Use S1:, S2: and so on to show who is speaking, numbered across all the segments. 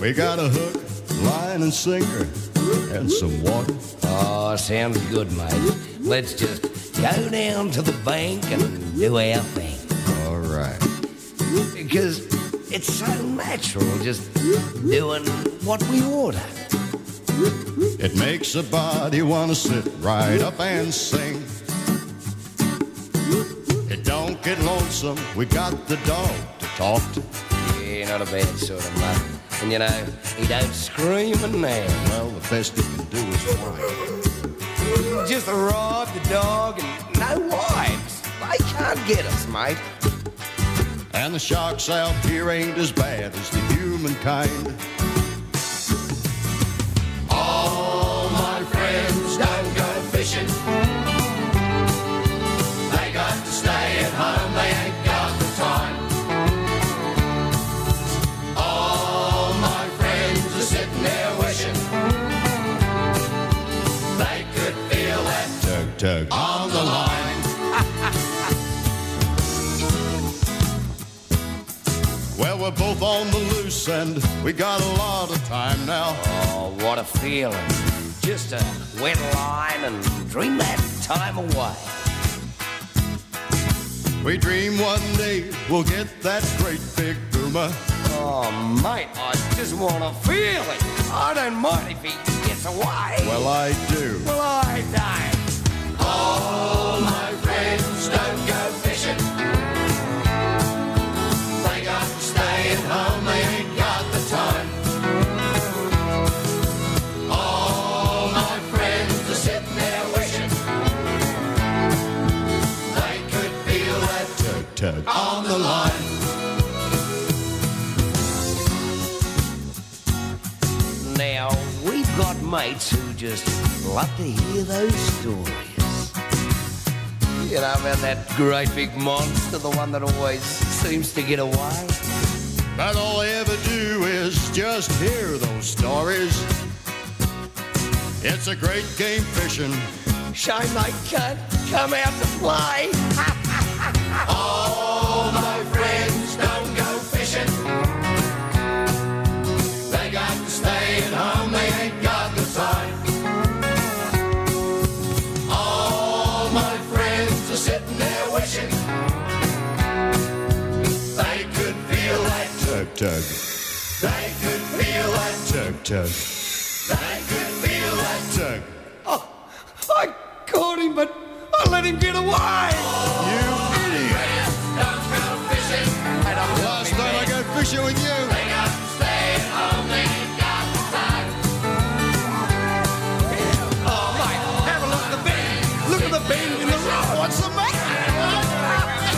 S1: We got a hook, line, and sinker, and some water.
S2: Oh, sounds good, mate. Let's just go down to the bank and do our thing.
S1: All right.
S2: Because it's so natural just doing what we order.
S1: It makes a body want to sit right up and sing. It don't get lonesome. We got the dog to talk to.
S2: Yeah, not a bad sort of mutt. And you know, he don't scream and now.
S1: Well, the best you can do is whine.
S2: Just rob the dog and no wives. They can't get us, mate.
S1: And the sharks out here ain't as bad as the humankind. All my friends don't go fishing. They got to stay at home. They ain't got the time. All my friends are sitting there wishing they could feel that tug tug on the line. Well, we're both on the loose and we got a lot of time now.
S2: Oh, what a feeling. Just a wet line and dream that time away.
S1: We dream one day we'll get that great big boomer.
S2: Oh, mate, I just want to feel it. I don't mind if he gets away.
S1: Well, I do.
S2: Well, I die.
S1: All my friends don't go fishing. They got to stay at home. They ain't got the time. All my friends are sitting there wishing they could feel that tug tug on the line.
S2: Now, we've got mates who just love to hear those stories. You know about that great big monster, the one that always seems to get away?
S1: But all I ever do is just hear those stories. It's a great game fishing.
S2: Shame they can't come out to play.
S1: All my friends don't go fishing. They got to stay at home, they ain't got the time. All my friends are sitting there wishing they could feel that tug tug. They could feel that tug tug. They could feel that tug.
S2: I caught him, but I let him get away.
S1: You idiot!
S2: Don't go fishing. And I'm
S1: Last night I got fishing with you.
S2: Oh, mate, have a look at the bin. Look at the bin in the rock. What's the matter?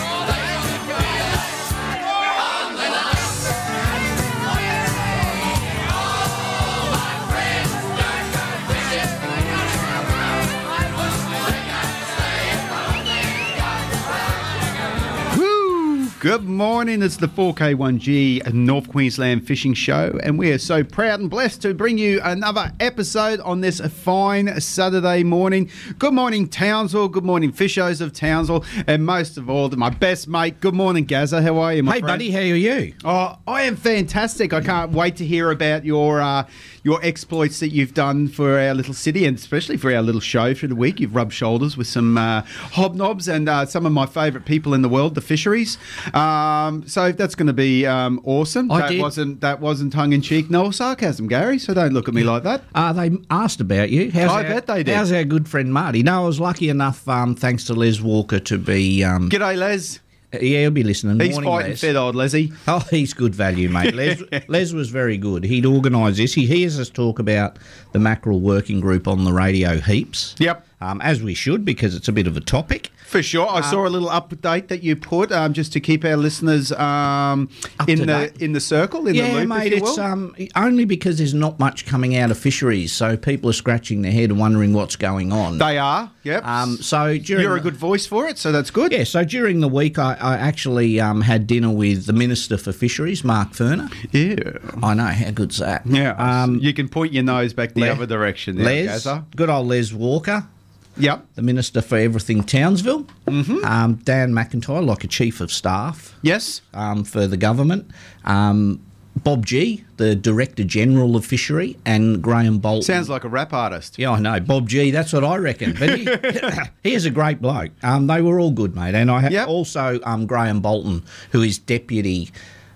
S3: Woo! Good morning. It's the 4K1G North Queensland Fishing Show, and we are so proud and blessed to bring you another episode on this fine Saturday morning. Good morning, Townsville. Good morning, Fishers of Townsville, and most of all, to my best mate. Good morning, Gazza. How are you, my
S4: Hey,
S3: friend?
S4: buddy, how are you?
S3: Oh, I am fantastic. I can't wait to hear about your uh, your exploits that you've done for our little city and especially for our little show for the week. You've rubbed shoulders with some uh, hobnobs and uh, some of my favourite people in the world, the fisheries. Um, so that's going to be um, awesome.
S4: I
S3: that
S4: did-
S3: wasn't that wasn't tongue in cheek, no sarcasm, Gary. So don't look at me like that.
S4: Uh, they asked about you. How's
S3: I
S4: our,
S3: bet they did.
S4: How's our good friend Marty? No, I was lucky enough, um, thanks to Les Walker, to be. Um,
S3: G'day, Les.
S4: yeah, he'll be listening.
S3: He's
S4: Morning,
S3: fighting
S4: Les.
S3: fit, old Leslie.
S4: Oh, he's good value, mate. Les, Les was very good. He'd organise this. He hears us talk about the mackerel working group on the radio heaps.
S3: Yep.
S4: Um, as we should, because it's a bit of a topic.
S3: For sure,
S4: Uh,
S3: I saw a little update that you put um, just to keep our listeners um,
S4: Up
S3: in
S4: to
S3: the
S4: date.
S3: in the circle in
S4: yeah,
S3: the loop.
S4: mate.
S3: if you will.
S4: It's um, only because there's not much coming out of fisheries, so people are scratching their head and wondering what's going on.
S3: They are. Yep.
S4: um, so during
S3: You're a
S4: the-
S3: good voice for it, so that's good.
S4: Yeah, so during the week, I, I actually um, had dinner with the Minister for Fisheries, Mark Ferner.
S3: Yeah.
S4: I know, how good's that?
S3: Um,
S4: Um,
S3: you can point your nose back the
S4: Le-
S3: other direction. There,
S4: Les,
S3: Gazza.
S4: good old Les Walker,
S3: Yep.
S4: the Minister for Everything Townsville. Mm-hmm. Um, Dan McIntyre, like a Chief of Staff
S3: Yes.
S4: um, for the government. Um, Bob G, the Director General of Fishery, and Graham Bolton.
S3: Sounds like a rap artist.
S4: Yeah, I know. Bob G, that's what I reckon. But he, he is a great bloke. Um, they were all good, mate. And I ha-
S3: Yep.
S4: also um, Graham Bolton, who is Deputy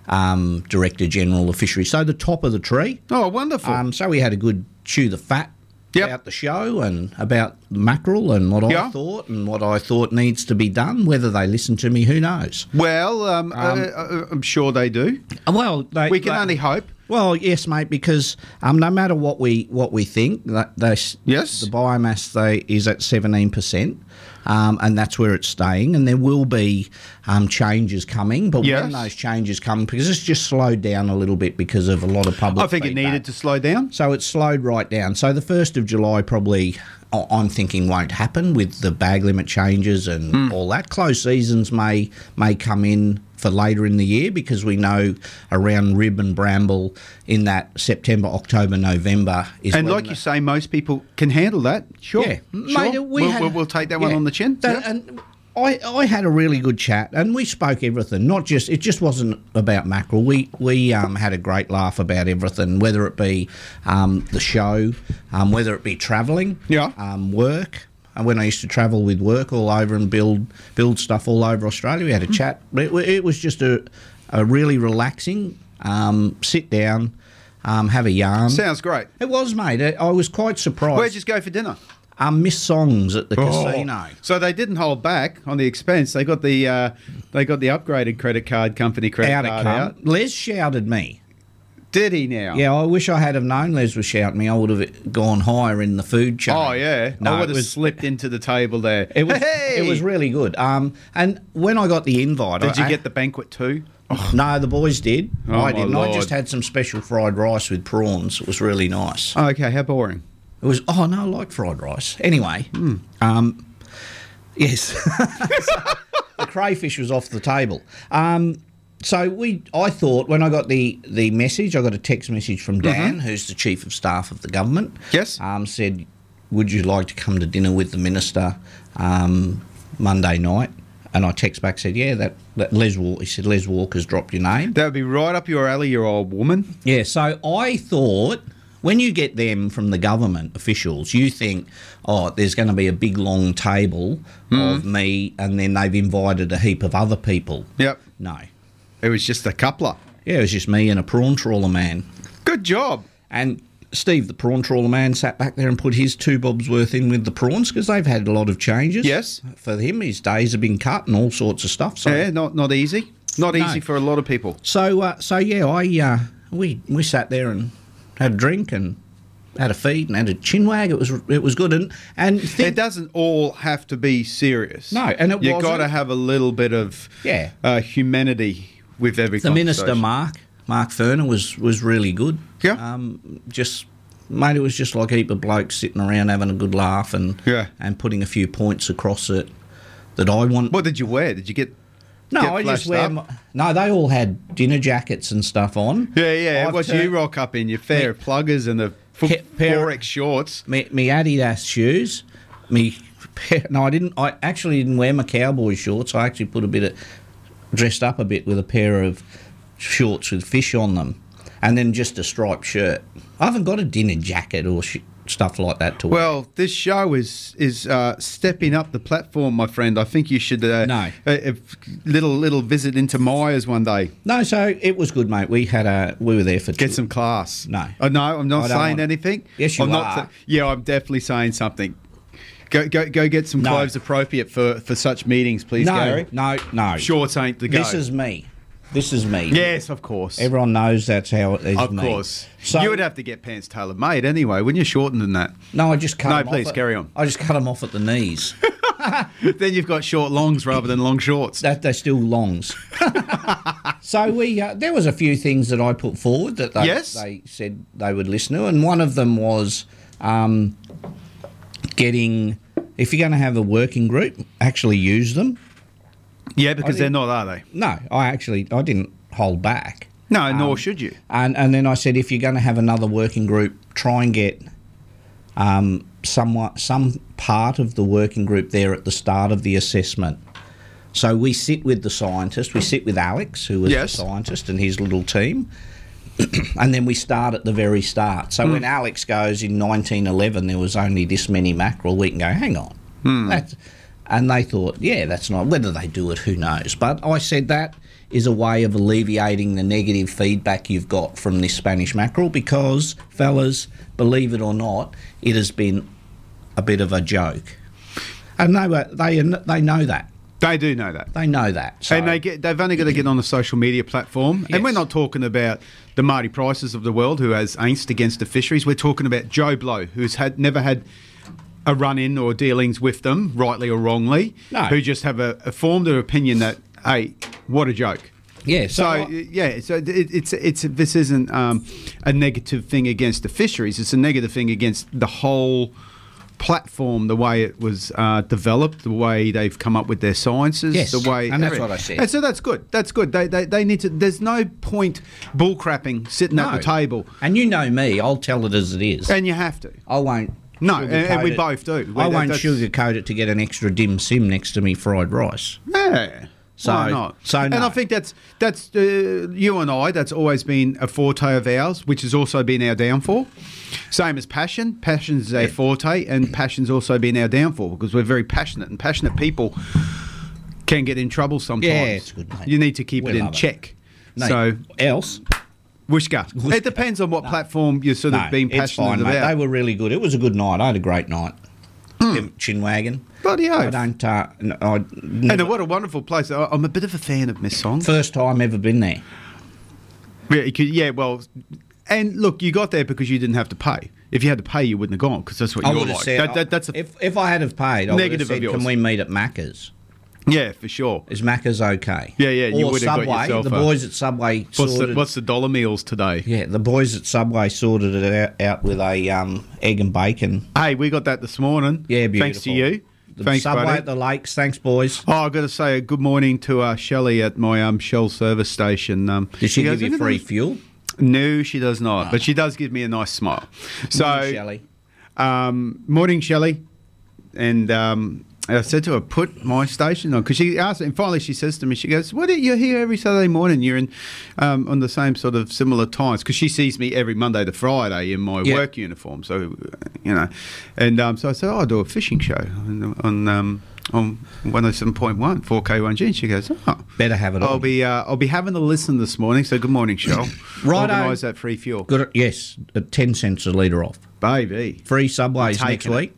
S4: um, Director General of Fisheries. So the top of the tree.
S3: Oh, wonderful.
S4: Um, so we had a good chew the fat
S3: Yep.
S4: about the show and about mackerel and what
S3: Yeah.
S4: I thought and what I thought needs to be done. Whether they listen to me, who knows?
S3: well, um, uh, uh, I'm sure they do.
S4: Uh, Well, they,
S3: We can
S4: they-
S3: only hope.
S4: Well, yes, mate, because um, no matter what we what we think, that they, s-
S3: Yes.
S4: the biomass they is at seventeen percent, um, and that's where it's staying. And there will be um, changes coming, but
S3: Yes.
S4: when those changes come, because it's just slowed down a little bit because of a lot of public.
S3: I think it
S4: feedback.
S3: needed to slow down.
S4: So it's slowed right down. So the 1st of July probably, I- I'm thinking, won't happen with the bag limit changes and
S3: Hmm.
S4: all that. Closed seasons may may come in for later in the year because we know around rib and bramble in that September, October, November is
S3: And
S4: when
S3: like
S4: the-
S3: you say, most people can handle that. Sure.
S4: yeah,
S3: sure.
S4: Mate, we
S3: we'll,
S4: had-
S3: we'll, we'll take that one
S4: yeah.
S3: on the chin.
S4: That-
S3: Yeah.
S4: And I, I had a really good chat, and we spoke everything. Not just it just wasn't about mackerel. We we um, had a great laugh about everything, whether it be um, the show, um, whether it be travelling,
S3: Yeah.
S4: um, work. And when I used to travel with work all over and build build stuff all over Australia, we had a
S3: Mm-hmm.
S4: chat. It, wa- it was just a a really relaxing um, sit down, um, have a yarn.
S3: Sounds great.
S4: it was, mate. I I was quite surprised.
S3: Where'd you go for dinner?
S4: Um, Miss Songs at the
S3: Oh.
S4: casino.
S3: So they didn't hold back on the expense. They got the uh, they got the upgraded credit card company credit
S4: Out of
S3: card
S4: cum.
S3: out.
S4: Les shouted me.
S3: Did he now?
S4: Yeah, I wish I had have known Les was shouting me. I would have gone higher in the food chain.
S3: Oh yeah.
S4: No,
S3: I would
S4: it
S3: have
S4: was
S3: slipped into the table there.
S4: it was
S3: Hey!
S4: it was really good. Um, and when I got the invite,
S3: Did
S4: I, Oh.
S3: you get the banquet too?
S4: No, the boys did.
S3: Oh,
S4: I
S3: my
S4: didn't. I
S3: Lord.
S4: just had some special fried rice with prawns. It was really nice.
S3: Oh, okay. How boring. Hmm.
S4: It was. Oh no, I like fried rice. Anyway, um, yes, the crayfish was off the table. Um, so we, I thought when I got the the message, I got a text message from
S3: Mm-hmm.
S4: Dan, who's the chief of staff of the government.
S3: Yes.
S4: um, said, would you like to come to dinner with the minister um, Monday night? And I text back said, yeah, that, that Les Walker. He said Les Walker's dropped your name.
S3: That would be right up your alley, your old woman.
S4: Yeah, so I thought when you get them from the government officials, you think, oh, there's going to be a big long table
S3: Hmm.
S4: of me, and then they've invited a heap of other people.
S3: Yep.
S4: No.
S3: It was just a coupler.
S4: Yeah, it was just me and a prawn trawler man.
S3: Good job.
S4: And Steve, the prawn trawler man, sat back there and put his two bobs worth in with the prawns because they've had a lot of changes.
S3: Yes.
S4: For him, his days have been cut and all sorts of stuff. So
S3: Yeah, not not easy. Not
S4: No.
S3: easy for a lot of people.
S4: So uh, so yeah, I uh, we we sat there and had a drink and had a feed and had a chin wag. It was it was good and and
S3: It
S4: think,
S3: doesn't all have to be serious.
S4: No, and it
S3: you
S4: wasn't.
S3: got to have a little bit of
S4: Yeah.
S3: uh, humanity with every.
S4: the minister
S3: conversation.
S4: Mark Mark Ferner was was really good.
S3: Yeah.
S4: Um, just mate, it was just like a heap of blokes sitting around having a good laugh and
S3: Yeah.
S4: and putting a few points across it that I want.
S3: What did you wear? Did you get?
S4: no,
S3: get
S4: I
S3: flashed
S4: just wear.
S3: up?
S4: My, no, they all had dinner jackets and stuff on.
S3: Yeah, yeah.
S4: I've
S3: what you
S4: turned-
S3: rock up in your fair pluggers and the fo-
S4: Ca- pair-
S3: four X shorts.
S4: me, me Adidas shoes, me pair- no, I didn't. I actually didn't wear my cowboy shorts. I actually put a bit of dressed up a bit with a pair of shorts with fish on them, and then just a striped shirt. I haven't got a dinner jacket or sh- stuff like that to wear.
S3: Well, this show is is uh, stepping up the platform, my friend. I think you should uh,
S4: No.
S3: a, a little little visit into Myers one day.
S4: no, so it was good, mate. We had a we were there for
S3: Get
S4: two-
S3: some class.
S4: No.
S3: Oh, no, I'm not
S4: I don't
S3: saying
S4: want-
S3: anything.
S4: Yes, you
S3: I'm
S4: are.
S3: sa- yeah, I'm definitely saying something. Go, go, go get some
S4: No.
S3: clothes appropriate for, for such meetings, please,
S4: No,
S3: Gary.
S4: no, no.
S3: Shorts ain't the go.
S4: This is me. This is me.
S3: yes, of course.
S4: Everyone knows that's how it is.
S3: of
S4: me.
S3: course.
S4: So
S3: you would have to get pants tailor made anyway, wouldn't you? Shorten than that.
S4: No, I just cut.
S3: No,
S4: 'em off
S3: please,
S4: at-
S3: carry on.
S4: I just cut them off at the knees.
S3: then you've got short longs rather than long shorts.
S4: that they're still longs. so we uh, there was a few things that I put forward that they,
S3: Yes.
S4: they said they would listen to, and one of them was um, getting if you're going to have a working group, actually use them.
S3: Yeah, because they're
S4: think-
S3: not, are they?
S4: No, I actually I didn't hold back,
S3: No, nor should you.
S4: and and then I said if you're going to have another working group, try and get. Um, somewhat, some part of the working group there at the start of the assessment So we sit with the scientist. We sit with Alex, who was
S3: Yes.
S4: the scientist and his little team, and then we start at the very start. So
S3: Hmm.
S4: when Alex goes in 1911, there was only this many mackerel. We can go, hang on.
S3: Hmm.
S4: That's, and they thought, yeah, that's not. Whether they do it, who knows? But I said that is a way of alleviating the negative feedback you've got from this Spanish mackerel because, fellas, believe it or not, it has been a bit of a joke. And they were they they know that
S3: They do know that.
S4: they know that. So
S3: And they get, they've only got to get on a social media platform. And we're
S4: Yes.
S3: not talking about the Marty Prices of the world who has angst against the fisheries. We're talking about Joe Blow, who's had never had a run in or dealings with them, rightly or wrongly,
S4: No.
S3: who just have a, a formed an opinion that, hey, what a joke.
S4: yeah,
S3: So
S4: I-
S3: uh, yeah, so it, it's it's this isn't um, a negative thing against the fisheries. It's a negative thing against the whole platform, the way it was uh, developed, the way they've come up with their sciences,
S4: Yes,
S3: the way.
S4: and that's what I said.
S3: And so that's good. That's good. They, they, they need to. There's no point bullcrapping sitting at the
S4: No.
S3: table,
S4: And you know me, I'll tell it as it is.
S3: and you have to.
S4: I won't.
S3: No, and- and
S4: sugarcoat
S3: we
S4: it.
S3: both do. We-
S4: I won't
S3: that's-
S4: sugarcoat it to get an extra dim sim next to me fried rice.
S3: Yeah.
S4: So-
S3: why not?
S4: so
S3: and
S4: no.
S3: I think that's that's uh, you and I. That's always been a forte of ours, which has also been our downfall. Same as passion. Passion's our forte, and passion's also been our downfall because we're very passionate, and passionate people can get in trouble sometimes.
S4: it's good, mate.
S3: You need to keep
S4: We
S3: it in
S4: love it.
S3: check.
S4: No,
S3: So.
S4: else,
S3: Wishka. It depends on what platform you're sort
S4: no,
S3: of being
S4: it's
S3: passionate
S4: fine,
S3: about. Hmm.
S4: mate. They were really good. It was a good night. I had a great night. Chin wagon.
S3: Bloody
S4: I
S3: oath.
S4: don't. Uh, n- I
S3: and
S4: never,
S3: what a wonderful place. I- I'm a bit of a fan of Miss Song.
S4: first time ever been there.
S3: Yeah, you could- yeah, well, and look, you got there because you didn't have to pay. If you had to pay, you wouldn't have gone because that's what
S4: I
S3: you're
S4: would
S3: like.
S4: have said.
S3: that, that, that's a,
S4: if if I had have paid, I would
S3: Negative
S4: have
S3: of
S4: said,
S3: yours.
S4: "Can we meet at Macca's?"
S3: yeah, for sure.
S4: Is Macca's okay?
S3: Yeah, yeah, you
S4: Or
S3: would have got
S4: Subway.
S3: yourself
S4: the
S3: a-
S4: boys at Subway
S3: What's the,
S4: sorted-
S3: what's the dollar meals today?
S4: Yeah, the boys at Subway sorted it out, out with a um, egg and bacon.
S3: Hey, we got that this morning.
S4: Yeah, beautiful.
S3: Thanks to you.
S4: The
S3: Thanks,
S4: Subway
S3: buddy.
S4: at the lakes. Thanks, boys.
S3: Oh, I've got to say a good morning to uh, Shelley at my um, Shell service station. Um,
S4: Did she,
S3: goes,
S4: give you
S3: "Look at
S4: free
S3: this."
S4: fuel? Ah.
S3: No, she does not. But she does give me a nice smile. So,
S4: Morning, Shelley.
S3: um, morning, Shelley. And um, I said to her, put my station on because she asked, and finally she says to me, she goes, "What? Are, you're here every Saturday morning. You're in um, on the same sort of similar times because she sees me every Monday to Friday in my
S4: Yeah.
S3: work uniform. So, you know, and um, so I said, oh, I do a fishing show on on, um, on 107.1 4K1G. And she goes, oh.
S4: Better have it
S3: I'll
S4: on.
S3: be uh, I'll be having a listen this morning. So good morning, Shell.
S4: Righto.
S3: Organise that free fuel,
S4: Good. at- Yes, at ten cents a litre off.
S3: baby.
S4: Free Subways next
S3: Taking it.
S4: week.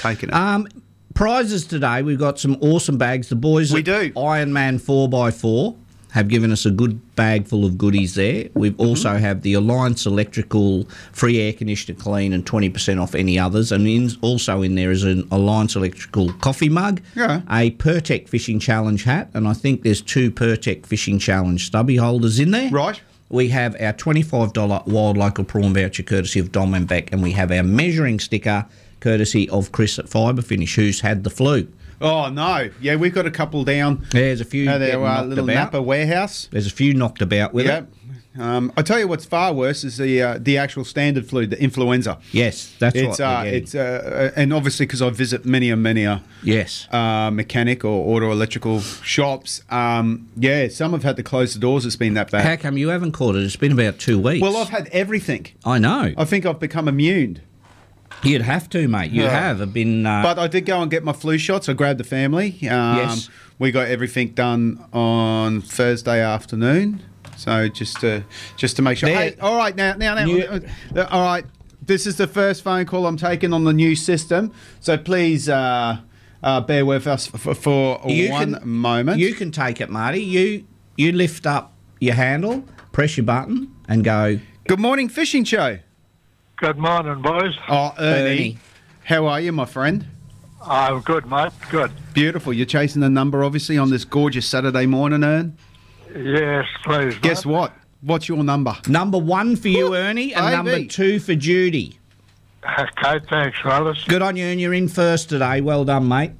S3: Taking it.
S4: Um, prizes today. We've got some awesome bags. The boys
S3: We
S4: at
S3: do.
S4: Iron Man four x four have given us a good bag full of goodies there. We've
S3: Mm-hmm.
S4: also have the Alliance Electrical free air conditioner clean and twenty percent off any others. And in, also in there is an Alliance Electrical coffee mug,
S3: Yeah.
S4: a Pertec Fishing Challenge hat, and I think there's two Pertec Fishing Challenge stubby holders in there.
S3: Right.
S4: We have our $25 wild local prawn voucher courtesy of Dom and Beck, and we have our measuring sticker courtesy of Chris at Fibre Finish, who's had the flu.
S3: Oh no! Yeah, we've got a couple down
S4: There's a few
S3: at
S4: getting
S3: our uh,
S4: knocked
S3: little
S4: about.
S3: Napa warehouse.
S4: There's a few knocked about with
S3: Yep.
S4: it.
S3: Um, I tell you what's far worse is the uh, the actual standard flu, the influenza.
S4: Yes, that's
S3: It's
S4: what
S3: uh,
S4: they're getting.
S3: it's uh, uh, and obviously because I visit many and many a
S4: yes.
S3: uh, mechanic or auto electrical shops. Um, yeah, some have had to close the doors. It's been that bad.
S4: How come you haven't caught it? It's been about two weeks.
S3: Well, I've had everything.
S4: I know.
S3: I think I've become immune.
S4: You'd have to, mate. You
S3: Yeah.
S4: have. I've been. Uh,
S3: But I did go and get my flu shots. I grabbed the family. Um,
S4: Yes.
S3: We got everything done on Thursday afternoon. So just to just to make sure.
S4: There-
S3: Hey, all right now, now, now.
S4: You-
S3: uh, all right. This is the first phone call I'm taking on the new system. So please uh, uh, bear with us for, for
S4: you
S3: one
S4: can-
S3: moment.
S4: You can take it, Marty. You you lift up your handle, press your button, and go.
S3: Good morning, fishing show.
S5: Good morning, boys.
S3: Oh, Ernie,
S4: Ernie.
S3: how are you, my friend?
S5: I'm Oh, good, mate. Good.
S3: Beautiful. You're chasing the number, obviously, on this gorgeous Saturday morning, Ern.
S5: Yes, please. Mate.
S3: Guess what? What's your number?
S4: Number one for you, Ernie, and
S3: Ivy.
S4: number two for Judy.
S5: Okay, thanks, fellas.
S4: Good on you, and you're in first today. Well done, mate.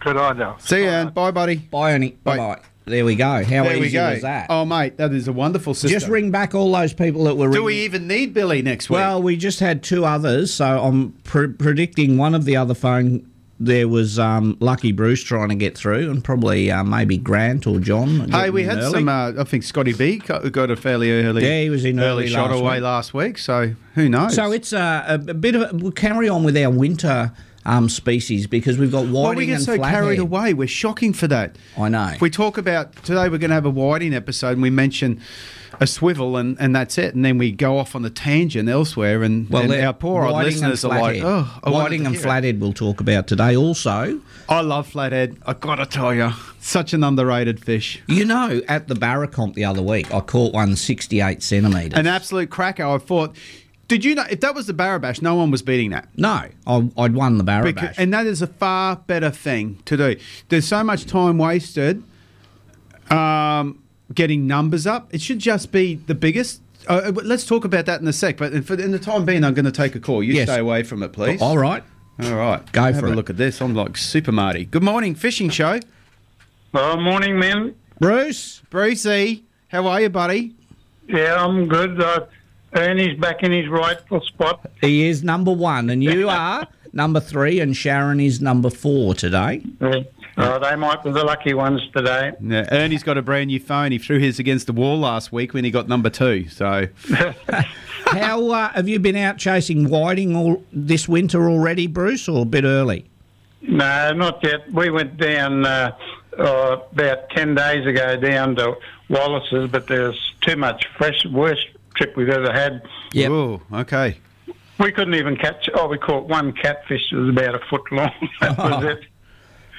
S5: Good on you.
S3: See you, Ern. Bye, buddy.
S4: Bye, Ernie.
S3: Bye.
S4: Bye. There we go. How
S3: There
S4: easy
S3: we go.
S4: was that?
S3: Oh, mate, that is a wonderful system.
S4: just ring back all those people that were.
S3: Do
S4: ringing.
S3: we even need Billy next week?
S4: Well, we just had two others, so I'm pre- predicting one of the other phone there was um, Lucky Bruce trying to get through, and probably uh, maybe Grant or John.
S3: Hey,
S4: getting
S3: we
S4: in
S3: had
S4: early.
S3: some. Uh, I think Scotty B co- got a fairly early.
S4: Yeah, he was in early
S3: shot
S4: last
S3: away
S4: week.
S3: last week. So who knows?
S4: So it's uh, a, a bit of. A, we'll carry on with our winter um, species because we've got whiting
S3: Why do we get
S4: and
S3: so
S4: flathead.
S3: carried away? We're shocking for that.
S4: I know.
S3: We talk about today. We're going to have a whiting episode, and we mention a swivel, and, and that's it. And then we go off on the tangent elsewhere, and,
S4: Well,
S3: and
S4: let-
S3: our poor old
S4: whiting and
S3: listeners are like,
S4: flathead.
S3: oh, I wanted
S4: whiting
S3: to
S4: and
S3: hear it."
S4: flathead. We'll talk about today. Also,
S3: I love flathead. I gotta tell you, such an underrated fish.
S4: you know, at the Barra comp the other week, I caught one 68 centimetres.
S3: An absolute cracker. I thought. Did you know if that was the Barabash, no one was beating that.
S4: no, I, I'd won the Barra
S3: Becau-
S4: bash.
S3: and that is a far better thing to do. There's so much time wasted um, getting numbers up. It should just be the biggest. Uh, uh, but let's talk about that in a sec. But for, in the time being, I'm going to take a call. You
S4: Yes.
S3: stay away from it, please.
S4: All right.
S3: All right.
S4: Go
S3: Have
S4: for
S3: a
S4: it.
S3: look at this. I'm like Super Marty. Good morning, fishing show.
S6: Oh, morning, men.
S4: Bruce,
S3: Brucey, how are you, buddy?
S6: Yeah, I'm good. Uh, Ernie's back in his rightful spot.
S4: he is number one, and you are number three, and Sharon is number four today.
S6: Uh, they might be the lucky ones today.
S3: Yeah, Ernie's got a brand new phone. He threw his against the wall last week when he got number two. So
S4: How uh, have you been out chasing whiting all this winter already, Bruce, or a bit early?
S6: No, not yet. We went down uh, uh, about 10 days ago down to Wallace's, but there's too much fresh, worst trip we've ever had.
S4: Yep.
S3: Ooh, okay.
S6: We couldn't even catch, oh, we caught one catfish that was about a foot long. that was it.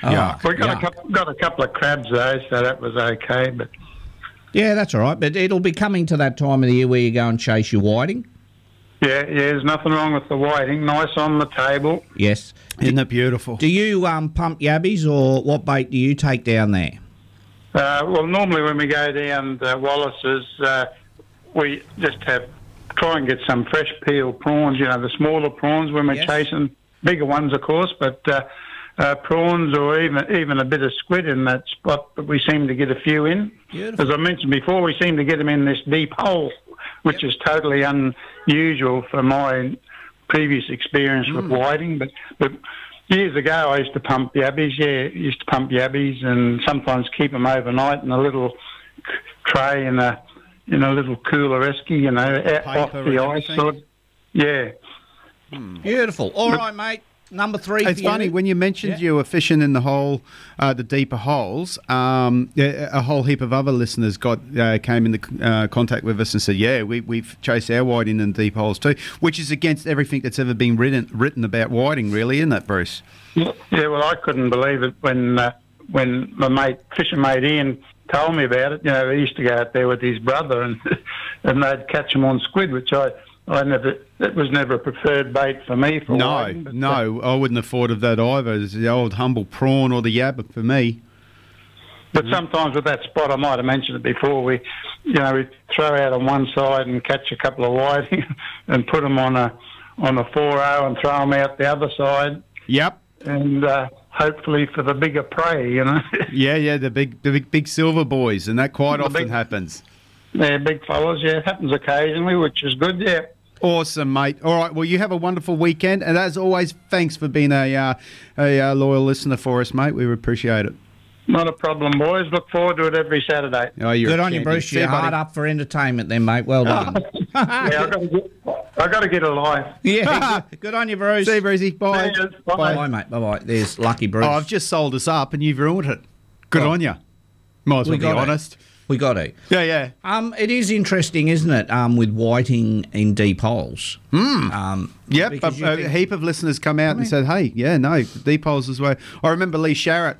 S3: Yeah.
S6: We got,
S4: Ah, yuck.
S6: a couple, got a couple of crabs though, so that was okay. But
S4: Yeah, that's all right, but it'll be coming to that time of the year where you go and chase your whiting.
S6: yeah, yeah, there's nothing wrong with the whiting. Nice on the table.
S4: Yes.
S3: Isn't that beautiful?
S4: Do you um, pump yabbies, or what bait do you take down there?
S6: Uh, well, normally when we go down to Wallace's, uh, we just have try and get some fresh peel prawns. You know, the smaller prawns when we're
S4: Yes.
S6: chasing bigger ones, of course, but uh, uh, prawns or even even a bit of squid in that spot. But we seem to get a few in.
S4: Beautiful.
S6: As I mentioned before, we seem to get them in this deep hole, which is totally unusual for my previous experience with
S3: Mm.
S6: whiting. But, but years ago, I used to pump yabbies. Yeah, used to pump yabbies, and sometimes keep them overnight in a little c- tray in a in a little cooler esky, you know, out, off
S3: Paper
S6: the
S3: and
S6: ice.
S3: everything?
S6: Sort of. Yeah.
S4: Beautiful. All right, mate. Number three.
S3: Hmm. It's
S4: for you.
S3: funny when you mentioned you were fishing in the hole, uh, the deeper holes. Um, a a whole heap of other listeners got uh, came into uh, contact with us and said, "Yeah, we, we've chased our whiting in deep holes too," which is against everything that's ever been written written about whiting, really, isn't it, Bruce?
S6: Yeah, well, I couldn't believe it when uh, when my mate, fisher mate Ian, told me about it. You know, he used to go out there with his brother, and and they'd catch him on squid, which I I never that was never a preferred bait for me. For
S3: No,
S6: whiting, but, uh,
S3: no, I wouldn't have thought of that either. It's the old humble prawn or the yabba for me.
S6: But
S3: Mm-hmm.
S6: sometimes with that spot, I might have mentioned it before. We, you know, we throw out on one side and catch a couple of whiting, and put them on a on a four zero and throw them out the other side,
S3: Yep.
S6: and uh, hopefully for the bigger prey. You know,
S3: Yeah, yeah, the big, the big, big silver boys, and that quite
S6: The
S3: often
S6: big-
S3: happens.
S6: they're big fellas. Yeah, it happens occasionally, which is good. Yeah.
S3: Awesome, mate. All right. Well, you have a wonderful weekend, and as always, thanks for being a uh, a uh, loyal listener for us, mate. We appreciate it.
S6: Not a problem, boys. Look forward to it every Saturday.
S3: Oh, you're
S4: Good
S3: a
S4: on you,
S3: champion.
S4: Bruce.
S3: See
S4: You're
S3: buddy. Ah.
S4: hard up for entertainment, then, mate. Well done.
S6: Yeah, I've got to get, I've got to get a life.
S4: yeah. Good, good on you, Bruce.
S3: See you, Brucey. Bye.
S6: Cheers.
S4: Bye, bye, mate. Bye, bye. There's Lucky Bruce. Oh.
S3: Oh, I've just sold us up, and you've ruined it. Good on you. Might as well
S4: we
S3: be
S4: got it.
S3: honest.
S4: we got to.
S3: Yeah, yeah.
S4: Um, it is interesting, isn't it? Um, with whiting in deep holes.
S3: Hmm.
S4: Um,
S3: Yep,
S4: because
S3: a,
S4: you
S3: a
S4: think-
S3: heap of listeners come out and said, "Hey, yeah, no, deep holes as well." I remember Lee Sharrett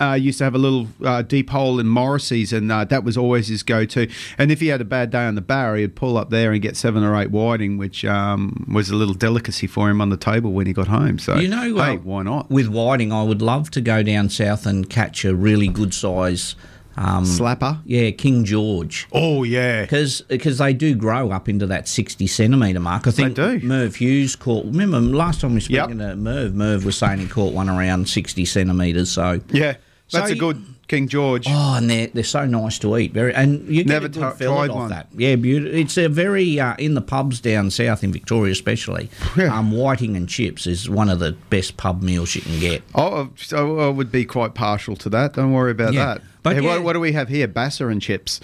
S3: uh, used to have a little uh, deep hole in Morrissey's, and uh, that was always his go-to. And if he had a bad day on the bar, he'd pull up there and get seven or eight whiting, which um, was a little delicacy for him on the table when he got home. So
S4: You know,
S3: hey,
S4: uh,
S3: why not?
S4: With whiting, I would love to go down south and catch a really good size. Um,
S3: Slapper.
S4: yeah, King George.
S3: Oh yeah,
S4: because they do grow up into that 60 centimetre mark. I think
S3: do.
S4: Merv Hughes caught, remember last time we were
S3: Yep.
S4: speaking to Merv, Merv was saying he caught one around 60 centimetres. So,
S3: yeah. That's
S4: So
S3: a good King George.
S4: Oh, and they're they're so nice to eat. Very, and you get
S3: Never
S4: a good
S3: t-
S4: fillet
S3: tried
S4: off
S3: one.
S4: that. Yeah, beautiful. It's a very uh, in the pubs down south in Victoria, especially.
S3: Yeah.
S4: Um, whiting and chips is one of the best pub meals you can get.
S3: Oh, so I would be quite partial to that. Don't worry about
S4: Yeah.
S3: that.
S4: But
S3: Hey,
S4: yeah.
S3: what, what do we have here? Bassa and chips,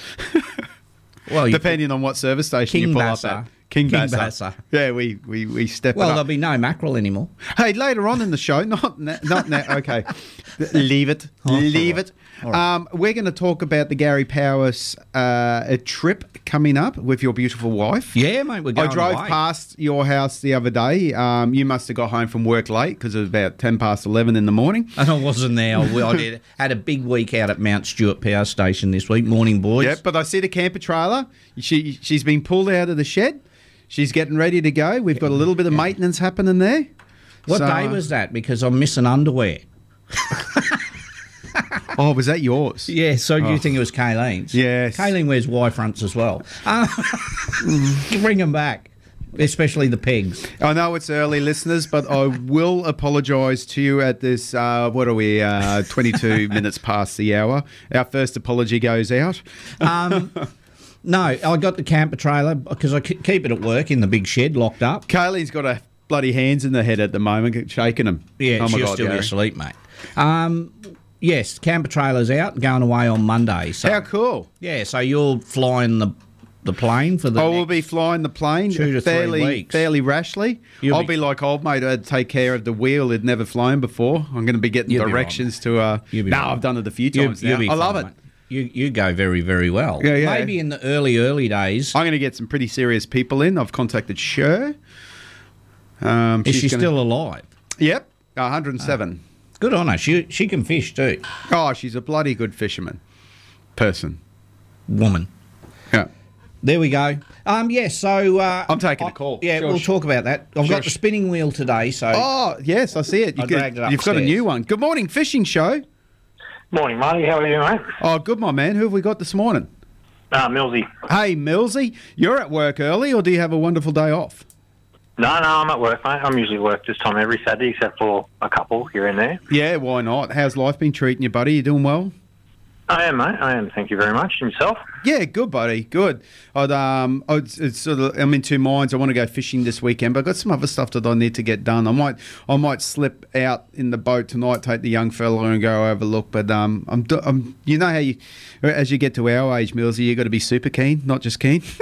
S4: Well, you
S3: depending on what service station
S4: King
S3: you pull
S4: Bassa.
S3: up at. King,
S4: King
S3: Bassa.
S4: Bassa.
S3: Yeah, we, we, we step it
S4: well, there'll
S3: up.
S4: be no mackerel anymore.
S3: Hey, later on in the show, not na- not now. Okay, leave it, leave it. Um, we're going to talk about the Gary Powers uh, a trip coming up with your beautiful wife.
S4: Yeah, mate, we're going
S3: I drove
S4: away.
S3: past your house the other day. Um, you must have got home from work late because it was about ten past eleven in the morning.
S4: And I wasn't there. I, I did, had a big week out at Mount Stewart Power Station this week. Morning, boys.
S3: Yep, but I see the camper trailer. She she's been pulled out of the shed. She's getting ready to go. We've got a little bit of maintenance happening there.
S4: What
S3: So,
S4: day
S3: uh,
S4: was that? Because I'm missing underwear.
S3: Oh, was that yours? Oh.
S4: Yeah, so do you think it was Kayleen's?
S3: Yes.
S4: Kayleen wears Y fronts as well. Uh, bring them back, especially the pegs.
S3: I know it's early, listeners, but I will apologise to you at this. Uh, what are we? Uh, Twenty-two minutes past the hour. Our first apology goes out.
S4: Um, no, I got the camper trailer because I ke- keep it at work in the big shed locked up.
S3: Kayleen's got her bloody hands in the head at the moment, shaking them.
S4: Yeah,
S3: oh my
S4: she'll
S3: god,
S4: still be
S3: Gary.
S4: asleep, mate. Um, yes, camper trailer's out, going away on Monday. So
S3: how cool!
S4: Yeah, so you're flying the the plane for the.
S3: I will
S4: next-
S3: be flying the plane
S4: two to three
S3: fairly,
S4: weeks.
S3: fairly rashly.
S4: You'll
S3: I'll
S4: be-
S3: be, like old mate. I'd take care of the wheel. I'd never flown before. I'm going to be getting
S4: You'll be
S3: directions to. Uh,
S4: You'll be
S3: no,
S4: wrong.
S3: I've done it a few
S4: You-
S3: times.
S4: you'll
S3: now.
S4: be
S3: I love
S4: fine,
S3: it.
S4: mate. You you go very very well.
S3: Yeah, yeah.
S4: Maybe in the early early days.
S3: I'm going to get some pretty serious people in. I've contacted Sher. Um,
S4: Is she
S3: gonna-
S4: still alive? Ah,
S3: Yep, 107.
S4: Good on her. She she can fish too.
S3: oh, she's a bloody good fisherman person.
S4: Woman.
S3: Yeah.
S4: There we go. Um. Yes. so uh,
S3: I'm taking
S4: I-
S3: a call.
S4: Yeah,
S3: Sure,
S4: we'll
S3: sure.
S4: talk about that. I've
S3: Sure,
S4: got
S3: sure.
S4: the spinning wheel today. So
S3: Oh, yes, I see it.
S4: I
S3: get-
S4: dragged
S3: you've
S4: it
S3: got a
S4: upstairs.
S3: new one. Good morning, fishing show.
S7: Morning, Marty. How are you, mate?
S3: Oh, good, my man. Who have we got this morning?
S7: Ah, Millsy.
S3: Hey, Millsy, you're at work early, or do you have a wonderful day off?
S7: No, no, I'm at work, mate. I'm usually at work this time every Saturday, except for a couple here and there.
S3: Yeah, why not? How's life been treating you, buddy? You doing well?
S7: I am, mate. I am. Thank you very much. And Yourself?
S3: Yeah, good, buddy. Good. I'd, um, I'd, it's sort of, I'm in two minds. I want to go fishing this weekend, but I've got some other stuff that I need to get done. I might, I might slip out in the boat tonight, take the young fella and go have a look. But um, I'm, do- I'm, you know how you, as you get to our age, Millsy, you got to be super keen, not just keen.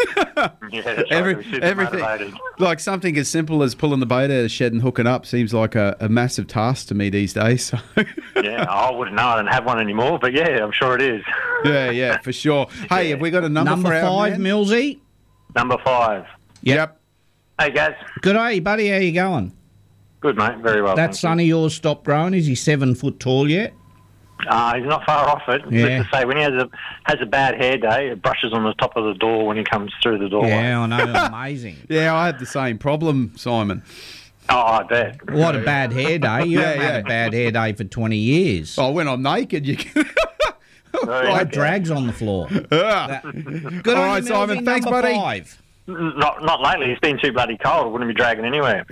S7: Yeah, that's right.
S3: Every,
S7: I'm super
S3: everything,
S7: motivated.
S3: like something as simple as pulling the boat out of the shed and hooking up, seems like a, a massive task to me these days. So.
S7: Yeah, I wouldn't know. I don't have one anymore, but yeah, I'm sure it is.
S3: yeah, yeah, for sure. Hey, have we got a number,
S4: number
S3: for our
S4: five,
S3: man?
S4: Millsy.
S7: Number five.
S3: Yep.
S7: Hey, guys.
S4: Good day, buddy. How you going?
S7: Good, mate. Very well.
S4: that son of yours stopped growing. Is he seven foot tall yet?
S7: Uh, he's not far off it.
S4: Yeah.
S7: Let's just say when he has a has a bad hair day, it brushes on the top of the door when he comes through the doorway.
S4: Yeah, I know. Amazing.
S3: Yeah, I had the same problem, Simon.
S7: Oh, I bet.
S4: What a bad hair day. You
S3: Yeah,
S4: haven't had a
S3: yeah.
S4: bad hair day for 20 years.
S3: Oh, when I'm naked, you can.
S7: Very
S4: I
S7: good.
S4: drags on the floor.
S3: Ah,
S4: That- Good
S3: All
S4: on
S3: right,
S4: you,
S3: Simon.
S4: Millsy,
S3: Thanks,
S4: number
S3: buddy.
S4: Five.
S7: Not not lately. It's been too bloody cold. I wouldn't be dragging anywhere.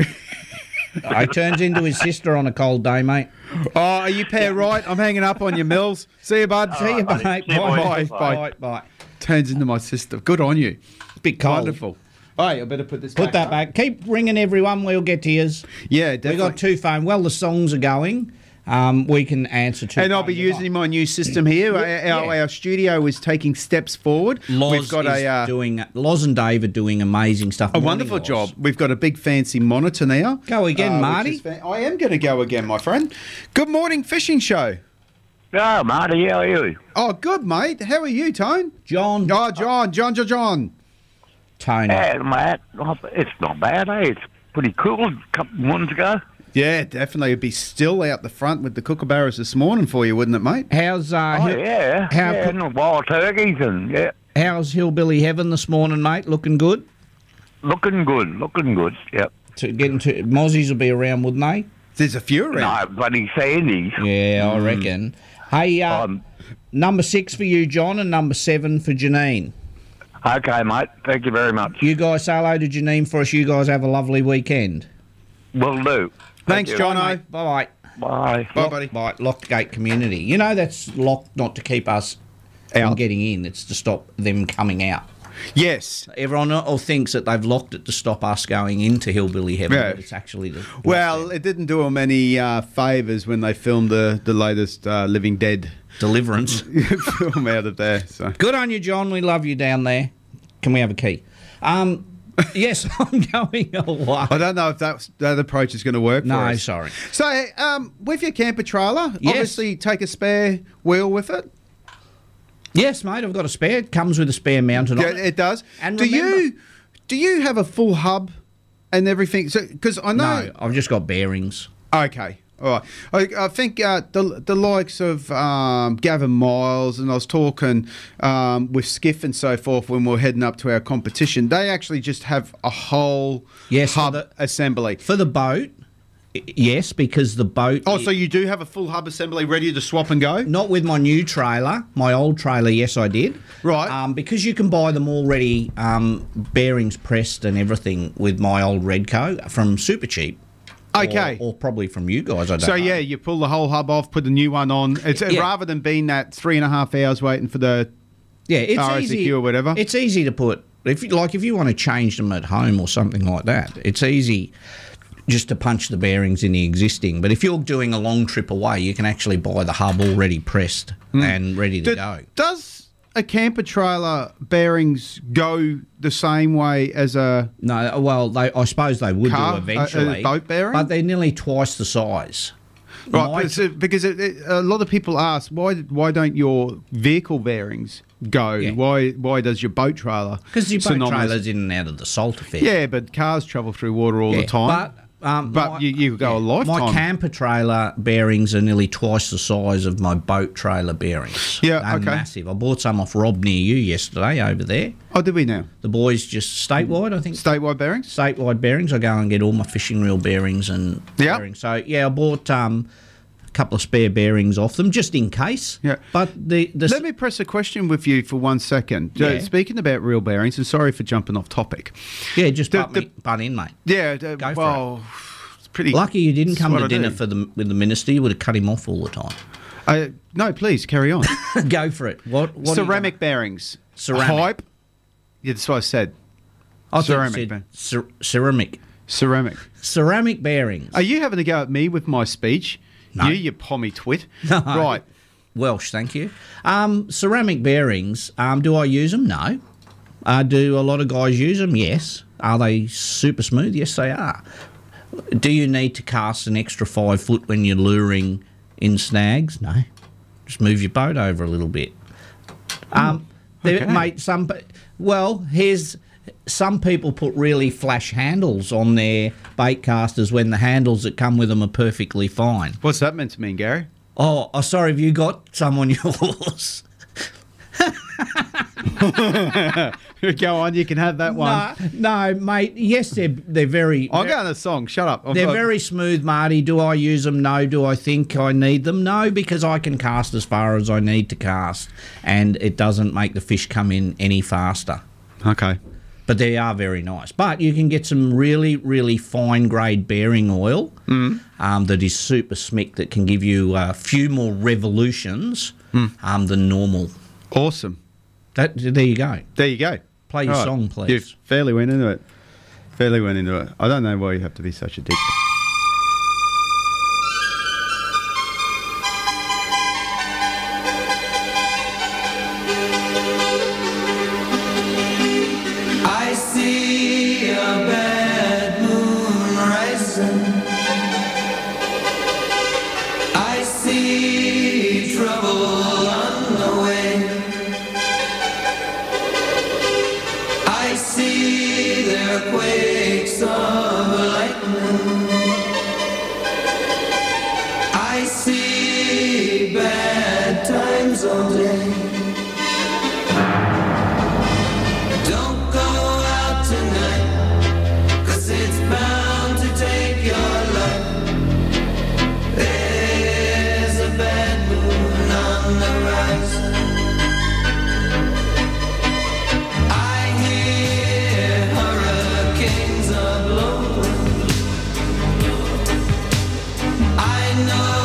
S4: He turns into his sister on a cold day, mate.
S3: oh, are you pair right? I'm hanging up on you, Mills. See you, bud.
S4: See you,
S7: buddy.
S4: mate.
S7: See you,
S4: Bye,
S3: boys. Bye.
S4: bye, bye.
S3: Turns into my sister. Good on you.
S4: Bit cold.
S3: Wonderful. Hey, I better put this.
S4: Put that
S3: up.
S4: back. Keep ringing everyone. We'll get to yours.
S3: Yeah,
S4: We
S3: definitely.
S4: got two phone. Well, the songs are going. Um, we can answer two.
S3: and I'll be
S4: phones.
S3: using my new system here. Our, our,
S4: Yeah.
S3: our studio is taking steps forward.
S4: Loz
S3: We've got
S4: is
S3: a uh,
S4: doing. Loz and Dave are doing amazing stuff.
S3: a
S4: Morning,
S3: wonderful
S4: Loz.
S3: job. We've got a big fancy monitor now. Uh,
S4: Go again,
S3: Ah, which
S4: Marty.
S3: is fan- I am going to go again, my friend. Good morning, fishing show.
S8: No, Ah, Marty, how are you?
S3: Oh, good, mate. How are you, Tone?
S4: John
S3: Oh, John, John, John, John.
S4: Tony.
S8: Yeah, mate, Ah, oh, it's not bad, eh? It's pretty cool. A couple months ago.
S3: Yeah, definitely. It'd be still out the front with the kookaburras this morning for you, wouldn't it, mate?
S4: How's uh,
S8: Oh,
S4: Hill-
S8: yeah.
S4: how
S8: yeah,
S4: co-
S8: and the wild turkeys and, yeah,
S4: how's Hillbilly Heaven this morning, mate? Looking good.
S8: looking good, looking good, yep.
S4: To getting to Mozzies will be around, wouldn't they?
S3: There's a few around. Hmm.
S8: No, bloody Sandy's.
S4: Yeah, I reckon. Hey, uh,
S8: Um,
S4: number six for you, John, and number seven for Janine.
S8: okay, mate, thank you very much.
S4: You guys say hello to Janine for us. You guys have a lovely weekend.
S8: Will do.
S3: Thanks, Jono.
S4: Bye bye.
S8: Bye.
S3: Bye,
S4: Lock-
S3: buddy.
S4: By locked gate community. You know that's locked not to keep us from
S3: Out.
S4: getting in. It's to stop them coming out.
S3: Yes.
S4: Everyone all thinks that they've locked it to stop us going into hillbilly heaven.
S3: Yeah.
S4: But it's actually the
S3: Well, it didn't do them any uh, favours when they filmed the, the latest uh, Living Dead
S4: deliverance.
S3: film out of there. So
S4: Good on you, John. We love you down there. Can we have a key? Um, yes, I'm going away.
S3: I don't know if that's, that approach is going to work.
S4: No,
S3: for us.
S4: sorry.
S3: So, hey, um, with your camper trailer,
S4: Yes.
S3: obviously take a spare wheel with it.
S4: Yes, mate, I've got a spare. It comes with a spare mounted
S3: Yeah,
S4: on
S3: it does.
S4: And
S3: do you
S4: remember-
S3: do you have a full hub and everything? So because I know.
S4: No, I've just got bearings.
S3: Okay. All right. I, I think uh, the, the likes of um, Gavin Miles, and I was talking um, with Skiff and so forth when we are heading up to our competition, they actually just have a whole
S4: Yes,
S3: hub
S4: the-
S3: assembly.
S4: For the boat, i- yes, because the boat.
S3: Oh, so you do have a full hub assembly ready to swap and go?
S4: Not with my new trailer, my old trailer. Yes, I did.
S3: Right.
S4: Um, because you can buy them already, um, bearings pressed and everything with my old Redco from super cheap. Or-
S3: Okay.
S4: Or, probably from you guys. I don't
S3: So
S4: know.
S3: yeah, you pull the whole hub off, put the new one on. It's
S4: uh, Yeah.
S3: rather than being that three and a half hours waiting for the.
S4: Yeah, it's
S3: RSEQ
S4: easy
S3: or whatever.
S4: It's easy to put if you, like if you want to change them at home or something like that. It's easy just to punch the bearings in the existing. But if you're doing a long trip away, you can actually buy the hub already pressed
S3: Hmm.
S4: and ready to
S3: Do-
S4: go.
S3: Does a camper trailer bearings go the same way as a?
S4: No, well, they, I suppose they would
S3: Car- a-
S4: do
S3: a
S4: eventually.
S3: boat bearing?
S4: but they're nearly twice the size.
S3: Right,
S4: My-
S3: but it's a- because it, it, a lot of people ask why why don't your vehicle bearings go?
S4: Yeah.
S3: Why why does your boat trailer?
S4: Because your boat
S3: synonymous-
S4: trailer's in and out of the salt affair.
S3: Yeah, but cars travel through water all
S4: Yeah,
S3: the time.
S4: But, um,
S3: But
S4: my-
S3: you- you go a lifetime.
S4: My camper trailer bearings are nearly twice the size of my boat trailer bearings.
S3: Yeah,
S4: They're
S3: okay.
S4: massive. I bought some off Rob near you yesterday over there.
S3: oh, did we now
S4: The boys just statewide, I think.
S3: statewide bearings?
S4: statewide bearings. I go and get all my fishing reel bearings and
S3: Yeah.
S4: bearings. So yeah, I bought um, a couple of spare bearings off them just in case.
S3: Yeah.
S4: But the the
S3: Let me press a question with you for one second. Uh,
S4: Yeah.
S3: speaking about real bearings, and sorry for jumping off topic.
S4: yeah, just
S3: the-
S4: butt, me, butt in, mate.
S3: Yeah, uh,
S4: Go for
S3: well, it's pretty.
S4: Lucky you didn't
S3: That's
S4: come
S3: what
S4: to
S3: I
S4: dinner
S3: do.
S4: for the with the minister. You would have cut him off all the time.
S3: Uh, no, please carry on.
S4: go for it. What, what are you gonna-
S3: ceramic bearings.
S4: Ceramic.
S3: Hype. Yeah, that's what I said.
S4: I thought
S3: Ceramic
S4: you said
S3: bear-
S4: cer- ceramic.
S3: Ceramic.
S4: Ceramic bearings.
S3: Are you having a go at me with my speech?
S4: No.
S3: You, you pommy twit. Right.
S4: Welsh, thank you. Um, ceramic bearings. Um, do I use them? No. Uh, do a lot of guys use them? Yes. Are they super smooth? Yes, they are. Do you need to cast an extra five foot when you're luring in snags? No. Just move your boat over a little bit. Um, there,
S3: Hmm. okay.
S4: mate, some pe- well, here's some people put really flash handles on their bait casters when the handles that come with them are perfectly fine.
S3: What's that meant to mean, Gary?
S4: Oh, oh sorry, have you got some on yours?
S3: go on, you can have that one.
S4: no, no, mate. Yes, they're they're very.
S3: I'm going to song. Shut up. I'm
S4: They're
S3: not-
S4: very smooth, Marty. Do I use them? No. Do I think I need them? No, because I can cast as far as I need to cast, and it doesn't make the fish come in any faster.
S3: Okay.
S4: But they are very nice. But you can get some really, really fine grade bearing oil
S3: Mm.
S4: um, that is super smick that can give you a few more revolutions um, than normal.
S3: Mm. Awesome.
S4: That there you go.
S3: There you go.
S4: Play your
S3: All
S4: song, please.
S3: You fairly went into it. Fairly went into it. I don't know why you have to be such a dick.
S9: I see a bad moon rising. I see trouble on the way. I see their quakes of lightning. I see bad times all day. Don't go out tonight, cause it's bound to take your life. There's a bad moon on the rise. I hear hurricanes are blowing. I know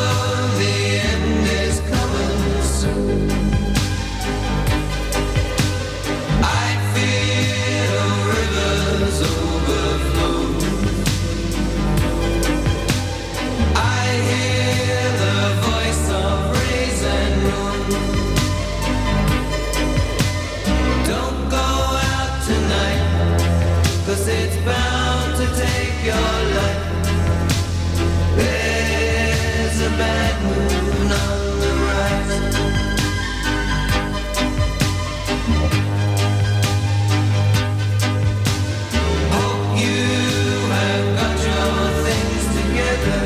S1: bound to take your life. There's a bad moon on the rise. Hope you have got your things together.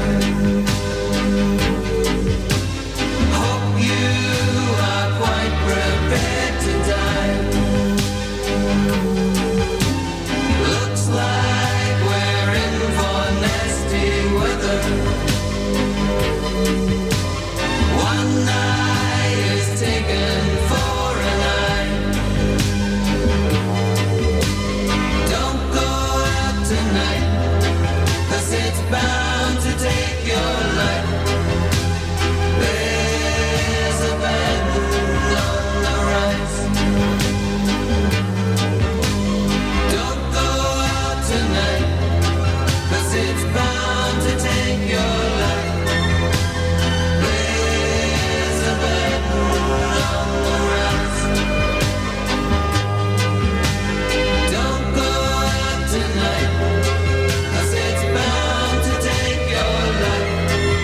S1: Hope you are quite prepared to die. Looks like we're in for nasty weather. One eye is taken for an eye. Don't go out tonight, 'cause it's bound to take your life. There's a bad moon on the rise. Don't go out tonight, 'cause it's bound to take your life. There's a bad moon on the rise. Don't go out tonight, 'cause it's bound to take your life.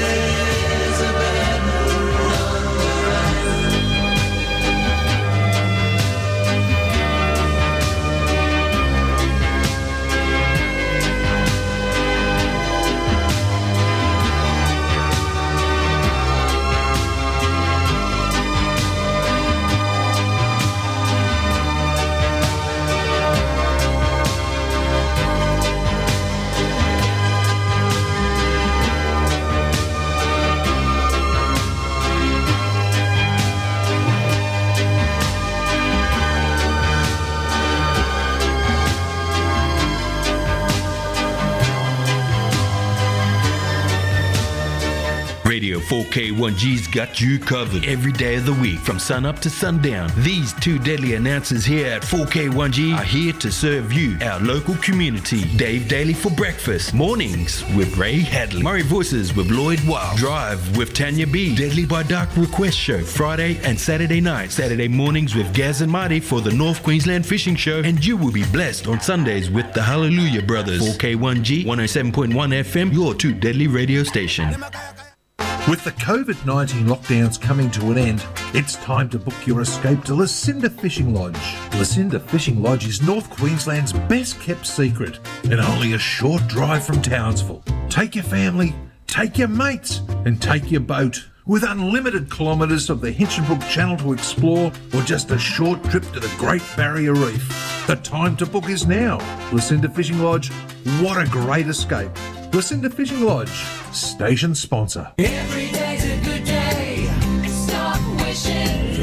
S1: There's a bad moon on the rise.
S10: Radio 4K1G's got you covered every day of the week from sunup to sundown. These two deadly announcers here at 4K1G are here to serve you, our local community. Dave Daly for breakfast, mornings with Ray Hadley, Murray Voices with Lloyd Wild, Drive with Tanya B, Deadly by Dark Request Show Friday and Saturday night, Saturday mornings with Gaz and Marty for the North Queensland Fishing Show, and you will be blessed on Sundays with the Hallelujah Brothers. 4K1G 107.1 FM, your two deadly radio station.
S11: With the COVID 19 lockdowns coming to an end, it's time to book your escape to Lucinda Fishing Lodge. Lucinda Fishing Lodge is North Queensland's best kept secret and only a short drive from Townsville. Take your family, take your mates, and take your boat. With unlimited kilometres of the Hinchinbrook Channel to explore, or just a short trip to the Great Barrier Reef, the time to book is now. Lucinda Fishing Lodge, what a great escape! Lucinda Fishing Lodge, station sponsor.
S1: Every day's a good day. Stop wishing.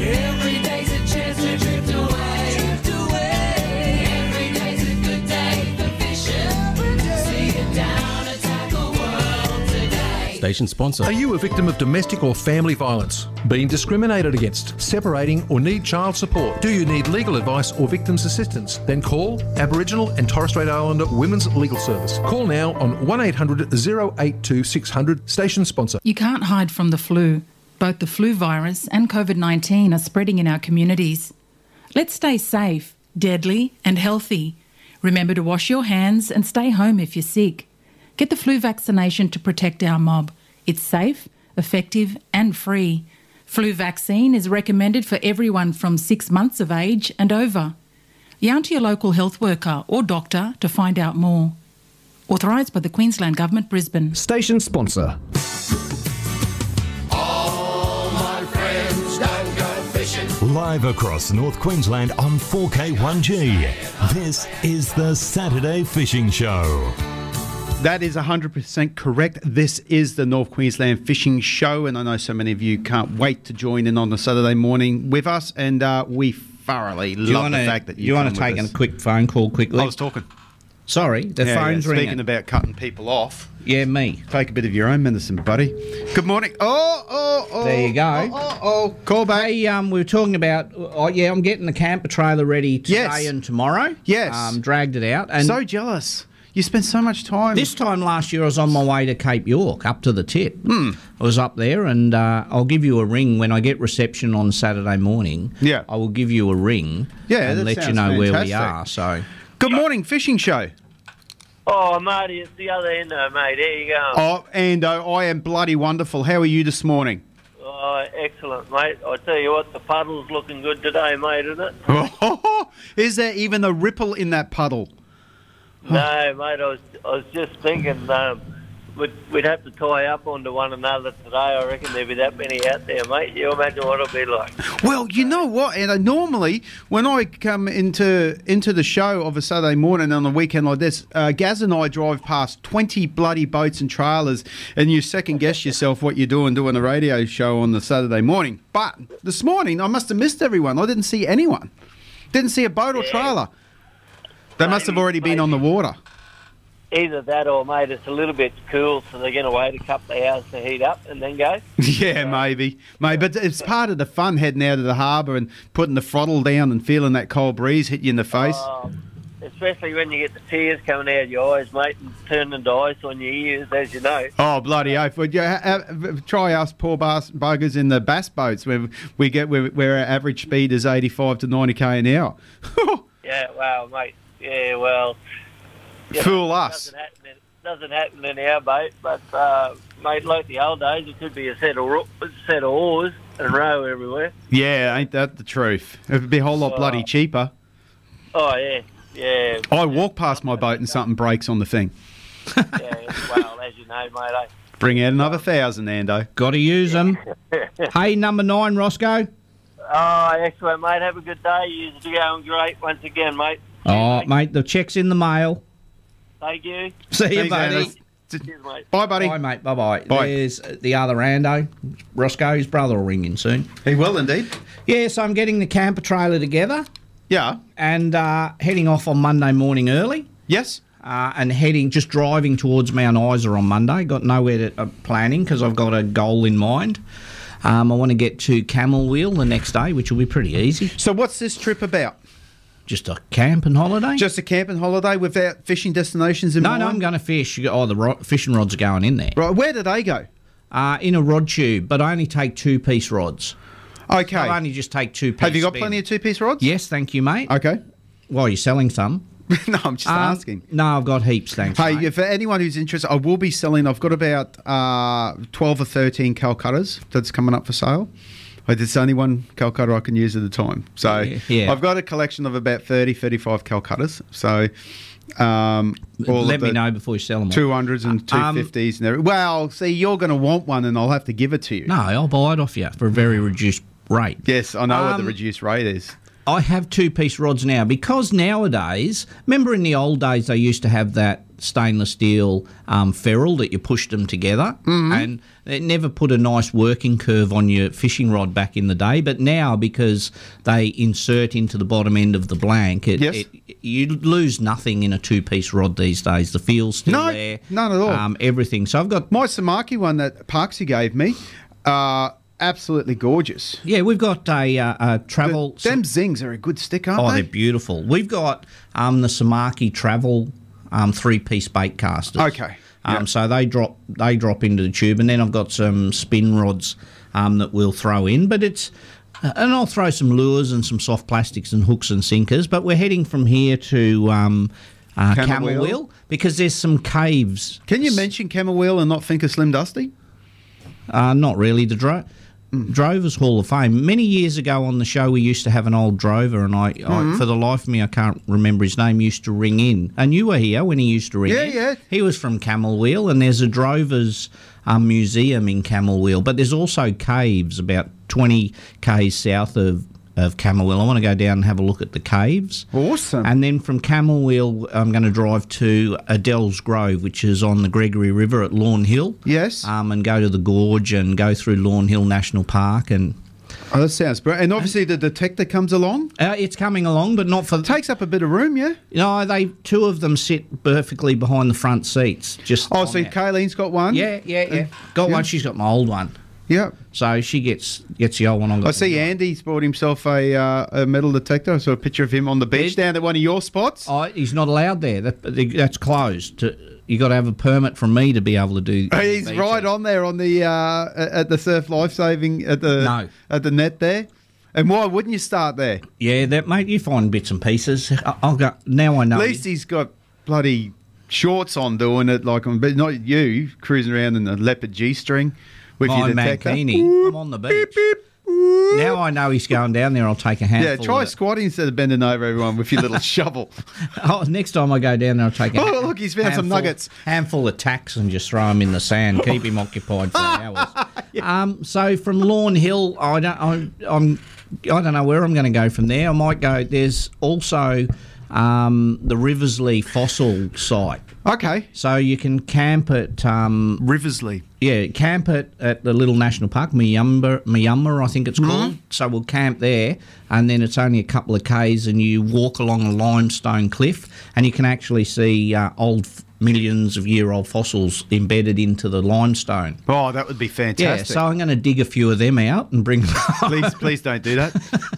S1: Every day's a chance to drift away. Drift away. Every day's a good day for fishing. See you down at Tackle World today.
S12: Station sponsor.
S11: Are you a victim of domestic or family violence? Being discriminated against, separating, or need child support? Do you need legal advice or victims' assistance? Then call Aboriginal and Torres Strait Islander Women's Legal Service. Call now on 1800 082 600, station sponsor.
S13: You can't hide from the flu. Both the flu virus and COVID 19 are spreading in our communities. Let's stay safe, deadly, and healthy. Remember to wash your hands and stay home if you're sick. Get the flu vaccination to protect our mob. It's safe, effective, and free. Flu vaccine is recommended for everyone from six months of age and over. Yarn to your local health worker or doctor to find out more. Authorised by the Queensland Government, Brisbane.
S12: Station sponsor.
S14: All my friends don't go fishing.
S15: Live across North Queensland on 4K1G. This is the Saturday Fishing Show.
S3: That is 100% correct. This is the North Queensland Fishing Show, and I know so many of you can't wait to join in on a Saturday morning with us, and uh, we thoroughly
S4: Do you
S3: love
S4: wanna,
S3: the fact that you,
S4: you wanna
S3: come
S4: take
S3: with us.
S4: a quick phone call quickly?
S3: I was talking.
S4: Sorry, the
S3: Yeah, yeah,
S4: phone's ringing.
S3: Speaking about cutting people off,
S4: yeah, me.
S3: take a bit of your own medicine, buddy. Good morning. Oh, oh, oh.
S4: There you go.
S3: Oh, oh, oh. call back.
S4: Hey, um, we were talking about. Oh, yeah, I'm getting the camper trailer ready today
S3: Yes.
S4: and tomorrow.
S3: Yes.
S4: um, dragged it out, and
S3: so jealous. You spend so much time.
S4: This time last year, I was on my way to Cape York, up to the tip.
S3: Hmm.
S4: I was up there, and uh, I'll give you a ring when I get reception on Saturday morning.
S3: Yeah.
S4: I will give you a ring.
S3: Yeah,
S4: and
S3: that
S4: let you
S3: sounds
S4: know where we
S3: fantastic.
S4: are. So
S3: Good morning, fishing show.
S16: Oh, matey, it's the other end, though, mate. There you go.
S3: Oh, and oh, I am bloody wonderful. How are you this morning?
S16: Oh, excellent, mate. I tell you what, the puddle's looking good today, mate, isn't it?
S3: Is there even a ripple in that puddle?
S16: no, mate. I was, I was just thinking um, we'd, we'd have to tie up onto one another today. I reckon there'd be that many out there, mate. You imagine what it'll be like.
S3: Well, you know what? And I, normally, when I come into into the show of a Saturday morning on a weekend like this, uh, Gaz and I drive past twenty bloody boats and trailers, and you second guess yourself what you're doing doing a radio show on the Saturday morning. But this morning, I must have missed everyone. I didn't see anyone. Didn't see a boat or trailer. They must have already been on the water.
S16: Either that or, mate, it's a little bit cool, so they're going to wait a couple of hours to heat up and then go.
S3: Yeah, maybe, maybe. But it's part of the fun heading out of the harbour and putting the throttle down and feeling that cold breeze hit you in the face.
S16: Um, Especially when you get the tears coming out of your eyes, mate, and turning to ice on your ears, as you know.
S3: Oh bloody oath! Would you ha- ha- try us poor bas- buggers in the bass boats where we get where, where our average speed is eighty-five to ninety k an hour?
S16: Yeah, wow, mate. Yeah, well. you
S3: Fool
S16: know,
S3: us.
S16: Doesn't happen, in, doesn't happen in our boat, but, uh, mate, like the old days, it could be a set of, ro- set of oars and row everywhere.
S3: Yeah, ain't that the truth? It'd be a whole lot bloody cheaper.
S16: Oh, yeah, yeah.
S3: I walk past my boat and something breaks on the thing.
S16: yeah, well, as you know, mate,
S3: Bring out another thousand, Ando.
S4: Got to use them.
S16: eh?
S4: hey, number nine, Roscoe.
S16: Oh, excellent, mate. Have a good day. You're going great once again, mate.
S4: Oh, mate, the check's in the mail.
S16: Thank you.
S4: See you, buddy.
S16: Cheers, mate.
S3: Bye, buddy.
S4: Bye, mate. Bye, bye. There's the other rando, Roscoe. His brother will ring in soon.
S3: He will indeed.
S4: Yeah, so I'm getting the camper trailer together.
S3: Yeah.
S4: And uh, heading off on Monday morning early.
S3: Yes.
S4: Uh, and heading, just driving towards Mount Isa on Monday. Got nowhere to uh, planning because I've got a goal in mind. Um, I want to get to Camel Wheel the next day, which will be pretty easy.
S3: So, what's this trip about?
S4: Just a camp and holiday.
S3: Just a camping holiday without fishing destinations in
S4: no,
S3: mind.
S4: no, I'm going to fish. You got- Oh, the ro- fishing rods are going in there.
S3: Right, where do they go?
S4: Uh, in a rod tube, but I only take two piece rods.
S3: Okay.
S4: I only just take two piece.
S3: Have you got plenty of two piece rods?
S4: Yes, thank you, mate.
S3: Okay.
S4: Well, you're selling some. Um,
S3: no, I'm just asking.
S4: No, I've got heaps, thanks.
S3: Hey, if- for anyone who's interested, I will be selling. I've got about uh, twelve or thirteen Calcuttas that's coming up for sale. I- It's the only one Calcutta I can use at a time. So
S4: yeah.
S3: I've got a collection of about 30, 35 Calcuttas. So um, all
S4: Let
S3: of
S4: me
S3: the
S4: know before you sell them.
S3: 200s and
S4: Um,
S3: 250s. and everything. Well, see, you're going to want one and I'll have to give it to you.
S4: No, I'll buy it off you for a very reduced rate.
S3: Yes, I know what the
S4: Um,
S3: reduced rate is.
S4: I have two piece rods now because nowadays, remember in the old days, they used to have that stainless steel um, ferrule that you pushed them together
S3: Mm-hmm.
S4: and it never put a nice working curve on your fishing rod back in the day. But now, because they insert into the bottom end of the blank, it,
S3: Yes.
S4: it- you lose nothing in a two piece rod these days. The feel's still
S3: No,
S4: there.
S3: none at all.
S4: Um, everything. So I've got
S3: my Samaki one that Parksy gave me. Uh, absolutely gorgeous.
S4: Yeah, we've got a, uh, a travel.
S3: them zings are a good stick, aren't
S4: oh,
S3: they?
S4: are beautiful. We've got um, the Samaki Travel um, three-piece bait casters.
S3: Okay.
S4: Um, So they drop they drop into the tube, and then I've got some spin rods um, that we'll throw in. But it's uh, and I'll throw some lures and some soft plastics and hooks and sinkers. But we're heading from here to um, uh,
S3: Camel
S4: Camel,
S3: Wheel?
S4: Wheel. because there's some caves.
S3: Can you mention Camel Wheel and not think of Slim Dusty?
S4: Uh, not really. The dro-
S3: Mm.
S4: Drovers Hall of Fame. Many years ago on the show, we used to have an old drover, and I,
S3: Mhm.
S4: I for the life of me, I can't remember his name. Used to ring in, and you were here when he used to ring
S3: Yeah,
S4: in.
S3: yeah.
S4: He was from Camel Wheel, and there's a drovers um, museum in Camel Wheel, but there's also caves about 20 k's south of. Of Camel Wheel. I want to go down and have a look at the caves.
S3: Awesome.
S4: And then from Camel Wheel, I'm going to drive to Adele's Grove, which is on the Gregory River at Lawn Hill.
S3: Yes.
S4: Um, and go to the gorge and go through Lawn Hill National Park. And
S3: Oh, that sounds br And obviously, the detector comes along.
S4: Uh, it's coming along, but not for.
S3: takes up a bit of room, yeah.
S4: you know, they two of them sit perfectly behind the front seats. Just
S3: Oh,
S4: on
S3: so
S4: that.
S3: Kayleen's got one.
S4: Yeah, yeah, yeah. Got one. She's got my old one.
S3: Yeah.
S4: So she gets gets the old one. I've got
S3: I see Andy's bought himself a, uh, a metal detector. I saw a picture of him on the beach down at one of your spots.
S4: Oh, he's not allowed there. That, that's closed. To, you got to have a permit from me to be able to do.
S3: He's right on there on the uh, at the surf lifesaving at the
S4: No.
S3: at the net there. And why wouldn't you start there?
S4: Yeah, that mate, you find bits and pieces. I- I'll go now. I know.
S3: At least he's got bloody shorts on doing it like on, but not you cruising around in a leopard G string with
S4: My
S3: your detector.
S4: mankini. I'm on the beach. Now I know he's going down there. I'll take a handful.
S3: Yeah, try
S4: of it.
S3: squatting instead of bending over everyone with your little shovel.
S4: Oh, next time I go down there, I'll take. A
S3: Oh, look, he's found some nuggets.
S4: Handful of tacks and just throw him in the sand. Keep him occupied for hours. Um, so from Lawn Hill, I don't, I, I'm, I don't know where I'm going to go from there. I might go. There's also um, the Riversley fossil site.
S3: Okay.
S4: So you can camp at um,
S3: Riversley.
S4: Yeah, camp at, at the little national park, Miyumba, Miyumba, I think it's
S3: Mm-hmm.
S4: called. So we'll camp there, and then it's only a couple of k's, and you walk along a limestone cliff, and you can actually see uh, old f- millions of year old fossils embedded into the limestone.
S3: Oh, that would be fantastic.
S4: Yeah, so I'm going to dig a few of them out and bring them.
S3: please, please don't do that.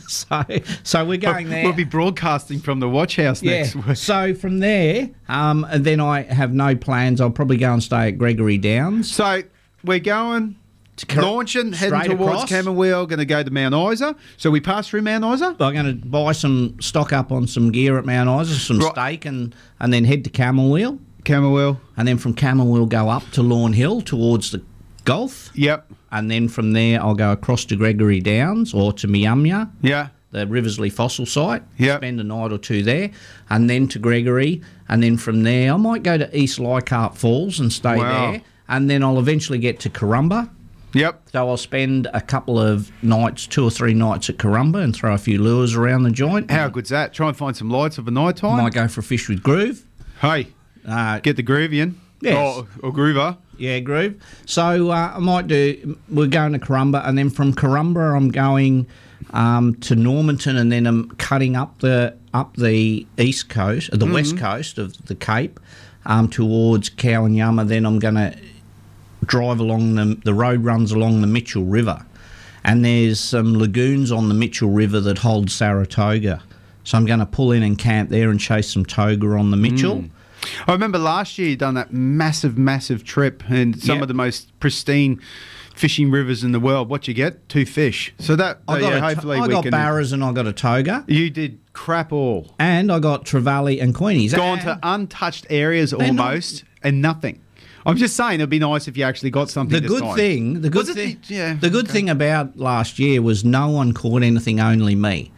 S4: so, so we're going there.
S3: We'll be broadcasting from the watch house next.
S4: Yeah. So from there, um, and then I have no plans. I'll probably go and stay at Gregory Downs.
S3: So we're going Launching, heading
S4: Straight
S3: towards
S4: across.
S3: Cameron We're going to go to Mount Isa. So we pass through Mount Isa.
S4: I'm going to buy some stock up on some gear at Mount Isa, some steak, and and then head to Camel Wheel.
S3: Camel Wheel.
S4: And then from Camel Wheel, go up to Lawn Hill towards the Gulf.
S3: Yep.
S4: And then from there, I'll go across to Gregory Downs or to Miumya.
S3: Yeah.
S4: The Riversley fossil site. Yeah. Spend a night or two there, and then to Gregory, and then from there, I might go to East Leichhardt Falls and stay
S3: Wow.
S4: there, and then I'll eventually get to Corumba.
S3: Yep.
S4: So I'll spend a couple of nights, two or three nights at Corumba, and throw a few lures around the joint.
S3: How good's that? Try and find some lights of a night time.
S4: Might go for a fish with Groove. Uh,
S3: Hey, get the groovy in.
S4: Yes.
S3: Or, or Groover.
S4: Yeah, Groove. So uh, I might do. We're going to Corumba, and then from Corumba, I'm going um, to Normanton, and then I'm cutting up the up the east coast, uh, the west
S17: Mhm.
S4: coast of the Cape, um, towards Cowanyama. Then I'm going to drive along the the road runs along the Mitchell River, and there's some lagoons on the Mitchell River that hold Saratoga. So I'm going to pull in and camp there and chase some toga on the Mitchell.
S3: Mm. I remember last year you done that massive, massive trip and some
S4: Yep.
S3: of the most pristine fishing rivers in the world. What you get? Two fish. So that
S4: I got,
S3: yeah,
S4: a to-
S3: hopefully
S4: I
S3: we
S4: got
S3: can.
S4: barras and I got a toga.
S3: You did crap all.
S4: And I got Trevally and Queenies.
S3: Gone to untouched areas
S4: not-
S3: almost and nothing. I'm just saying it'd be nice if you actually got something.
S4: The
S3: this
S4: good
S3: time.
S4: thing, the good
S3: Was it
S4: thing,
S3: the- yeah,
S4: the good
S3: okay.
S4: thing about last year was no one caught anything, only me.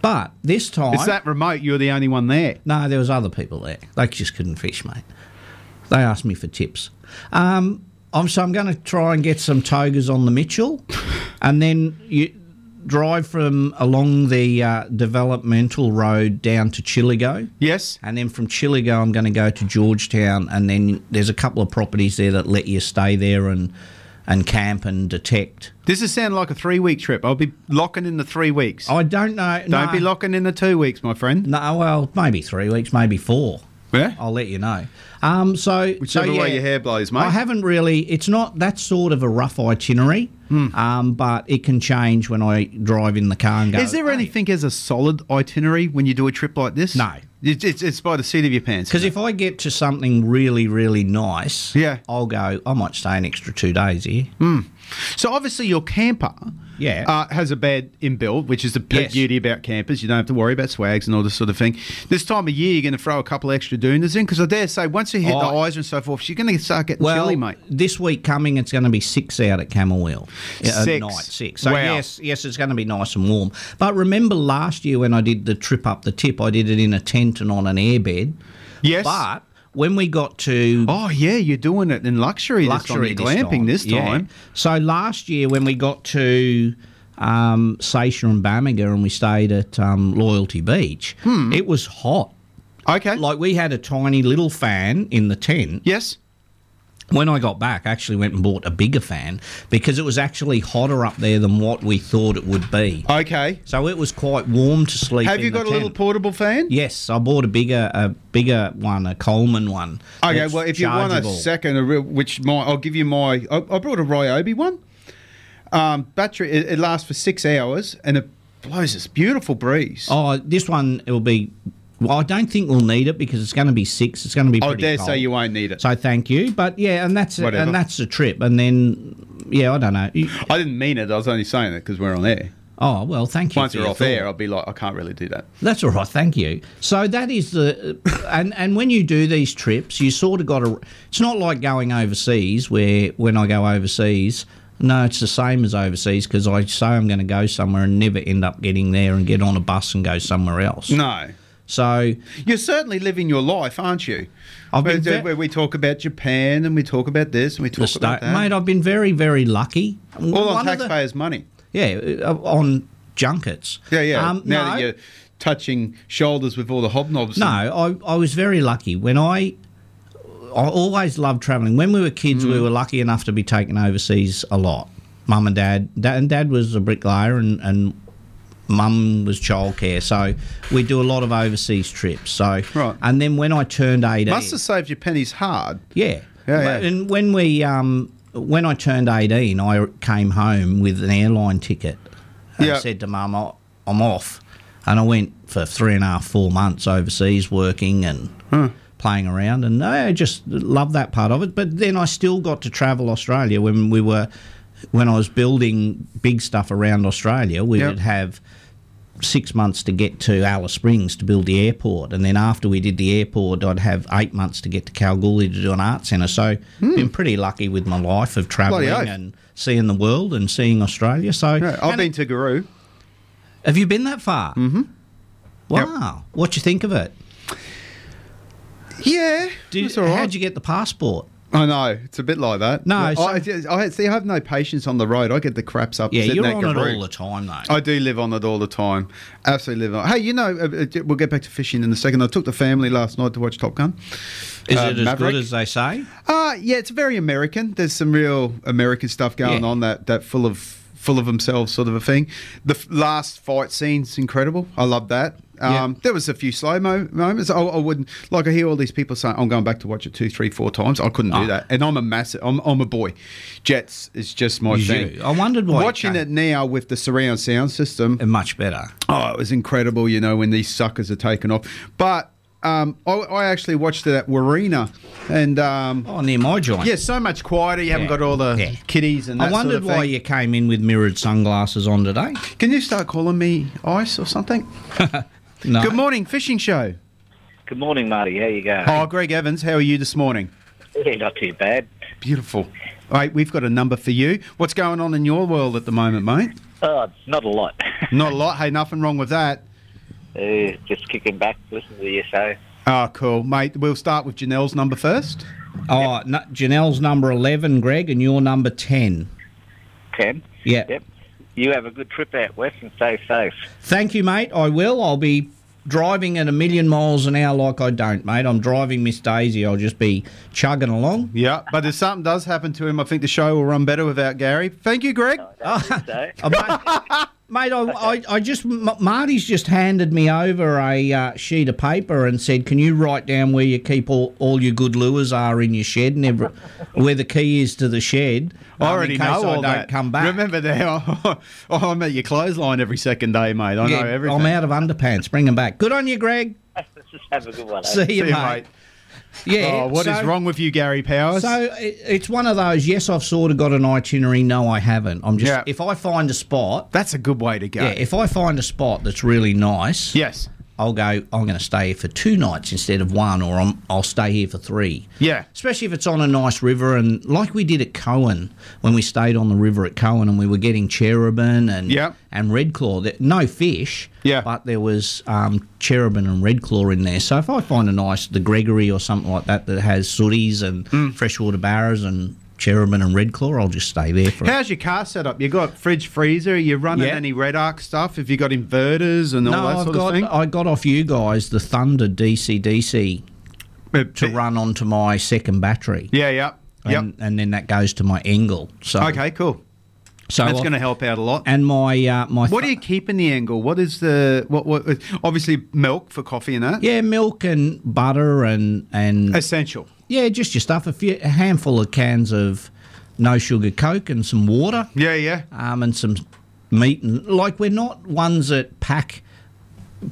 S4: But this time,
S3: It's that remote. You're the only one there.
S4: No, there was other people there. They just couldn't fish, mate. They asked me for tips. Um, I'm so I'm going to try and get some togas on the Mitchell, and then you drive from along the uh, developmental road down to Chiligo.
S3: Yes.
S4: And then from Chiligo, I'm going to go to Georgetown, and then there's a couple of properties there that let you stay there and and camp and detect.
S3: This is sounding like a three week trip. I'll be locking in the three weeks.
S4: I don't know.
S3: Don't
S4: no.
S3: be locking in the two weeks, my friend.
S4: No, well, maybe three weeks, maybe four.
S3: Yeah,
S4: I'll let you know. Um, so
S3: Whichever
S4: so, yeah,
S3: way your hair blows, mate.
S4: I haven't really. It's not that sort of a rough itinerary,
S3: Hmm.
S4: um, but it can change when I drive in the car and go.
S3: Is there anything as a solid itinerary when you do a trip like this? No. It's, it's, it's by the seat of your pants.
S4: Because if I get to something really, really nice, yeah, I'll go. I might stay an extra two days here.
S3: Mm. So obviously your camper,
S4: yeah,
S3: uh, has a bed inbuilt, which is the big
S4: Yes.
S3: beauty about campers. You don't have to worry about swags and all this sort of thing. This time of year, you're going to throw a couple extra doonas in because I dare say once you hit the
S4: Oh.
S3: eyes and so forth, you're going to start getting
S4: Well,
S3: chilly, mate.
S4: this week coming, it's going to be six out at Camel Wheel uh,
S3: Six.
S4: at night. Six. So
S3: Wow.
S4: yes, yes, it's going to be nice and warm. But remember last year when I did the trip up the tip, I did it in a tent and on an airbed.
S3: Yes.
S4: But when we got to
S3: oh yeah, you're doing it in luxury. this time. You're glamping this
S4: yeah.
S3: time.
S4: So last year when we got to um, Sasha and Bamaga and we stayed at um, Loyalty Beach, it was hot.
S3: Hmm. Okay.
S4: Like we had a tiny little fan in the tent.
S3: Yes.
S4: When I got back, I actually went and bought a bigger fan because it was actually hotter up there than what we thought it would be.
S3: Okay.
S4: So it was quite warm to sleep.
S3: Have
S4: in
S3: you
S4: the
S3: got a little
S4: tent.
S3: portable fan?
S4: Yes, I bought a bigger, a bigger one, a Coleman one.
S3: Okay,
S4: that's
S3: well, if you want a
S4: chargeable.
S3: second, a real, which my I'll give you my. I, I brought a Ryobi one. Um, battery it, it lasts for six hours and it blows this beautiful breeze.
S4: Oh, this one it will be. Well, I don't think we'll need it because it's going to be six. It's going to be.
S3: I
S4: pretty
S3: Oh, dare
S4: cold.
S3: say you won't need it.
S4: So thank you, but yeah, and that's
S3: Whatever.
S4: and that's the trip, and then yeah, I don't know. You-
S3: I didn't mean it. I was only saying it because we're on air.
S4: Oh well, thank you.
S3: Once
S4: for
S3: we're
S4: your
S3: off air,
S4: thought.
S3: I'll be like, I can't really do that.
S4: That's all right. Thank you. So that is the and and when you do these trips, you sort of got to. It's not like going overseas where when I go overseas. No, it's the same as overseas because I say I'm going to go somewhere and never end up getting there and get on a bus and go somewhere else.
S3: No.
S4: So
S3: you're certainly living your life, aren't you?
S4: I've
S3: where,
S4: been ve-
S3: where we talk about Japan and we talk about this and we talk about that.
S4: Mate, I've been very, very lucky.
S3: All on
S4: One of the-
S3: taxpayers' money.
S4: Yeah, uh, on junkets.
S3: Yeah, yeah.
S4: Um,
S3: now
S4: no.
S3: that you're touching shoulders with all the hobnobs.
S4: No,
S3: and-
S4: I, I was very lucky. When I I always loved travelling. When we were kids,
S3: Mm.
S4: we were lucky enough to be taken overseas a lot. Mum and dad, dad and dad was a bricklayer, and and mum was childcare. So we do a lot of overseas trips. So right. and then when I turned eighteen,
S3: Must have saved your pennies hard.
S4: yeah.
S3: Yeah,
S4: But-
S3: yeah.
S4: And when we um, when I turned eighteen, I came home with an airline ticket. And
S3: Yeah.
S4: I said to mum, "I- "I'm off," and I went for three and a half, four months overseas working and
S3: Hmm.
S4: playing around, and I just loved that part of it. But then I still got to travel Australia when we were when I was building big stuff around Australia. We
S3: Yeah.
S4: would have six months to get to Alice Springs to build the airport, and then after we did the airport, I'd have eight months to get to Kalgoorlie to do an art centre. So, been pretty lucky with my life of travelling
S3: Hmm. oath.
S4: and seeing the world and seeing Australia. So,
S3: I've
S4: and-
S3: been to Guru.
S4: Have you been that far? Mm-hmm.
S3: Yep.
S4: Wow, what do you think of it?
S3: Yeah,
S4: it's all right. How'd you get the passport?
S3: I know it's a bit like that.
S4: No,
S3: I,
S4: so-
S3: I- see. I have no patience on the road. I get the craps up.
S4: Yeah,
S3: sitting
S4: you're
S3: at
S4: on it
S3: Garoo.
S4: all the time, though.
S3: I do live on it all the time. Absolutely live on. Hey, you know, uh, uh, we'll get back to fishing in a second. I took the family last night to watch Top Gun.
S4: Is
S3: Uh,
S4: it as
S3: Maverick.
S4: good as they say?
S3: Uh, yeah, it's very American. There's some real American stuff going
S4: Yeah.
S3: on that that full of full of themselves sort of a thing. The f- last fight scene's incredible. I love that. Um, There was a few slow mo moments. I, I wouldn't like. I hear all these people saying, "I'm going back to watch it two, three, four times." I couldn't do
S4: Oh.
S3: that, and I'm a massive. I'm, I'm a boy. Jets is just my
S4: You.
S3: thing.
S4: I wondered why it
S3: watching it now with the surround sound system
S4: much better.
S3: Oh, it was incredible, you know, when these suckers are taken off. But um, I, I actually watched it at Warina, and um,
S4: oh, near my joint.
S3: Yeah, so much quieter. You haven't
S4: Yeah.
S3: got all the kiddies and. That
S4: I wondered
S3: sort of
S4: why
S3: thing.
S4: you came in with mirrored sunglasses on today.
S3: Can you start calling me Ice or something?
S4: No.
S3: Good morning, fishing show.
S17: Good morning, Marty. How you go?
S3: Oh, Greg Evans, how are you this morning?
S17: Yeah, not too bad.
S3: Beautiful. All right, we've got a number for you. What's going on in your world at the moment, mate?
S17: Oh, not a lot.
S3: Not a lot. Hey, nothing wrong with that.
S17: Uh, just kicking back, listening to your show.
S3: Ah, cool, mate. We'll start with Janelle's number first.
S4: Oh, no, Janelle's number 11, Greg, and you're number 10.
S17: Ten.
S4: Yeah.
S17: Yep. You have a good trip out west and stay safe.
S4: Thank you, mate. I will. I'll be driving at a million miles an hour like I don't, mate. I'm driving Miss Daisy. I'll just be chugging along.
S3: Yeah, but if something does happen to him, I think the show will run better without Gary. Thank you, Greg.
S4: Oh, Mate, I, I, I just, M- Marty's just handed me over a uh, sheet of paper and said, Can you write down where you keep all, all your good lures are in your shed and every, where the key is to the shed?
S3: I
S4: um, in
S3: already
S4: case
S3: know all
S4: I don't
S3: that.
S4: come back.
S3: Remember now, I'm at your clothesline every second day, mate. I
S4: Yeah,
S3: know everything.
S4: I'm out of underpants. Bring them back. Good on you, Greg.
S17: just have a good one. eh?
S4: See you, mate. Yeah.
S3: Oh, what is
S4: so-
S3: wrong with you, Gary Powers?
S4: So it, it's one of those. Yes, I've sort of got an itinerary. No, I haven't. I'm just.
S3: Yeah.
S4: If I find a spot,
S3: that's a good way to go.
S4: Yeah. If I find a spot that's really nice,
S3: yes,
S4: I'll go. I'm going to stay here for two nights instead of one, or I'm, I'll stay here for three.
S3: Yeah.
S4: Especially if it's on a nice river, and like we did at Cohen when we stayed on the river at Cohen, and we were getting cherubin and
S3: Yep.
S4: and red claw. There- No fish.
S3: Yeah.
S4: But there was um, cherubin and red claw in there. So if I find a nice the Gregory or something like that that has sooties and
S3: Mm.
S4: freshwater barras and cherubin and red claw, I'll just stay there for.
S3: How's your car set up? You got fridge, freezer. You running
S4: Yeah.
S3: any red arc stuff? Have you got inverters and all
S4: no,
S3: that
S4: I've
S3: sort
S4: got
S3: of thing?
S4: I got off you guys the Thunder DCDC to run onto my second battery.
S3: Uh, Yeah, yeah, yeah.
S4: and, and then that goes to my angle. So
S3: okay, cool.
S4: so
S3: that's
S4: I-
S3: going to help out a lot.
S4: And my uh, my
S3: what do you keep in the angle? What is the what? What obviously milk for coffee and that.
S4: yeah, milk and butter and and
S3: essential.
S4: Yeah, just your stuff. A few a handful of cans of no sugar Coke and some water.
S3: Yeah, yeah.
S4: Um, and some meat and like we're not ones that pack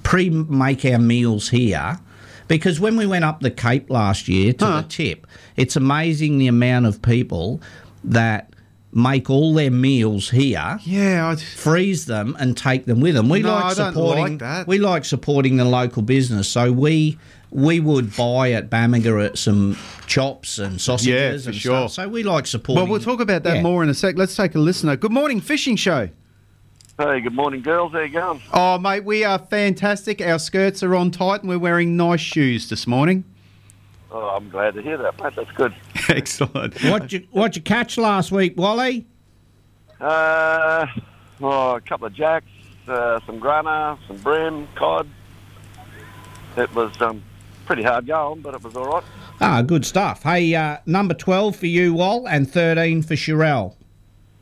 S4: pre-make our meals here. Because when we went up the Cape last year to the tip, it's amazing the amount of people that make all their meals here.
S3: Yeah,
S4: freeze them and take them with them. We
S3: No,
S4: like
S3: I don't
S4: supporting
S3: like that.
S4: we like supporting the local business. So we we would buy at Bamaga at some chops and sausages
S3: Yeah,
S4: and
S3: for sure.
S4: stuff. So we like supporting
S3: Well, we'll talk about that
S4: Yeah.
S3: more in a sec. Let's take a listener. Good morning, fishing show.
S18: Hey, good morning, girls. How you going?
S3: Oh, mate, we are fantastic. Our skirts are on tight and we're wearing nice shoes this morning.
S18: Oh, I'm glad to hear that, mate. That's good.
S3: Excellent.
S4: What you what you catch last week, Wally?
S18: Uh, oh, a couple of jacks, uh, some grana, some brim, cod. It was um, pretty hard going, but it was all right.
S4: Ah, good stuff. Hey, uh, number twelve for you, Wal, and thirteen for Sherelle.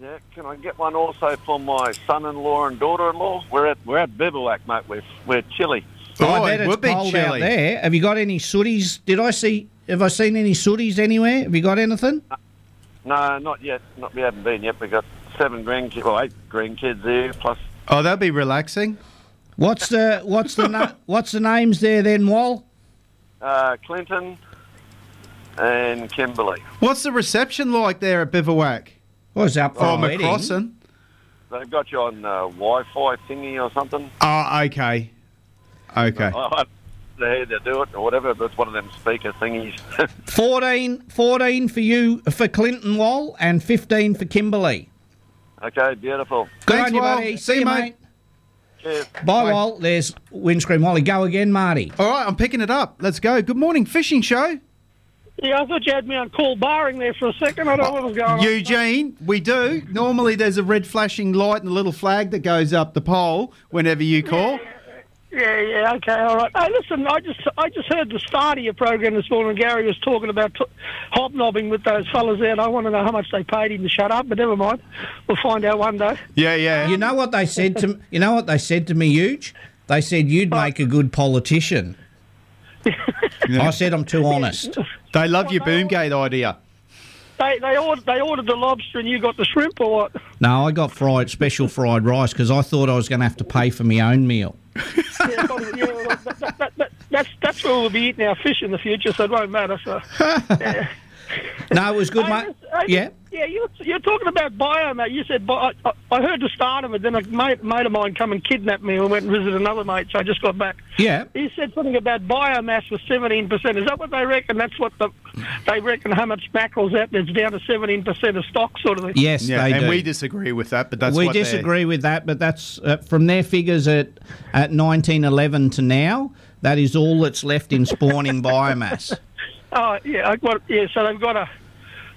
S18: Yeah, can I get one also for my son-in-law and daughter-in-law? We're at we're at bivouac, mate. We're we're chilly.
S4: Oh,
S3: Oh,
S4: I bet it's cold out there. Have you got any sooties? Did I see? Have I seen any sooties anywhere? Have you got anything?
S18: No, not yet. Not we haven't been yet. We got seven grandkids, well, eight grandkids there, plus
S3: Oh, that'd be relaxing.
S4: What's the what's the na- what's the names there then, Wal?
S18: uh, Clinton and Kimberley.
S3: What's the reception like there at Bivouac?
S4: Well, it's up
S18: for
S3: oh,
S18: a wedding.
S3: McCrossan.
S18: They've got you on uh, Wi-Fi thingy or something.
S3: Oh, okay. Okay.
S18: I don't know how they do it or whatever, but it's one of them speaker thingies.
S4: 14, 14 for you for Clinton Wall and fifteen for Kimberley.
S18: okay, beautiful.
S4: Good on you, buddy. See, you, mate.
S18: Cheers.
S4: Bye, Wal. There's windscreen Wally. Go again, Marty.
S3: All right, I'm picking it up. Let's go. Good morning, fishing show.
S19: Yeah, I thought you had me on call barring there for a second. I don't know what was going on.
S3: Eugene, we do. Normally there's a red flashing light and a little flag that goes up the pole whenever you call.
S19: Yeah, yeah, okay, all right. Hey, listen, I just I just heard the start of your program this morning. Gary was talking about t- hobnobbing with those fellas there, and I want to know how much they paid him to shut up. But never mind, we'll find out one day.
S3: Yeah, yeah.
S4: You know what they said to you know what they said to me, huge. They said you'd make a good politician. I said I'm too honest.
S3: They love your boomgate idea.
S19: They they ordered they ordered the lobster, and you got the shrimp, or what?
S4: No, I got fried special fried rice because I thought I was going to have to pay for my own meal.
S19: yeah, probably, yeah, well, that, that, that, that, that's that's where we'll be eating our fish in the future, so it won't matter. So. yeah.
S4: No, it was good, mate.
S19: Hey,
S4: Yeah.
S19: Yeah, you're, you're talking about bio, mate. You said, bio, I, I heard the start of it, then a mate, mate of mine come and kidnapped me and went and visited another mate, so I just got back.
S4: Yeah.
S19: He said something about biomass was 17%. Is that what they reckon? That's what the, they reckon how much mackerel's out there. It's down to 17% of stock, sort of thing.
S4: Yes,
S3: yeah,
S4: they
S3: and
S4: do.
S3: we disagree with that, but that's
S4: we
S3: what they're-
S4: disagree with that, but that's uh, from their figures at at 1911 to now. That is all that's left in spawning biomass.
S19: Oh, yeah, I got, yeah, so they've got a.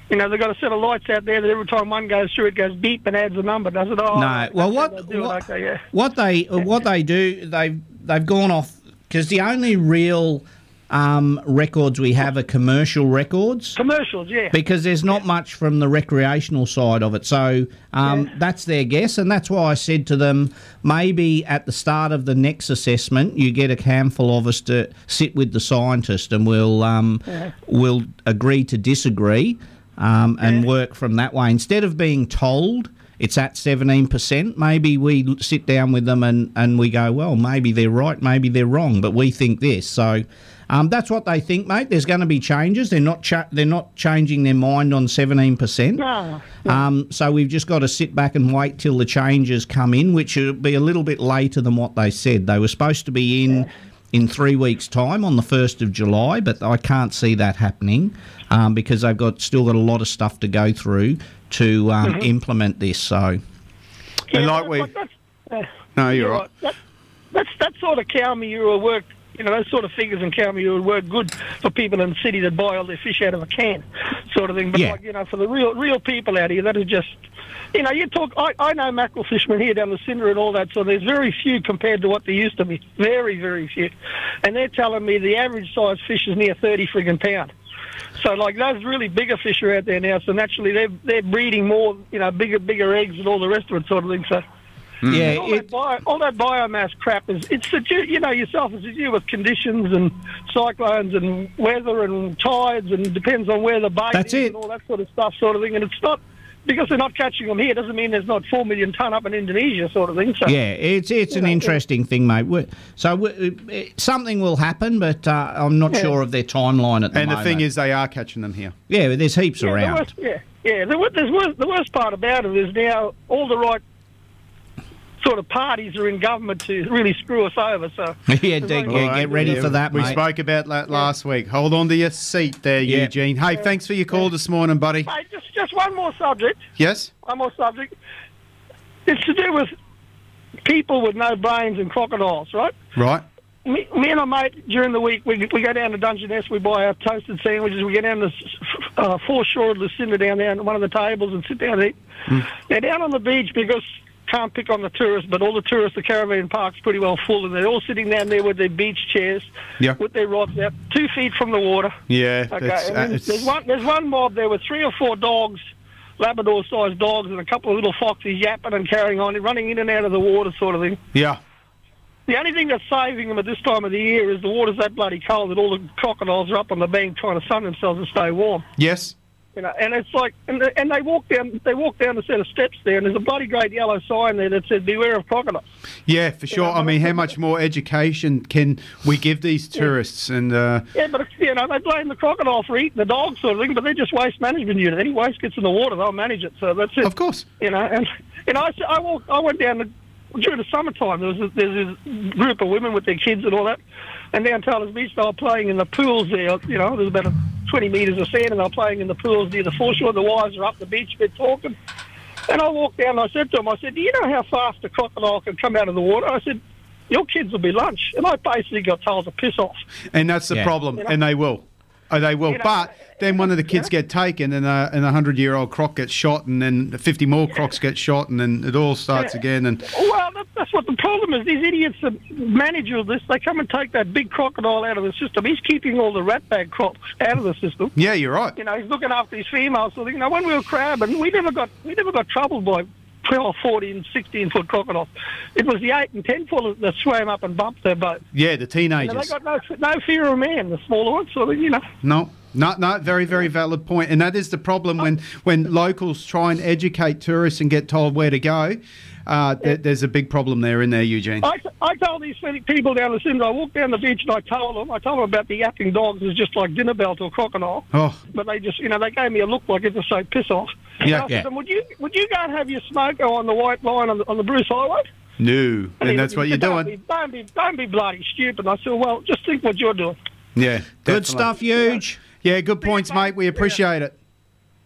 S19: You know, they've got a set of lights out there that every time one goes through, it goes beep and adds a number, does it? Oh,
S4: No, well, what
S19: they do it, okay, yeah.
S4: what they what they do they've they've gone off because the only real um, records we have are commercial records.
S19: Commercials, yeah.
S4: Because there's not much from the recreational side of it, so um, that's their guess, and that's why I said to them, maybe at the start of the next assessment, you get a handful of us to sit with the scientist, and we'll um,
S19: Yeah.
S4: we'll agree to disagree um, and work from that way. Instead of being told it's at 17%, maybe we l- sit down with them and, and we go, well, maybe they're right, maybe they're wrong, but we think this. So um, that's what they think, mate. There's going to be changes. They're not cha- they're not changing their mind on 17%.
S19: No.
S4: Um, so we've just got to sit back and wait till the changes come in, which will be a little bit later than what they said. They were supposed to be in in three weeks' time on the first of July, but I can't see that happening um, because they've got still got a lot of stuff to go through to um,
S19: Mhm.
S4: implement this. So
S19: Yeah,
S3: like we-
S19: that's- that's- uh,
S4: No, you're right.
S19: That, that's that sort of cow manure will work. You know, those sort of figures in cow manure would work good for people in the city that buy all their fish out of a can, sort of thing. But
S4: Yeah.
S19: like, you know, for the real real people out here, that is just. You know, you talk. I, I know mackerel fishermen here down the Cinder and all that. So there's very few compared to what there used to be. Very, very few. And they're telling me the average size fish is near thirty friggin' pound. So like those really bigger fish are out there now. So naturally, they're they're breeding more. You know, bigger bigger eggs and all the rest of it, sort of thing. So.
S4: yeah,
S19: all, that bio, all that biomass crap is it's to do, you know yourself it's to do with conditions and cyclones and weather and tides and depends on where the bait
S4: That's
S19: is
S4: it.
S19: and all that sort of stuff sort of thing and it's not because they're not catching them here doesn't mean there's not four million ton up in Indonesia sort of thing so
S4: Yeah, it's it's
S19: you
S4: an
S19: know,
S4: interesting thing, mate. we so we it, something will happen, but uh, I'm not
S19: Yeah.
S4: sure of their timeline at the
S3: And the
S4: moment.
S3: thing is, they are catching them here.
S4: yeah, there's heaps
S19: yeah, the
S4: around.
S19: worst- yeah. Yeah, the, wor- there's worst, the worst part about it is now all the right sort of parties are in government to really screw us over. So
S4: yeah, Dig, yeah, get ready for that,
S3: We
S4: mate.
S3: spoke about that last week. Hold on to your seat there,
S4: Yeah.
S3: Eugene. Hey, thanks for your call this morning, buddy.
S19: Mate, just just one more subject.
S3: Yes?
S19: One more subject. It's to do with people with no brains and crocodiles, right?
S3: Right.
S19: me, me and my mate during the week we, we go down to Dungeness, we buy our toasted sandwiches, we go down to uh, foreshore of Lucinda down there on one of the tables and sit down and eat. They're down on the beach because can't pick on the tourists, but all the tourists, the caravan park's pretty well full, and they're all sitting down there with their beach chairs,
S3: Yeah.
S19: with their rods out, two feet from the water.
S3: Yeah,
S19: Okay,
S3: that's-
S19: and then
S3: uh, it's-
S19: there's one there's one mob there with three or four dogs, Labrador-sized dogs, and a couple of little foxes yapping and carrying on, running in and out of the water, sort of thing.
S3: Yeah.
S19: The only thing that's saving them at this time of the year is the water's that bloody cold that all the crocodiles are up on the bank trying to sun themselves and stay warm.
S3: Yes.
S19: You know, and it's like, and, they- and they walk down, they walk down a set of steps there, and there's a bloody great yellow sign there that says "Beware of crocodiles."
S3: Yeah, for sure. I mean, how much more education can we give these tourists? And uh,
S19: Yeah, but it's, you know, they blame the crocodile for eating the dog sort of thing, but they're just waste management unit. Any waste gets in the water, they'll manage it. So that's it. Of
S3: course.
S19: You know, and you know, I, s- I walked, I went down the, during the summertime. There was a, there's this group of women with their kids and all that, and down Taylor's Beach they were playing in the pools there. You know, there's about a, 20 metres of sand, and they were playing in the pools near the foreshore. The wives are up the beach, they're talking. And I walked down and I said to him, I said, Do you know how fast a crocodile can come out of the water? I said, Your kids will be lunch. And I basically got told to piss off.
S3: and that's the
S19: Yeah.
S3: problem.
S19: You know-
S3: and they will. Oh, they will.
S19: You know-
S3: but then one of the kids get taken, and a and a hundred year old croc gets shot, and then fifty more crocs get shot, and then it all starts
S19: Yeah.
S3: again. And
S19: Well, that, that's what the problem is. These idiots that manage all this, they come and take that big crocodile out of the system. He's keeping all the ratbag crops out of the system.
S3: Yeah, you're right.
S19: You know, he's looking after his females. So, you know, when we were crabbing, we never got we never got troubled by 12, 14, 16 foot crocodiles. It was the 8 and 10 foot that swam up and bumped their boat.
S3: yeah, the
S19: You know, they
S3: teenagers.
S19: got no, no fear of man, the smaller ones. So, you know.
S3: No, no, no. Very, very valid point, and that is the problem when when locals try and educate tourists and get told where to go. Uh, there, there's a big problem there in there, Eugene.
S19: I, I told these people down the cinder, I walked down the beach and I told them, I told them about the yapping dogs is just like dinner bell to a crocodile.
S3: Oh,
S19: But they just, you know, they gave me a look like it was so piss off. And I
S3: Yeah,
S19: said,
S3: yeah.
S19: "Then Would you would you go and have your smoker on the white line on the, on the Bruce Highway?
S3: no,
S19: he-
S3: and that's
S19: he
S3: what you're
S19: said, don't
S3: doing.
S19: Be, don't be don't be bloody stupid. I said, well, just think what you're doing.
S3: Yeah,
S4: Good stuff, huge.
S3: Yeah, good points, mate. We appreciate it.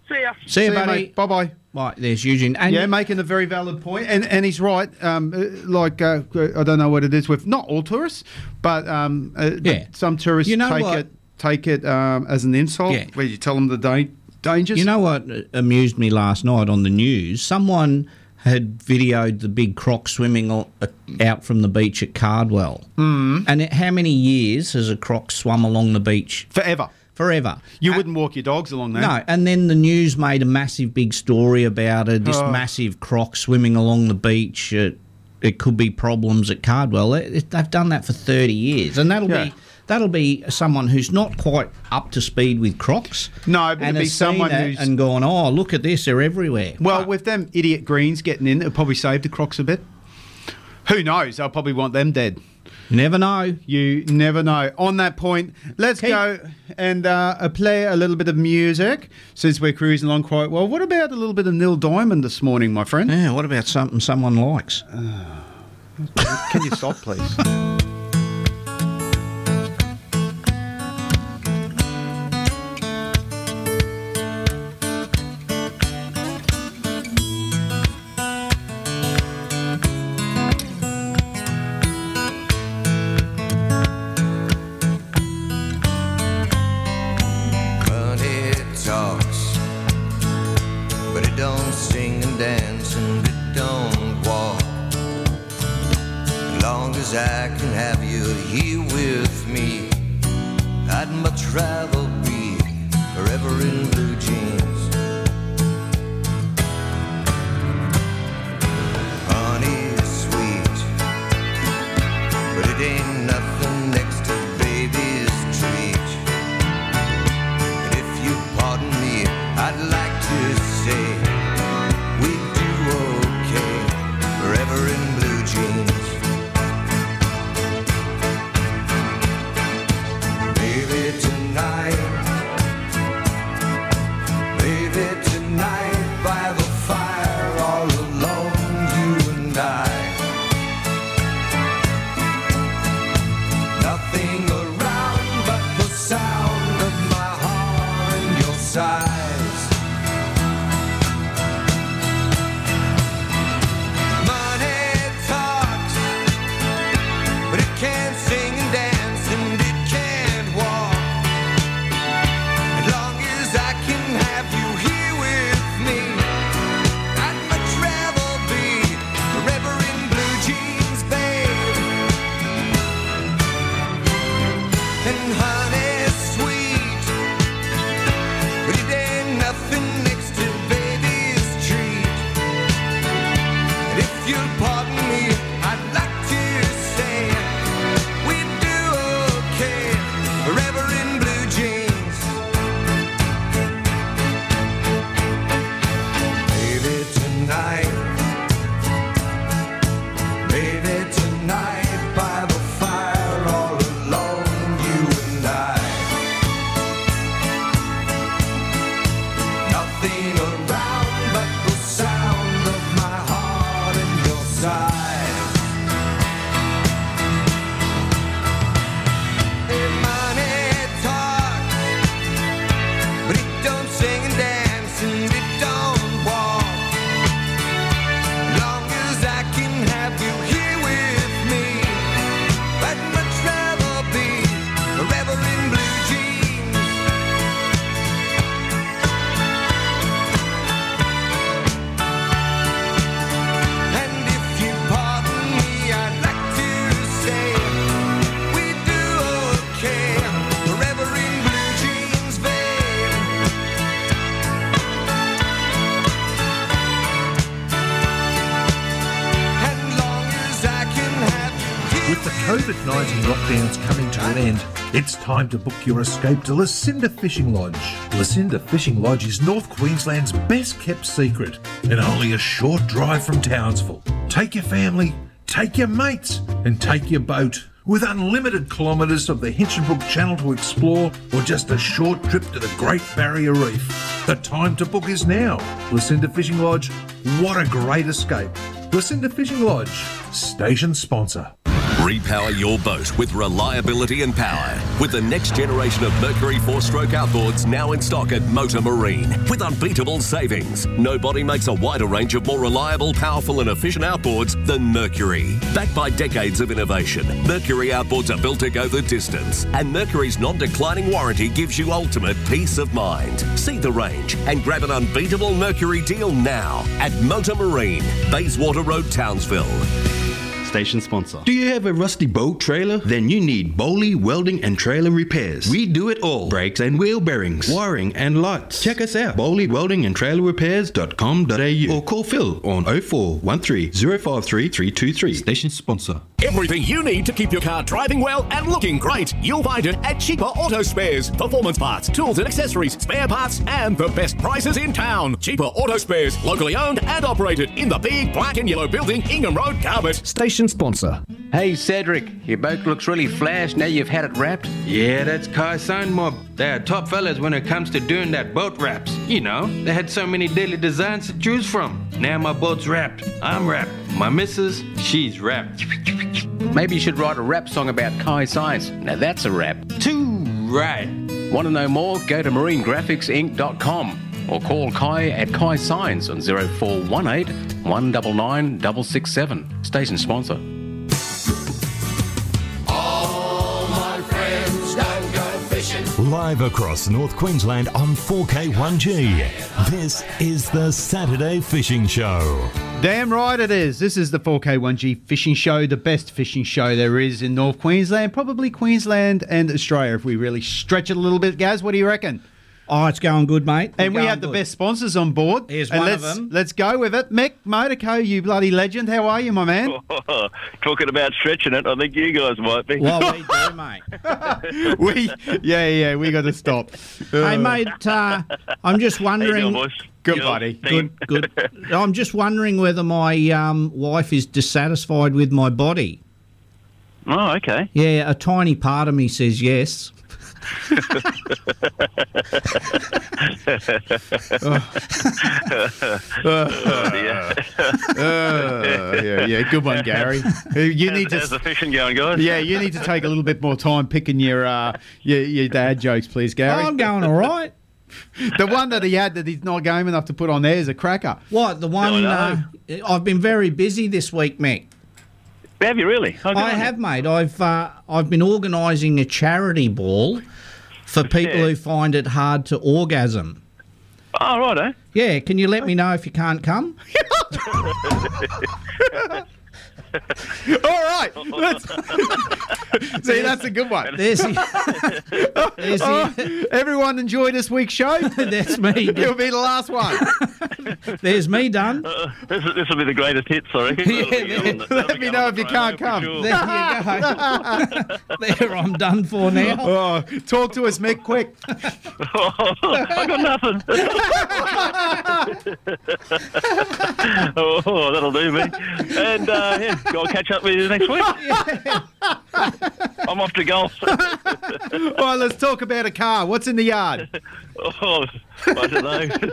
S19: See ya.
S4: See you, buddy.
S3: Bye bye.
S4: Right, there's Eugene. And
S3: yeah, making a very valid point, and and he's right. Um, uh, like uh, I don't know what it is with not all tourists, but um, uh, but
S4: Yeah.
S3: some tourists
S4: You know
S3: take
S4: what?
S3: it take it um, as an insult
S4: Yeah.
S3: where you tell them the da- dangers.
S4: You know what amused me last night on the news? Someone had videoed the big croc swimming o- uh, out from the beach at Cardwell. Mm. And it, how many years has a croc swum along the beach?
S3: Forever.
S4: Forever.
S3: You wouldn't walk your dogs along there.
S4: No, and then the news made a massive big story about it. This
S3: Oh.
S4: massive croc swimming along the beach. It, it could be problems at Cardwell. It, it- they've done that for thirty years, and that'll
S3: Yeah.
S4: be that'll be someone who's not quite up to speed with crocs.
S3: No, but
S4: and
S3: it'd be
S4: has seen
S3: someone
S4: that
S3: who's-
S4: and gone, oh look at this, they're everywhere.
S3: Well, with them idiot greens getting in, it'll probably save the crocs a bit. Who knows? They'll probably want them dead.
S4: Never know.
S3: You never know. On that point, let's go and uh, uh, play a little bit of music since we're cruising along quite well. What about a little bit of Neil Diamond this morning, my friend? Ah.
S4: Yeah, what about something someone likes?
S3: can you stop, please?
S20: But it talks, but it don't sing and dance and it don't walk. As long as I can have you here with me, I'd much rather be forever in blue jeans. Honey is sweet, but it ain't nothing next to baby's treat. And if you pardon me, I'd like to say we do okay forever in blue jeans. Maybe tonight, maybe tonight.
S1: and honey sweet. But it ain't nothing next to baby's treat. And if you'll pardon me, I'd like to say we do okay, forever in blue jeans. Baby, tonight. Baby, tonight by the fire, all alone, you and I. Nothing around but the sound of my heart and your sigh. Hey, money talks, but it don't sing and dance and it don't walk. Long as I can have you here with me, I'd much rather be forever in blue jeans. And if you pardon me, I'd like to say we do okay forever in blue jeans, babe. And long as I can have
S11: With the COVID 19 lockdowns coming to an end, it's time to book your escape to Lucinda Fishing Lodge. Lucinda Fishing Lodge is North Queensland's best kept secret and only a short drive from Townsville. Take your family, take your mates, and take your boat. With unlimited kilometres of the Hinchinbrook Channel to explore, or just a short trip to the Great Barrier Reef, the time to book is now. Lucinda Fishing Lodge, what a great escape! Lucinda Fishing Lodge, station sponsor.
S21: Repower your boat with reliability and power with the next generation of Mercury four stroke outboards now in stock at Motor Marine with unbeatable savings. Nobody makes a wider range of more reliable, powerful, and efficient outboards than Mercury. Backed by decades of innovation, Mercury outboards are built to go the distance, and Mercury's non declining warranty gives you ultimate peace of mind. See the range and grab an unbeatable Mercury deal now at Motor Marine, Bayswater Road, Townsville.
S10: Station sponsor. Do you have a rusty boat trailer? Then you need Bowley Welding and Trailer Repairs. We do it all brakes and wheel bearings, wiring and lights. Check us out Bowley Welding and Trailer Repairs.com.au or call Phil on 0413 053 323. Station sponsor.
S22: Everything you need to keep your car driving well and looking great, you'll find it at Cheaper Auto Spares. Performance parts, tools and accessories, spare parts, and the best prices in town. Cheaper Auto Spares, locally owned and operated in the big black and yellow building, Ingham Road, Carpet.
S23: Station sponsor.
S2: Hey Cedric, your boat looks really flash now you've had it wrapped.
S23: Yeah, that's Kai Sign Mob. They are top fellas when it comes to doing that boat wraps. You know, they had so many daily designs to choose from. Now my boat's wrapped. I'm wrapped. My missus, she's wrapped.
S2: Maybe you should write a rap song about Kai Science. Now that's a rap. Too right. Want to know more? Go to marinegraphicsinc.com or call Kai at Kai Science on 0418 199 667. Station sponsor.
S1: All my friends don't go fishing.
S15: Live across North Queensland on 4K1G. This is the Saturday Fishing Show.
S3: Damn right it is. This is the 4K1G fishing show, the best fishing show there is in North Queensland, probably Queensland and Australia if we really stretch it a little bit. Gaz, what do you reckon?
S4: Oh, it's going good, mate.
S3: And we
S4: Going
S3: have the
S4: good.
S3: best sponsors on board. Here's
S4: one of
S3: let's,
S4: them.
S3: Let's go with it. Mick Motorco, you bloody legend. How are you, my man?
S24: Talking about stretching it, I think you guys might be.
S4: Well, we do, mate.
S3: we, yeah, yeah, we got to stop.
S4: hey, mate, uh, I'm just wondering.
S3: boys? Good, buddy.
S4: Good, good. I'm just wondering whether my um, wife is dissatisfied with my body.
S24: Oh, okay.
S4: Yeah, a tiny part of me says yes.
S24: Oh, dear.
S3: Uh, yeah, yeah, good one, Gary. Uh, You need to.
S24: How's the fishing going, guys?
S3: Yeah, you need to take a little bit more time picking your uh, your, your dad jokes, please, Gary.
S4: I'm going all right.
S3: the one that he had that he's not game enough to put on there is a cracker.
S4: What the one? uh, I've been very busy this week, Mick.
S24: Have you really? Oh, good
S4: I
S24: on
S4: have, mate. I've uh, I've been organising a charity ball for people who find it hard to orgasm.
S24: Oh, right, eh?
S4: Yeah, can you let me know if you can't come?
S3: All right. Let's... See, that's a good one.
S4: There's
S3: There's everyone enjoy this week's show.
S4: That's me.
S3: It'll be the last one.
S4: There's me done.
S24: Uh, This, is- this will be the greatest hit, sorry.
S3: Let me know if you can't come.
S4: There, I'm done for now.
S3: Oh, talk to us, Mick, quick.
S24: I got nothing. oh, that'll do me. And uh, yeah, I'll catch up with you next week. I'm off to golf.
S3: All right, let's talk about a car. What's in the yard?
S24: Oh, I don't know.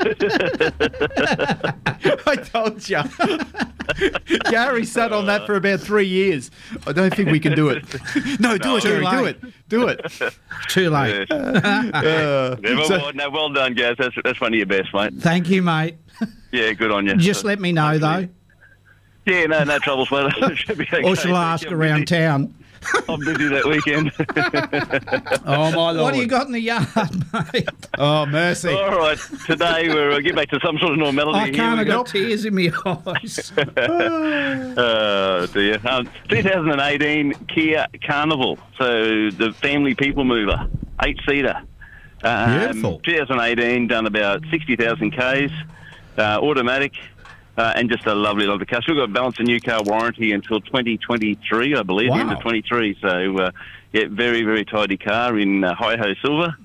S3: I told you. Gary sat on that for about three years. I don't think we can do it. No, do
S24: No.
S3: it, Gary.
S24: Too
S3: Do
S24: late.
S3: it. Do it.
S4: Too late.
S3: Uh,
S24: Never
S3: so-
S24: mind. No, well done, Gaz. That's, that's one of your best, mate.
S4: Thank you, mate.
S24: Yeah, good on you.
S4: Just let me know though,
S24: Yeah, no, no troubles, mate. It should be okay.
S4: or shall I ask around town?
S24: I'm busy that weekend.
S3: oh, my
S4: What do you got in the yard, mate?
S3: Oh, mercy.
S24: All right. Today, we're uh, get back to some sort of normality.
S4: I
S24: Here
S4: can't.
S24: we
S4: I
S24: go.
S4: got tears in my eyes.
S24: Oh dear. Um, 2018 Kia Carnival. So the family people mover, eight seater. Um,
S5: Beautiful.
S24: 2018 done about 60,000 k's, uh, automatic, uh, and just a lovely, lovely car. Still got a balance of new car warranty until 2023, I believe, the end of
S5: Wow.
S24: 23. So uh, yeah, very, very tidy car in uh, hi ho silver.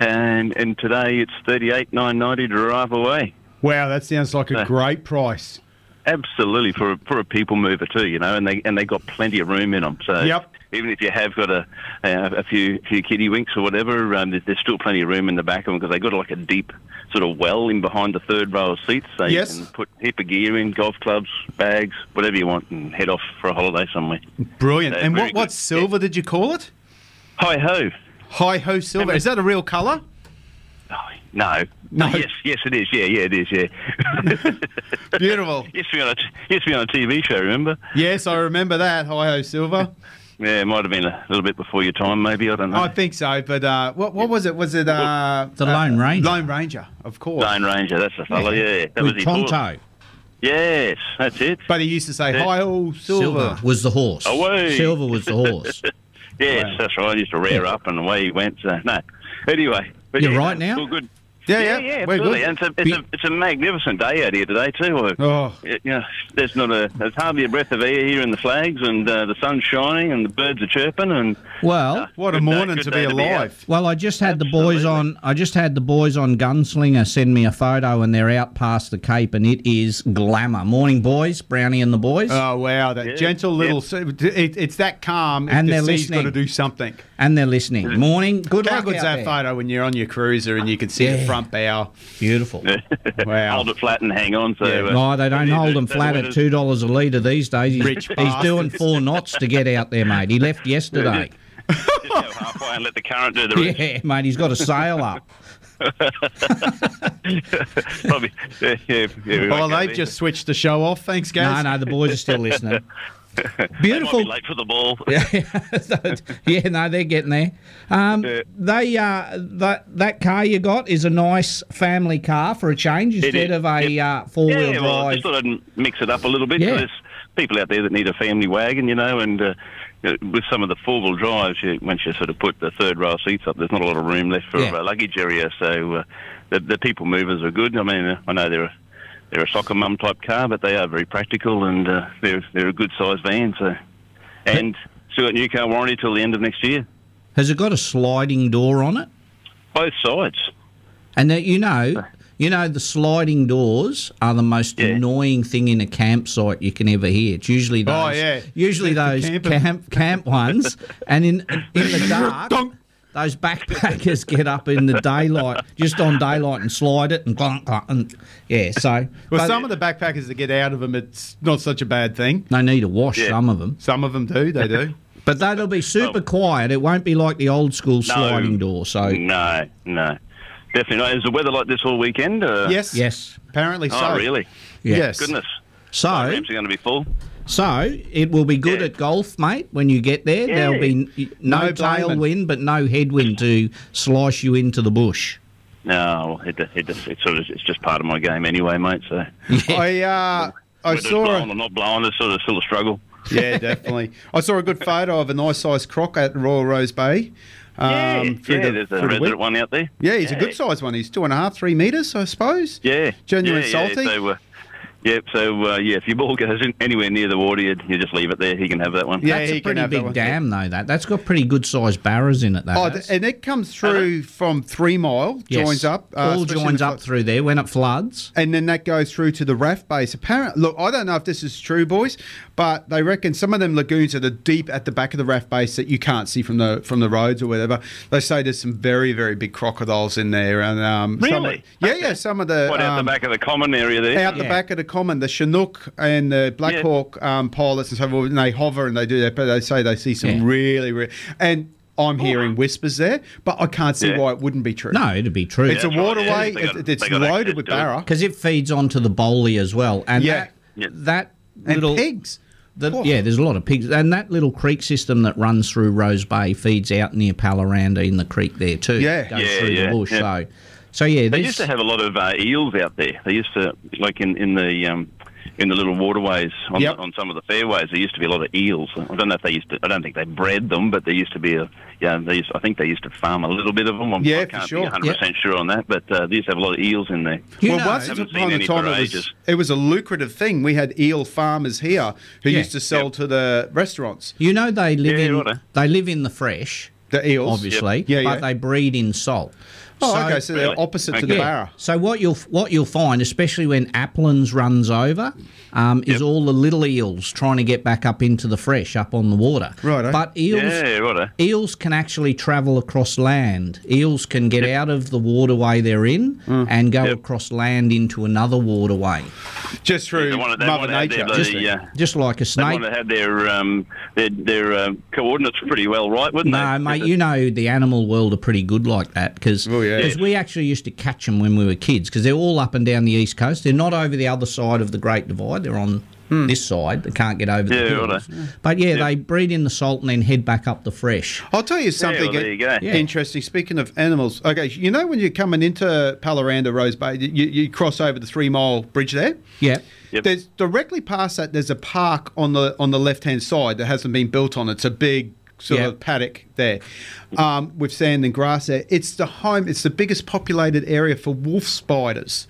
S24: And and today it's 38,990 to drive away.
S3: Wow, that sounds like a great price.
S24: Absolutely, for a, for a people mover too, you know, and they and they got plenty of room in them. So
S3: Yep.
S24: even if you have got a a, a few few kiddie winks or whatever, um, there's, there's still plenty of room in the back of them because they got like a deep sort of well in behind the third row of seats. So
S3: Yes.
S24: you can put heap of gear in, golf clubs, bags, whatever you want, and head off for a holiday somewhere.
S3: Brilliant.
S24: Uh,
S3: and
S24: very
S3: what, what silver did you call it?
S24: Hi ho.
S3: Hi ho silver. Is that a real colour?
S24: No. No. Yes, yes, it is. Yeah, yeah, it is. Yeah.
S3: Beautiful.
S24: Used to be on a t- used to be on a TV show. Remember?
S3: Yes, I remember that. Hi ho silver.
S24: Yeah, it might have been a little bit before your time, maybe. I don't know.
S3: I think so. But uh, what, what was it? Was it uh,
S24: The
S3: uh,
S24: Lone Ranger.
S3: Lone Ranger, of course.
S24: Lone Ranger, that's the fella, yeah. That was his horse. Yes, that's it.
S3: But he used to say,
S24: Yeah.
S3: "Hi, all silver."
S24: Silver
S4: was the horse.
S24: Away.
S4: Silver was the horse.
S24: Yes, that's right. I used to rear up and away he went. So, no. Anyway. But
S4: You're
S24: yeah,
S4: right
S24: no,
S4: now?
S24: All good.
S4: Yeah,
S24: yeah,
S4: yeah,
S24: yeah,
S4: we're
S24: absolutely.
S4: good.
S24: And it's a, it's, a, it's a magnificent day out here today too.
S3: Oh.
S24: You know, there's not a there's hardly a breath of air here in the flags, and uh, the sun's shining, and the birds are chirping, and
S4: Well,
S3: what
S24: a good day- morning good to be day to be alive. out.
S4: well, I just had the boys on. I just had the boys on Gunslinger send me a photo, and they're out past the Cape, and it is glamour. Morning, boys, Brownie and the boys.
S3: Oh wow, that gentle little. si- It, it's that calm,
S4: And
S3: and the
S4: they're
S3: sea's got to
S4: listening.
S3: do something.
S4: And they're listening. Morning. Good
S3: How
S4: luck
S3: good's
S4: out
S3: that
S4: there.
S3: photo when you're on your cruiser and you can see the
S4: Yeah.
S3: front bow?
S4: Beautiful.
S3: wow.
S24: hold it flat and hang on. So uh,
S4: no, they don't hold them
S24: that's
S4: flat
S24: what
S4: at
S24: it-
S4: two dollars a litre these days. He's,
S24: Rich
S4: he's doing
S24: bastards.
S4: four knots to get out there, mate. He left yesterday.
S24: Just go halfway and let the current do the rest.
S4: Yeah, mate, he's got a sail up.
S24: Probably. Yeah, yeah, yeah, we
S3: oh,
S24: won't go
S3: they've
S24: there.
S3: just switched the show off. Thanks, guys.
S4: No, no, the boys are still listening.
S24: They might
S4: Beautiful.
S24: be late for the ball.
S4: yeah, no, they're getting there. Um, They uh, that that car you got is a nice family car for a change
S24: It
S4: instead
S24: is,
S4: of a uh, four wheel
S24: yeah, well, I
S4: drive.
S24: just thought I'd mix it up a little bit.
S4: Yeah.
S24: There's people out there that need a family wagon, you know, and uh, you know, with some of the four-wheel drives, you, once you sort of put the third row seats up, there's not a lot of room left for
S4: Yeah.
S24: uh, luggage area. So uh, the, the people movers are good. I mean, uh, I know they're a, they're a soccer mum type car, but they are very practical and uh, they're they're a good size van. So and still got new car warranty till the end of next year,
S4: Has it got a sliding door on it?
S24: both sides.
S4: And that you know, you know, the sliding doors are the most annoying thing in a campsite you can ever hear. It's usually those,
S3: Oh, yeah.
S4: usually those camp camp ones, and in in the dark. Those backpackers get up in the daylight, just on daylight, and slide it and glunk, glunk, and yeah. So,
S3: Well,
S4: but
S3: some of the backpackers that get out of them, it's not such a bad thing.
S4: they need to wash
S3: Yeah.
S4: some of them.
S3: Some of them do. They do. Oh.
S4: But that'll be super quiet. It won't be like the old school sliding door. So
S24: No, no, definitely not. Is the weather like this all weekend? Uh,
S4: Yes. Yes.
S3: Apparently
S24: oh,
S4: so.
S24: really?
S4: Yeah. Yes.
S24: Goodness.
S4: So-
S24: My ramps are going to be full.
S4: So it will be good at golf, mate. When you get there, there'll be n- no,
S24: No blaming.
S4: tailwind, but no headwind to slice you into the bush.
S24: No, it, it, it's sort of it's just part of my game anyway, mate. So
S3: I uh, I
S24: whether it's
S3: saw.
S24: blowing or not blowing, it's sort of still a struggle.
S3: yeah, definitely. I saw a good photo of a nice sized croc at Royal Rose Bay. Um,
S24: Yeah,
S3: through
S24: yeah
S3: the-
S24: there's
S3: through
S24: a
S3: the
S24: resident
S3: week.
S24: one out there.
S3: Yeah, he's a good sized one. He's two and a half, three metres, I suppose.
S24: Yeah.
S3: Genuine
S24: yeah,
S3: salty?
S24: Yeah, so, uh, yep, so uh, yeah, if your ball goes in anywhere near the water, you, you just leave it there. He can have that one.
S4: that's a pretty big dam, though. That that's got pretty good sized barras in it. That
S3: Oh,
S4: has.
S3: th- and it comes through from Three Mile,
S4: Yes.
S3: joins up. uh,
S4: All
S3: especially
S4: joins
S3: the
S4: up through there when it floods.
S3: And then that goes through to the raft base. Apparently, look, I don't know if this is true, boys, but they reckon some of them lagoons are the deep at the back of the raft base that you can't see from the from the roads or whatever. They say there's some very very big crocodiles in there, and um, some-
S24: Really?
S3: yeah, yeah, some of the
S24: What out
S3: um,
S24: the back of the common area there?
S3: out the back of the common, the Chinook and the Black
S24: Yeah.
S3: Hawk um, pilots and so forth, and they hover and they do that, but they say they see some
S4: Yeah.
S3: really, really. And I'm
S24: Oh.
S3: hearing whispers there, but I can't see
S4: Yeah.
S3: why it wouldn't be true.
S4: No, it'd be true.
S3: It's a waterway, it- it's loaded with barra.
S4: because it feeds onto the bowley as well, and
S3: Yeah.
S4: that that little
S3: pigs.
S4: the- yeah, there's a lot of pigs, and that little creek system that runs through Rose Bay feeds out near Palaranda in the creek there too.
S24: Yeah.
S4: goes
S24: Yeah,
S4: through
S24: yeah,
S4: the bush.
S24: yeah.
S4: So, so yeah,
S24: They
S4: this,
S24: used to have a lot of uh, eels out there. They used to like in in the um, in the little waterways on,
S4: Yep.
S24: the, on some of the fairways. There used to be a lot of eels. I don't know if they used to. I don't think they bred them, but there used to be a yeah. They used, I think they used to farm a little bit of them. I'm,
S3: Yeah,
S24: I
S3: for
S24: can't
S3: sure.
S24: be 100 percent sure on that, but uh, they used to have a lot of eels in there.
S3: well, once
S24: haven't
S3: upon
S24: seen
S3: a
S24: any
S3: time,
S24: for
S3: it was,
S24: ages.
S3: it was a lucrative thing. We had eel farmers here who
S4: Yeah.
S3: used to sell to the restaurants.
S4: you know, they live in
S3: righto.
S4: they live in the fresh,
S3: the eels,
S4: obviously,
S3: Yep. Yeah,
S4: but
S3: yeah.
S4: they breed in salt.
S3: Oh, okay, so they're Really? opposite to the
S4: Yeah.
S3: barra.
S4: So what you'll what you'll find, especially when Applins runs over, um, is all the little eels trying to get back up into the fresh, up on the water. Right. But eels,
S24: Yeah, righto.
S4: eels can actually travel across land. Eels can get out of the waterway they're in
S3: Mm.
S4: and go across land into another waterway.
S3: Just through
S24: wanted- they
S3: Mother
S24: wanted to have
S3: Nature.
S24: their bloody,
S3: Just-
S24: uh,
S4: Just like
S24: They
S4: a snake.
S24: might have had their um, their, their um, coordinates pretty well right, wouldn't
S4: no,
S24: they?
S4: mate, you know the animal world are pretty good like that because we actually used to catch them when we were kids because they're all up and down the east coast. They're not over the other side of the Great Divide. They're on
S3: Hmm.
S4: this side. They can't get over
S24: Yeah,
S4: the
S24: righto.
S4: hills. But yeah, they breed in the salt and then head back up the fresh.
S3: I'll tell you
S4: Yeah,
S3: something
S4: well, there you go.
S3: uh,
S4: Yeah.
S3: interesting. Speaking of animals, okay, you know when you're coming into Palaranda Rose Bay, you, you cross over the three mile bridge there.
S4: Yeah.
S3: There's directly past that. There's a park on the on the left hand side that hasn't been built on. It's a big sort
S4: Yeah.
S3: of paddock there, um, with sand and grass there. It's the home. It's the biggest populated area for wolf spiders.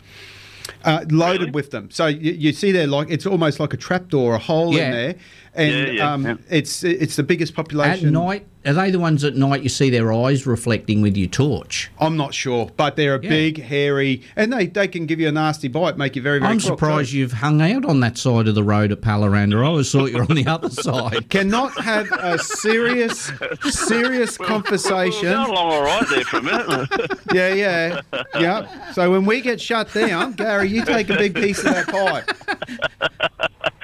S3: Uh, loaded with them, so you, you see there, like it's almost like a trapdoor, a hole in
S4: Yeah.
S3: there, and
S4: Yeah, yeah,
S3: um,
S4: yeah.
S3: it's it's the biggest
S4: At
S3: population
S4: night, are they the ones at night you see their eyes reflecting with your torch?
S3: I'm not sure, but they're a
S4: Yeah.
S3: big, hairy, and they, they can give you a nasty bite, make you very, very.
S4: I'm surprised you've hung out on that side of the road at Palaranda. I always thought you were on the other side.
S3: Cannot have a serious, serious conversation.
S24: Well, along all right there for a minute.
S3: yeah, yeah, yeah. So when we get shut down, Gary, you take a big piece of that pie.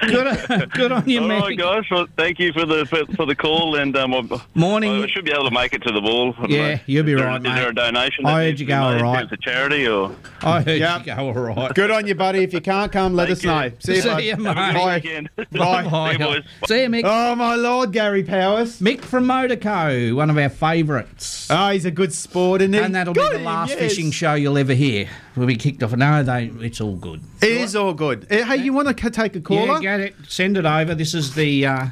S4: good, good on you,
S24: All
S4: man.
S24: right, guys. Well, thank you for the for, for the call, and um, I,
S4: Morning.
S24: I should be able to make it to the ball. I don't
S4: Yeah,
S24: know.
S4: you'll be
S24: Is there-
S4: right,
S24: Is there a
S4: mate.
S24: donation?
S4: I
S24: that
S4: heard
S24: needs
S4: you
S24: to be
S4: go
S24: made
S4: all
S24: to
S4: right.
S24: the charity, or
S4: I heard
S3: Yep.
S4: you go all right.
S3: Good on you, buddy. If you can't come, let us know. See you,
S4: See
S3: bud.
S4: you, mate.
S3: Bye. Bye.
S4: Bye. See you, Mick.
S3: Oh, my Lord, Gary Powers.
S4: Mick from Motorco, one of our favourites.
S3: Oh, he's a good sport, isn't he?
S4: And that'll
S3: Good
S4: be the
S3: him,
S4: last
S3: yes.
S4: fishing show you'll ever hear. We'll be kicked off. No, they, it's all good.
S3: It is all good. Eh, Hey, you want to take a caller?
S4: Yeah, get it. Send it over. This is the uh,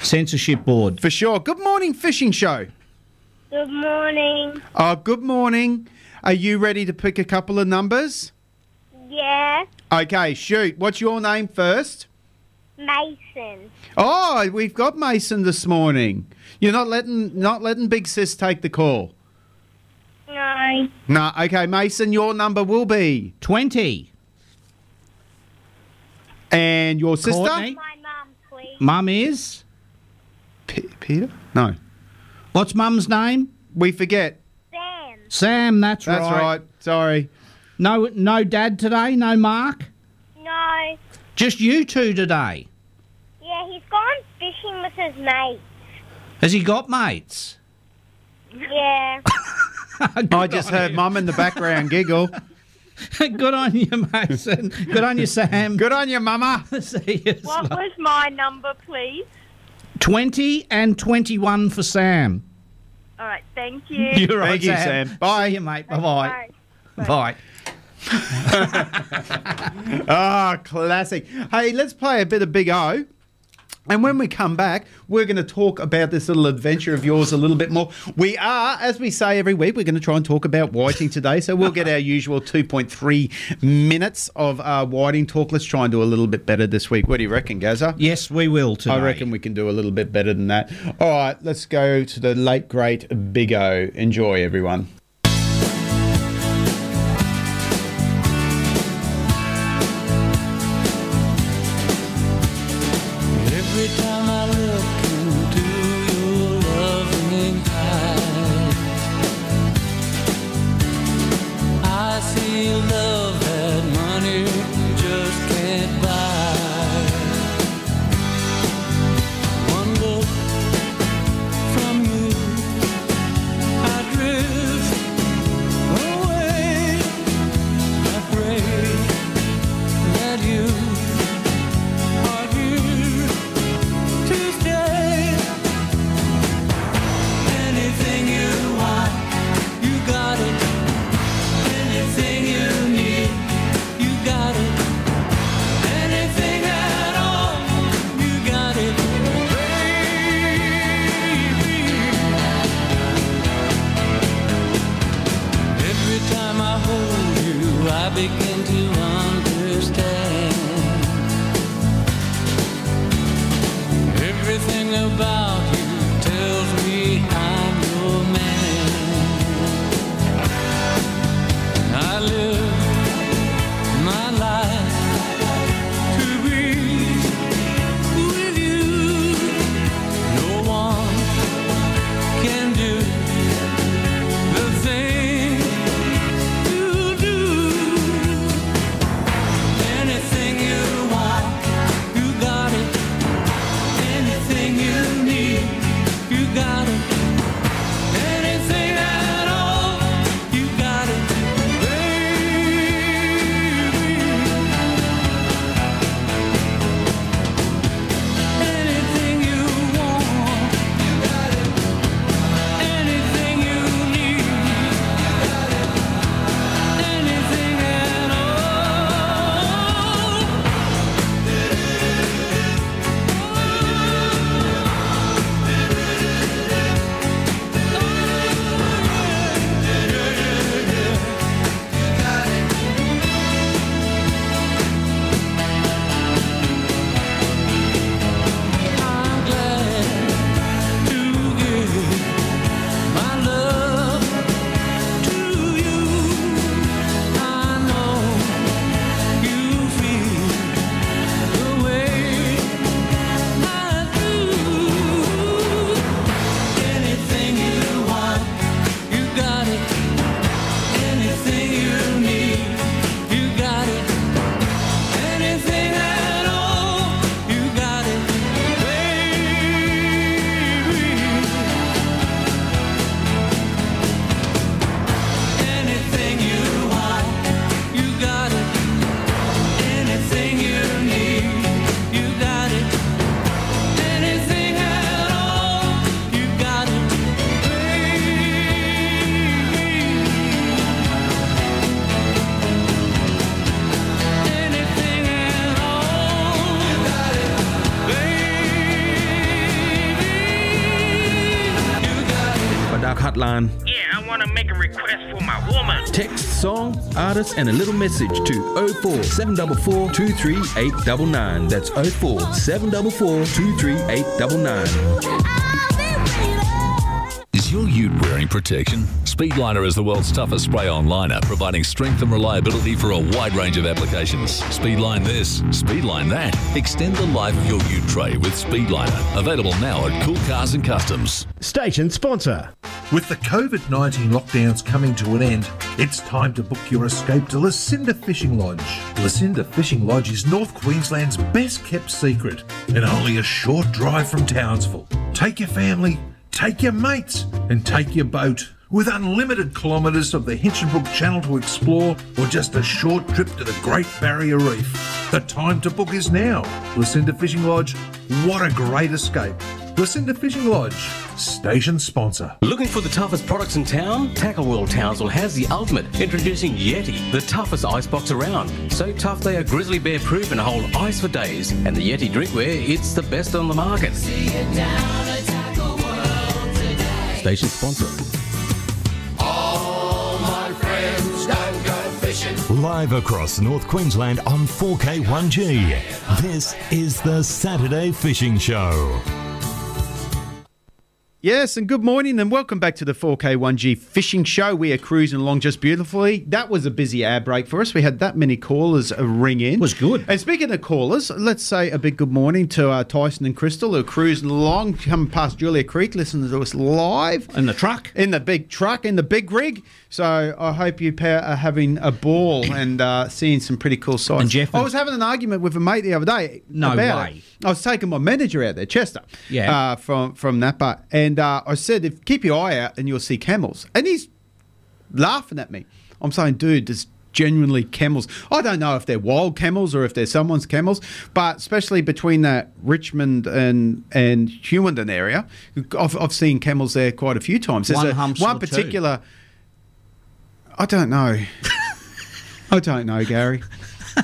S4: censorship board.
S3: For sure. Good morning, fishing show.
S5: Good morning.
S3: Uh, good morning. Are you ready to pick a couple of numbers?
S5: Yeah,
S3: Okay, shoot. What's your name first?
S5: Mason.
S3: Oh, we've got Mason this morning. You're not letting not letting Big Sis take the call.
S5: No.
S3: No, okay, Mason, your number will be
S4: twenty.
S3: And your sister?
S5: My mum, please.
S4: Mum is?
S3: Peter? No.
S4: What's mum's name?
S3: We forget.
S5: Sam.
S4: Sam, that's,
S3: That's
S4: right.
S3: right. Sorry.
S4: No, no dad today. No Mark.
S5: No.
S4: Just you two today.
S5: Yeah, he's gone fishing with his mate.
S4: Has he got mates?
S5: Yeah.
S3: I just heard mum in the background giggle.
S4: Good on you, Mason. Good on you, Sam.
S3: Good on you, Mama.
S4: See you.
S5: what was my number, please?
S4: 20 and 21 for Sam.
S5: All right, thank you.
S4: You're right, Sam.
S3: Bye.
S4: See you, mate. Bye-bye. Bye.
S3: Ah, classic. Hey, let's play a bit of Big O. And when we come back, we're going to talk about this little adventure of yours a little bit more. We are, as we say every week, we're going to try and talk about whiting today. So we'll get our usual 2.3 minutes of uh, whiting talk. Let's try and do a little bit better this week. What do you reckon, Gaza?
S4: Yes, we will today.
S3: I reckon we can do a little bit better than that. All right, let's go to the late, great Big O. Enjoy, everyone.
S9: Every time I look into your loving eyes, I see love that money just can't buy. One look from you, I drift away. I pray that you are here. Tuesday. Anything you want, you got it. Anything you need, you got it. Anything at all, you got it. Baby. Every time I hold you, I begin to understand. Everything about you tells me I'm your man. I live my life to be with you. No one can do the thing you do. Anything you want, you got it. Anything you need, you got it. Anything at all, you got it, baby. Anything you want, you got it. Anything you need, you got it. Anything at all. Anything at all, you got it, baby. Anything you want, you got it. Anything you need, you got it. Anything at all, you got it. Anything at all, you got it. Baby, you got it.
S23: Badak Hotline.
S9: Yeah, I want to make a request for my woman.
S23: Text song, artist, and a little message to 04 744 23899. That's 04 744 23899.
S7: Is your ute wearing protection? Speedliner is the world's toughest spray-on liner, providing strength and reliability for a wide range of applications. Speedline this, Speedline that. Extend the life of your ute tray with Speedliner. Available now at Cool Cars and Customs.
S11: Station sponsor. With the COVID 19 lockdowns coming to an end, it's time to book your escape to Lucinda Fishing Lodge. Lucinda Fishing Lodge is North Queensland's best kept secret and only a short drive from Townsville. Take your family, take your mates, and take your boat. With unlimited kilometres of the Hinchinbrook Channel to explore, or just a short trip to the Great Barrier Reef, the time to book is now. Lucinda Fishing Lodge, what a great escape! Lucinda Fishing Lodge, station sponsor.
S8: Looking for the toughest products in town? Tackle World Townsville has the ultimate. Introducing Yeti, the toughest icebox around. So tough they are grizzly bear proof and hold ice for days. And the Yeti drinkware, it's the best on the market. Station sponsor.
S9: All my friends don't go fishing.
S15: Live across North Queensland on 4K1G. This is the Saturday Fishing Show.
S3: Yes, and good morning, and welcome back to the 4K1G Fishing Show. We are cruising along just beautifully. That was a busy air break for us. We had that many callers uh, ring in. Was good. And speaking of callers, let's say a big good morning to uh, Tyson and Crystal, who are cruising along, coming past Julia Creek, listening to us live in the truck, in the big truck, in the big rig. So I hope you pair are having a ball and uh, seeing some pretty cool sights.
S4: And Jeff-
S3: I was having an argument with a mate the other day.
S4: No
S3: about it.
S4: way.
S3: I was taking my manager out there, Chester.
S4: Yeah.
S3: Uh, from from Napa, and uh, I said, if, "Keep your eye out, and you'll see camels." And he's laughing at me. I'm saying, "Dude, there's genuinely camels. I don't know if they're wild camels or if they're someone's camels, but especially between that Richmond and and Hewenden area, I've, I've seen camels there quite a few times. There's
S4: One
S3: a-
S4: humps
S3: one
S4: or two.
S3: particular. I don't know. I don't know, Gary.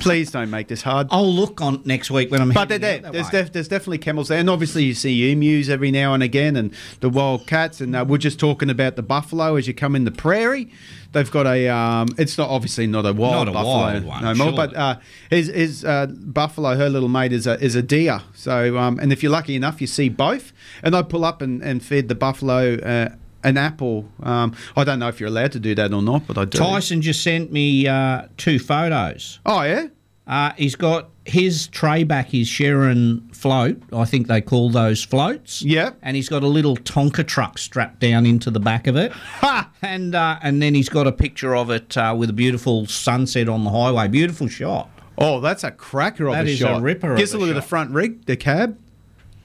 S3: Please don't make this hard.
S4: I'll look on next week when I'm.
S3: But they're
S4: heading
S3: there.
S4: out that
S3: There's,
S4: way.
S3: def- there's definitely camels there, and obviously you see emus every now and again, and the wild cats. And uh, we're just talking about the buffalo as you come in the prairie. They've got a. Um, it's not obviously not a wild
S4: Not a
S3: buffalo
S4: wild one,
S3: no more,
S4: surely.
S3: but uh, his his uh, buffalo, her little mate, is a is a deer. So um, and if you're lucky enough, you see both. And I pull up and and feed the buffalo. Uh, an apple. Um, I don't know if you're allowed to do that or not, but I do.
S4: Tyson just sent me uh, two photos.
S3: Oh yeah.
S4: Uh, he's got his tray back, his Sharon float. I think they call those floats.
S3: Yep.
S4: And he's got a little Tonka truck strapped down into the back of it. Ha! And uh, and then he's got a picture of it uh, with a beautiful sunset on the highway. Beautiful shot.
S3: Oh, that's a cracker of
S4: That
S3: a
S4: is
S3: shot.
S4: a ripper.
S3: Just a
S4: of
S3: look at the front rig, the cab.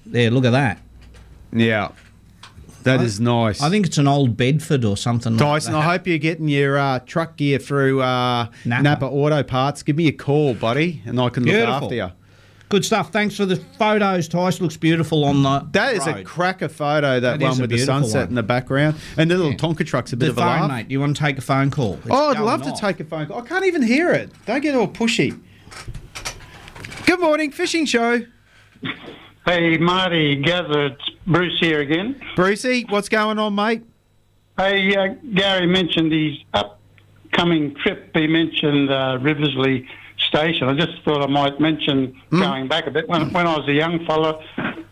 S4: There, look at that.
S3: Yeah. that is nice.
S4: I think it's an old Bedford or something.
S3: Tyson,
S4: like
S3: I hope you're getting your uh, truck gear through uh, Napa. Auto Parts. Give me a call, buddy, and I can look
S4: Beautiful.
S3: after you.
S4: Good stuff. Thanks for the photos. Tyson looks beautiful on the.
S3: That is a cracker photo. That,
S4: That is
S3: one
S4: a
S3: with the
S4: beautiful
S3: sunset
S4: one.
S3: in the background, and the little Tonka truck's a bit
S4: the
S3: of a
S4: phone,
S3: laugh.
S4: mate. Do you want to take a phone call? It's
S3: oh, I'd
S4: going
S3: love
S4: off.
S3: to take a phone call. I can't even hear it. Don't get all pushy. Good morning, fishing show.
S6: Hey, Marty, Gather, it's Bruce here again.
S3: Brucey, eh, what's going on, mate?
S6: Hey, uh, Gary mentioned his upcoming trip. He mentioned uh, Riversley Station. I just thought I might mention
S3: Hmm.
S6: going back a bit. When, when I was a young fella,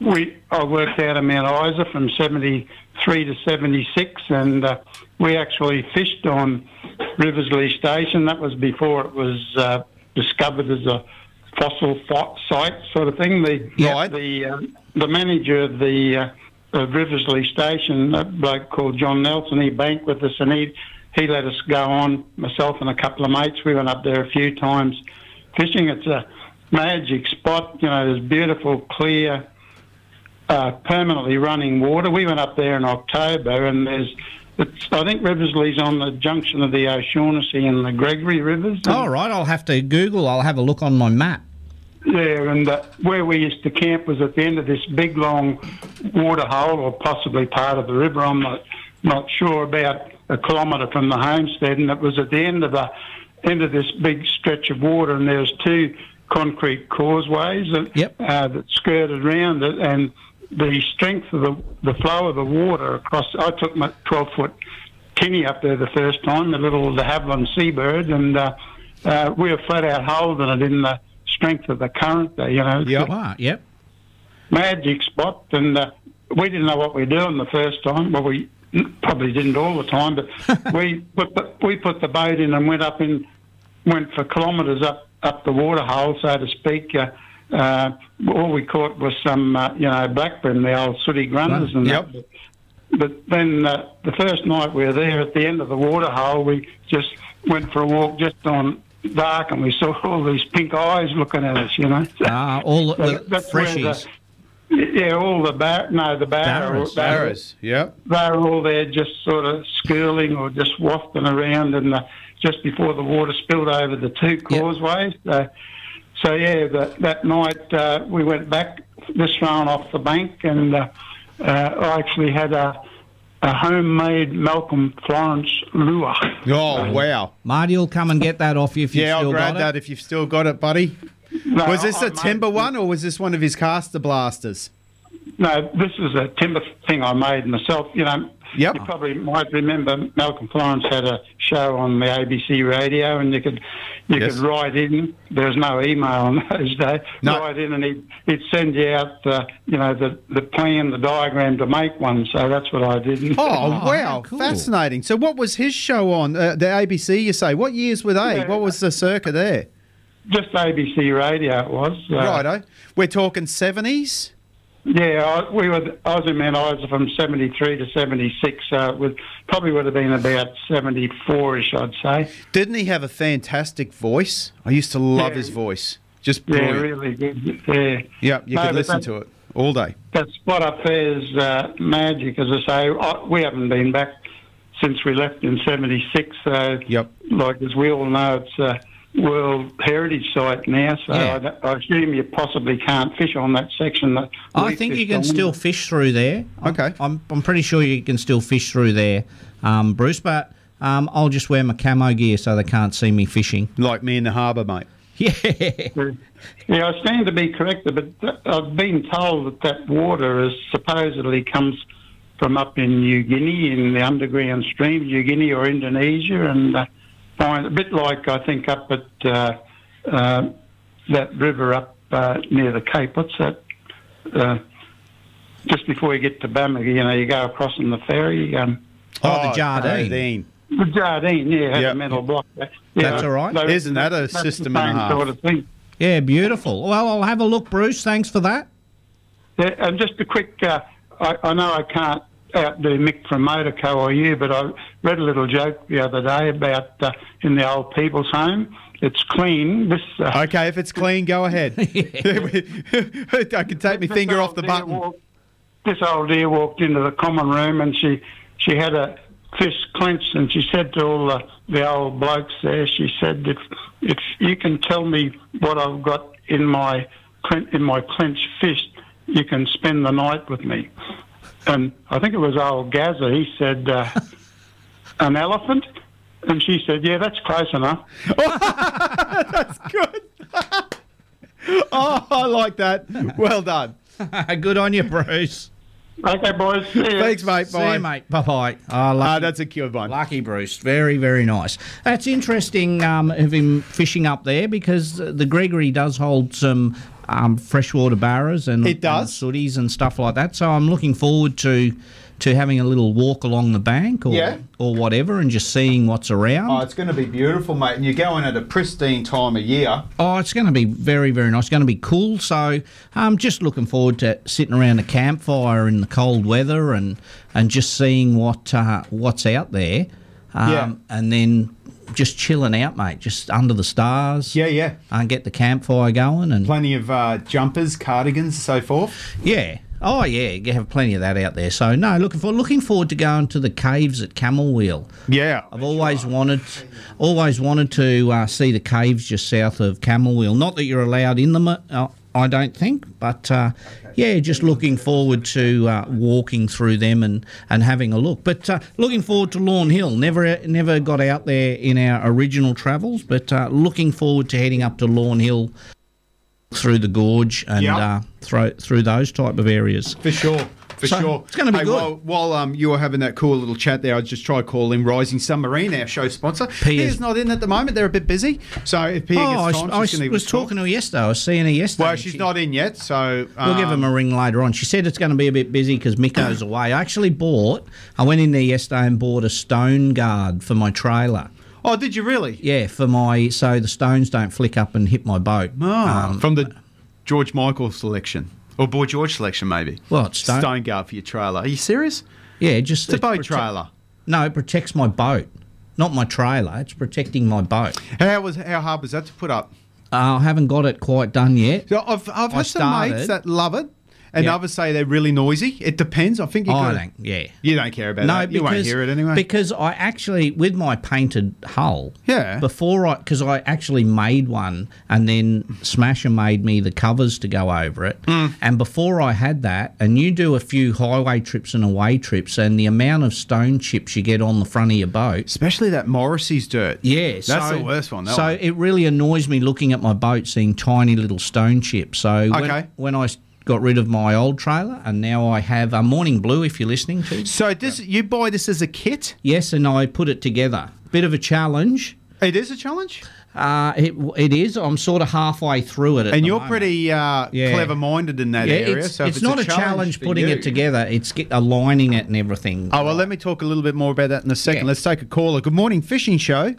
S6: we I worked out of Mount Isa from 73 to 76, and uh, we actually fished on Riversley Station. That was before it was uh, discovered as a fossil fo- site sort of thing. The the uh, the manager of the uh, of Riversley Station, a bloke called John Nelson, he banked with us, and he he let us go on. Myself and a couple of mates, we went up there a few times fishing. It's a magic spot, you know. There's beautiful, clear, uh, permanently running water. We went up there in October, and there's. It's, I think Riversley's on the junction of the O'Shaughnessy and the Gregory rivers.
S4: All right, I'll have to Google. I'll have a look on my map.
S6: Yeah, and uh, where we used to camp was at the end of this big long water hole, or possibly part of the river. I'm not, not sure about a kilometre from the homestead, and it was at the end of the end of this big stretch of water, and there was two concrete causeways that, uh, that skirted around it, and the strength of the, the flow of the water across. I took my 12 foot tinny up there the first time, the little the Havilland Seabird, and uh, uh, we were flat out holding it in the strength of the current there, you know.
S4: Yep. Wow, yep.
S6: Magic spot, and uh, we didn't know what we were doing the first time. Well, we probably didn't all the time, but we put the, we put the boat in and went up in went for kilometres up up the waterhole, so to speak. Uh, uh, all we caught was some, uh, you know, blackbird, the old sooty grunters, and that. But then uh, the first night we were there, at the end of the waterhole, we just went for a walk just on dark, and we saw all these pink eyes looking at us, you know.
S4: Ah, all
S6: So
S4: the, the
S6: that's where
S4: freshies.
S6: the- yeah, all the bar- no, the barra,
S4: Barras.
S3: Barras, yeah.
S6: They're all there, just sort of skirling or just wafting around, and uh just before the water spilled over the two causeways. So, so yeah, that that night uh, we went back, this round off the bank, and uh, uh, I actually had a, a homemade Malcolm Florence lure.
S3: Oh wow!
S4: Marty will come and get that off you if you've
S3: yeah,
S4: still
S3: I'll grab
S4: got it.
S3: that if you've still got it, buddy.
S6: No,
S3: was this a
S6: I- I made-
S3: timber one or was this one of his caster blasters?
S6: No, this is a timber thing I made myself. You know, you probably might remember Malcolm Florence had a show on the ABC radio, and you could you could write in. There was no email in those days. Write in, and he'd, he'd send you out, uh, you know, the the plan, the diagram to make one. So that's what I did.
S3: Oh, wow, fascinating. So what was his show on uh, the ABC? You say what years were they? What was the circuit there?
S6: Just ABC radio it was. uh,
S3: Righto. We're talking seventies.
S6: Yeah, I, we were. I was in Mount Isa from '73 to '76, so it would probably would have been about '74ish, I'd say.
S3: Didn't he have a fantastic voice? I used to love
S6: Yeah.
S3: his voice. Just
S6: Yeah,
S3: brilliant.
S6: really good. Yeah.
S3: Yep, you
S6: No,
S3: could
S6: but
S3: listen
S6: that-
S3: to it all day.
S6: That spot up there is uh, magic, as I say. I, we haven't been back since we left in '76, so
S3: yep.
S6: like as we all know, it's a World Heritage Site now, so I don't- I, assume you possibly can't fish on that section. That
S4: I
S6: we
S4: think you
S6: fished
S4: can
S6: on.
S4: still fish through there.
S3: Okay.
S4: I'm, I'm pretty sure you can still fish through there, um, Bruce, but um, I'll just wear my camo gear so they can't see me fishing.
S3: Like me in the harbour, mate.
S4: Yeah.
S6: Yeah, I stand to be corrected, but th- I've been told that that water is supposedly comes from up in New Guinea, in the underground stream, New Guinea or Indonesia, and uh, find a bit like I think up at uh, uh, that river up uh, near the Cape. What's that? Uh, just before you get to Bamaga, you know, you go across in the ferry. Um,
S4: Oh, the Oh, Jardine.
S3: Jardine.
S6: The Jardine, yeah, had
S4: Yep.
S6: a metal block. Yeah,
S4: That's all right.
S6: so
S4: Isn't that a
S6: that's the
S4: system and a
S6: same
S4: half?
S6: Sort of thing.
S4: Yeah, beautiful. Well, I'll have a look, Bruce. Thanks for that.
S6: Yeah, and just a quick, uh, I, I know I can't outdo Mick from Motorco or you, but I read a little joke the other day about uh, in the old people's home. It's clean. This uh,
S3: Okay, if it's clean, go ahead. I can take my finger off the button.
S6: this old dear walked into the common room and she she had a fist clenched and she said to all the, the old blokes there, she said, if if you can tell me what I've got in my clen- in my clenched fist, you can spend the night with me. And I think it was old Gazza. He said, uh, an elephant. And she said, yeah, that's close enough.
S3: That's good. oh, I like that. Well done.
S4: Good on you, Bruce.
S6: Okay, boys.
S3: Thanks, mate.
S4: See
S3: Bye.
S4: you, mate. Bye bye. Oh, lucky,
S3: that's a cure one.
S4: Lucky Bruce. Very, very nice. That's interesting um, of him fishing up there because uh, the Gregory does hold some um, freshwater barras and, it does. and sooties and stuff like that. So I'm looking forward to to having a little walk along the bank or,
S3: Yeah.
S4: or whatever and just seeing what's around.
S3: Oh, it's going to be beautiful, mate. And you're going at a pristine time of year.
S4: Oh, it's going to be very, very nice. It's going to be cool. So, um, just looking forward to sitting around a campfire in the cold weather and and just seeing what uh, what's out there. Um,
S3: Yeah.
S4: And then just chilling out, mate. Just under the stars. Yeah,
S3: yeah.
S4: And get the campfire going and
S3: plenty of uh, jumpers, cardigans, so forth.
S4: Yeah. Oh yeah, you have plenty of that out there. So no, looking for looking forward to going to the caves at Camel Wheel.
S3: Yeah,
S4: I've always wanted, always wanted to uh, see the caves just south of Camel Wheel. Not that you're allowed in them, uh, I don't think, but uh, yeah, just looking forward to uh, walking through them and, and having a look. But uh, looking forward to Lawn Hill. Never never got out there in our original travels, but uh, looking forward to heading up to Lawn Hill through the gorge and
S3: Yeah.
S4: uh, through through those type of areas.
S3: For sure. For
S4: So,
S3: sure.
S4: it's gonna be
S3: Hey,
S4: good.
S3: While, while um, you were having that cool little chat there, I just try to call in Rising Submarine, our show sponsor. Piers not in at the moment. They're a bit busy. So if Pia
S4: oh, I,
S3: gets
S4: s-
S3: time,
S4: I
S3: she's
S4: s-
S3: going
S4: was
S3: to
S4: talking to her yesterday. I was seeing her yesterday.
S3: Well,
S4: and
S3: she's
S4: she-
S3: not in yet, so um,
S4: We'll give him a ring later on. She said it's going to be a bit busy because Miko's away. I actually bought, I went in there yesterday and bought a stone guard for my trailer.
S3: Oh, did you really?
S4: Yeah, for my, so the stones don't flick up and hit my boat. Um,
S3: Ah, from the George Michael selection. Or Boy George selection, maybe.
S4: Well, it's stone-
S3: Stone guard for your trailer. Are you serious?
S4: Yeah, just
S3: It's a
S4: it
S3: boat
S4: protect-
S3: trailer.
S4: No, it protects my boat, not my trailer. It's protecting my boat.
S3: How was how hard was that to put up?
S4: I haven't got it quite done yet.
S3: I've, I've
S4: I
S3: had some mates
S4: started-
S3: that love it, And others say they're really noisy. It depends. I think you
S4: I
S3: gotta-
S4: don't- yeah.
S3: You don't care about
S4: no,
S3: that. You won't hear it anyway.
S4: Because I actually, with my painted hull,
S3: Yeah.
S4: Before I, because I actually made one, and then Smasher made me the covers to go over it.
S3: Hmm.
S4: And before I had that, and you do a few highway trips and away trips, and the amount of stone chips you get on the front of your boat,
S3: especially that Morrissey's dirt.
S4: Yeah,
S3: That's the worst one, that
S4: so
S3: one.
S4: it really annoys me looking at my boat seeing tiny little stone chips. So
S3: Okay.
S4: when, when I s- got rid of my old trailer, and now I have a morning blue. If you're listening to,
S3: so this you buy this as a kit?
S4: Yes, and I put it together. Bit of a challenge.
S3: It is a challenge.
S4: Uh, it, it is. I'm sort of halfway through it. At
S3: and
S4: the
S3: you're
S4: moment.
S3: pretty uh,
S4: Yeah.
S3: clever minded in that
S4: Yeah,
S3: area.
S4: It's,
S3: so if
S4: it's not a challenge
S3: for
S4: putting
S3: you-
S4: it together. It's get, aligning it and everything.
S3: Oh well, let me talk a little bit more about that in a second. Let's take a caller. Good morning, fishing show.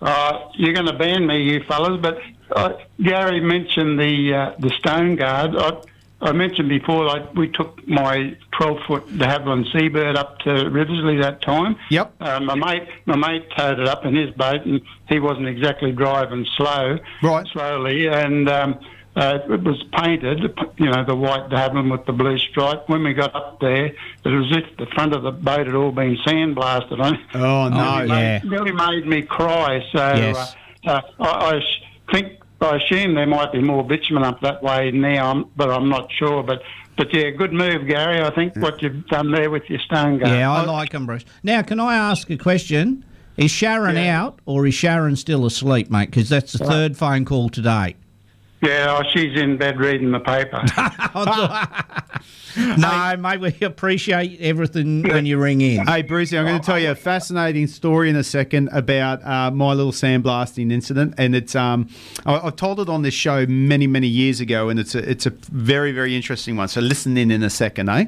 S6: Uh, you're going to ban me, you fellas. But uh, Gary mentioned the uh, the stone guard. I, I mentioned before like, we took my 12 foot de Havilland Seabird up to Riversley that time.
S3: Yep.
S6: Uh, my mate my mate towed it up in his boat, and he wasn't exactly driving slow.
S3: Right.
S6: Slowly, and um, uh, it was painted. You know, the white de Havilland with the blue stripe. When we got up there, it was as if the front of the boat had all been sandblasted on.
S3: Oh
S4: no. yeah.
S6: Nearly made me cry. So
S4: Yes.
S6: uh, uh, I, I sh- think I assume there might be more bitumen up that way now, I'm- but I'm not sure. But but yeah, good move, Gary. I think what you've done there with your stone gun.
S4: Yeah, I like them, Bruce. Now, can I ask a question? Is Sharon out or is Sharon still asleep, mate? Because that's the
S6: Right.
S4: third phone call today.
S6: Yeah, oh, she's in bed reading the paper.
S4: no, mate, we appreciate everything when you ring in.
S3: Hey, Brucey, I'm going to tell you a fascinating story in a second about uh, my little sandblasting incident, and it's um, I, I've told it on this show many, many years ago, and it's a, it's a very, very interesting one. So listen in in a second, eh?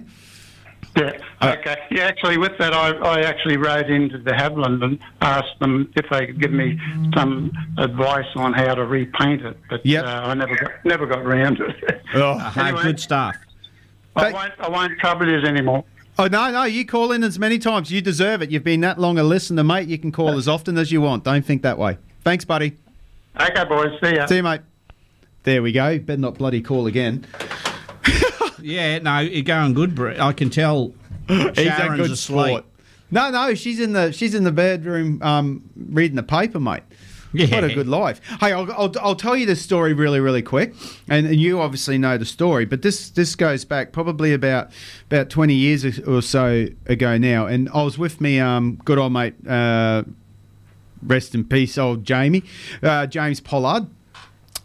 S6: Yeah.
S3: Uh,
S6: Okay. Yeah. Actually, with that, I, I actually wrote into the Haviland and asked them if they could give me some advice on how to repaint it. But yeah, uh, I never got never got round to it.
S3: Oh,
S4: good stuff.
S6: I won't, I won't trouble you anymore.
S3: Oh no, no! You call in as many times you deserve it. You've been that long a listener, mate. You can
S4: Uh,
S3: call as often as you want. Don't think that way. Thanks, buddy.
S6: Okay, boys. See ya.
S3: See you, mate. There we go. Better not bloody call again.
S4: Yeah, no, you're going good, Bruce. I can tell Sharon's asleep.
S3: No, no, she's in the she's in the bedroom um, reading the paper, mate. What a
S4: Yeah.
S3: good life. Hey, I'll, I'll, I'll tell you this story really, really quick, and, and you obviously know the story, but this this goes back probably about about twenty years or so ago now, and I was with me um, good old mate, uh, rest in peace, old Jamie, uh, James Pollard,